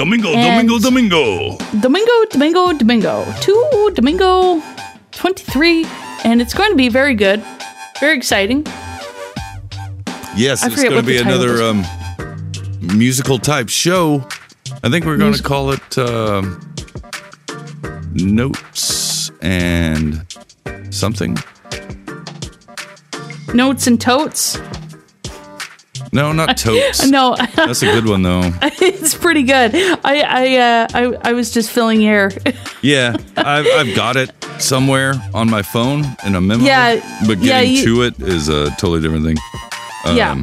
Speaker 5: Domingo,
Speaker 6: And-
Speaker 5: Domingo, Domingo.
Speaker 6: Domingo, Domingo, Domingo. Two Domingo 23 and it's going to be very good. Very exciting.
Speaker 5: Yes,
Speaker 6: I
Speaker 5: it's
Speaker 6: forget
Speaker 5: going to
Speaker 6: what the
Speaker 5: be
Speaker 6: title
Speaker 5: another
Speaker 6: is.
Speaker 5: um, musical type show. I think we're going to call it um Notes and something.
Speaker 6: Notes and totes.
Speaker 5: No, not Totes.
Speaker 6: No.
Speaker 5: That's a good one, though.
Speaker 6: it's pretty good. I I uh, I, I was just filling air.
Speaker 5: Yeah, I've, I've got it somewhere on my phone in a memo.
Speaker 6: Yeah,
Speaker 5: But getting
Speaker 6: yeah, you-
Speaker 5: to it is a totally different thing.
Speaker 6: Yeah.
Speaker 5: Um,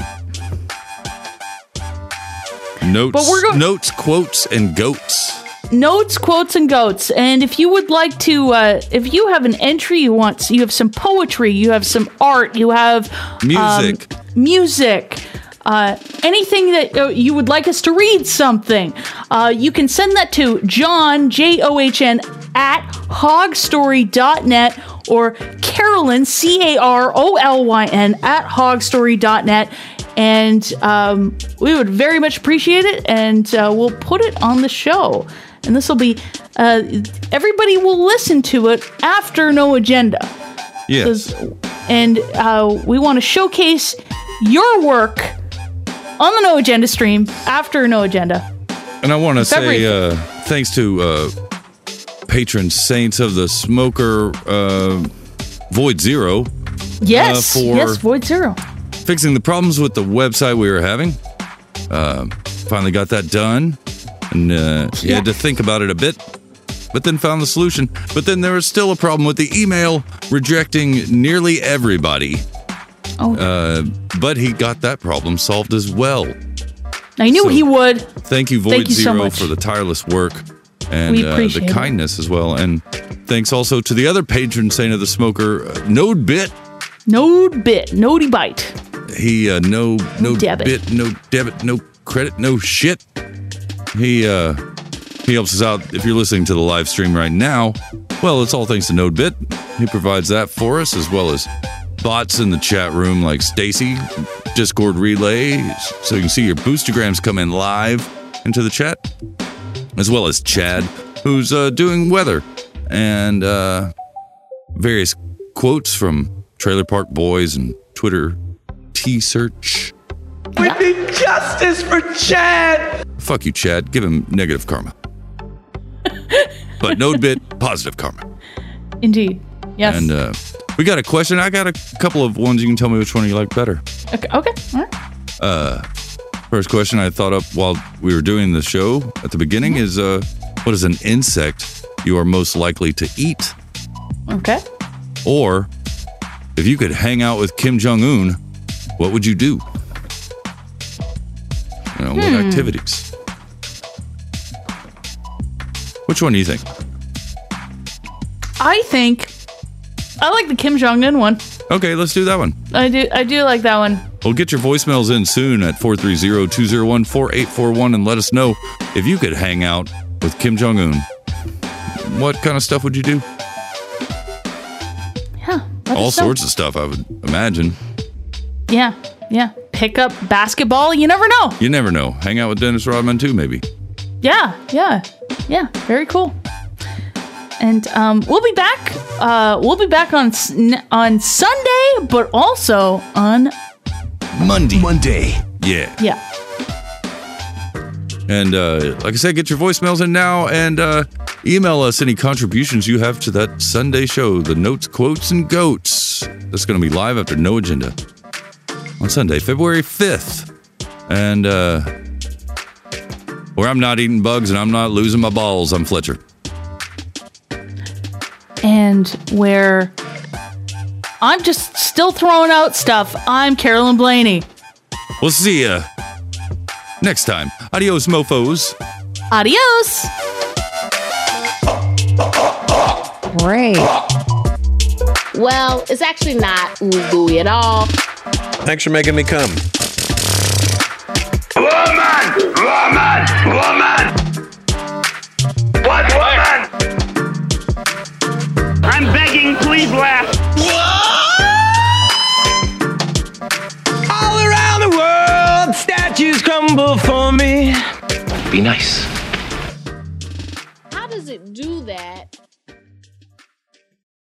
Speaker 5: Notes,
Speaker 6: But we're go-
Speaker 5: notes, quotes, and goats.
Speaker 6: notes quotes and goats and if you would like to uh, if you have an entry you want you have some poetry you have some art you have um,
Speaker 5: Music.
Speaker 6: music uh, anything that uh, you would like us to read something uh, you can send that to john j-o-h-n at hogstory.net or carolyn c-a-r-o-l-y-n at hogstory.net and um, we would very much appreciate it and uh, we'll put it on the show and this will be uh, everybody will listen to it after no agenda
Speaker 5: Yes.
Speaker 6: 'Cause- and uh, we want to showcase your work on the no agenda stream after no agenda
Speaker 5: And I want to
Speaker 6: February
Speaker 5: say uh, thanks to uh, patron saints of the smoker, uh, Void Zero,
Speaker 6: yes
Speaker 5: Uh, for-
Speaker 6: yes void zero
Speaker 5: fixing the problems with the website we were having. Uh, finally got that done, and uh, you had to think about it a bit, but then found the solution. But then there was still a problem with the email rejecting nearly everybody.
Speaker 6: Oh.
Speaker 5: Uh, but he got that problem solved as well.
Speaker 6: i knew
Speaker 5: So-
Speaker 6: he would
Speaker 5: Thank you, Void
Speaker 6: Thank you so
Speaker 5: Zero,
Speaker 6: much.
Speaker 5: for the tireless work and
Speaker 6: We
Speaker 5: uh, the
Speaker 6: appreciate it.
Speaker 5: kindness as well. And thanks also to the other patron saint of the smoker, uh, Node Bit.
Speaker 6: node bit nodey bite
Speaker 5: He uh, no no
Speaker 6: Debit.
Speaker 5: bit, no debit, no credit, no shit. He uh, he helps us out. If you're listening to the live stream right now, well, it's all thanks to Node Bit. He provides that for us as well as bots in the chat room like Stacy, Discord relay, so you can see your boostograms come in live into the chat as well as Chad, who's uh, doing weather and uh, various quotes from Trailer Park Boys and Twitter T Search.
Speaker 15: We need justice for Chad.
Speaker 5: Fuck you, Chad. Give him negative karma. but no bit positive karma.
Speaker 6: indeed yes
Speaker 5: And uh, we got a question. I got a couple of ones. You can tell me which one you like better.
Speaker 6: okay, okay. All right.
Speaker 5: Uh, first question I thought up while we were doing the show at the beginning is uh, what is an insect you are most likely to eat?
Speaker 6: okay
Speaker 5: Or if you could hang out with Kim Jong Un, what would you do? You know, what
Speaker 6: Hmm.
Speaker 5: activities? Which one do you think?
Speaker 6: i think i like the kim jong-un one
Speaker 5: Okay, let's do that one.
Speaker 6: i do i do like that one
Speaker 5: Well, get your voicemails in soon at 430 201 4841 and let us know if you could hang out with Kim Jong Un. What kind of stuff would you do?
Speaker 6: yeah
Speaker 5: All sorts of stuff, I would imagine.
Speaker 6: yeah yeah pick up basketball. You never know.
Speaker 5: You never know. Hang out with Dennis Rodman too, maybe.
Speaker 6: Yeah, yeah, yeah. Very cool. And um, we'll be back. Uh, we'll be back on s- n- on Sunday, but also on
Speaker 5: Monday.
Speaker 27: Monday.
Speaker 5: Yeah.
Speaker 6: yeah.
Speaker 5: And uh, like I said, get your voicemails in now and uh, email us any contributions you have to that Sunday show, the Notes, Quotes, and Goats. That's going to be live after No Agenda on Sunday, February 5th. And uh, where I'm not eating bugs and I'm not losing my balls, I'm Fletcher.
Speaker 6: and where I'm just still throwing out stuff. I'm Carolyn Blaney.
Speaker 5: We'll see ya next time. Adios, mofos.
Speaker 6: Adios.
Speaker 14: Great.
Speaker 11: Well, it's actually not ooey gooey at all.
Speaker 1: Thanks for making me come.
Speaker 7: Woman! Woman! What woman? I'm begging, please laugh.
Speaker 15: All around the world, statues crumble for me.
Speaker 21: Be nice.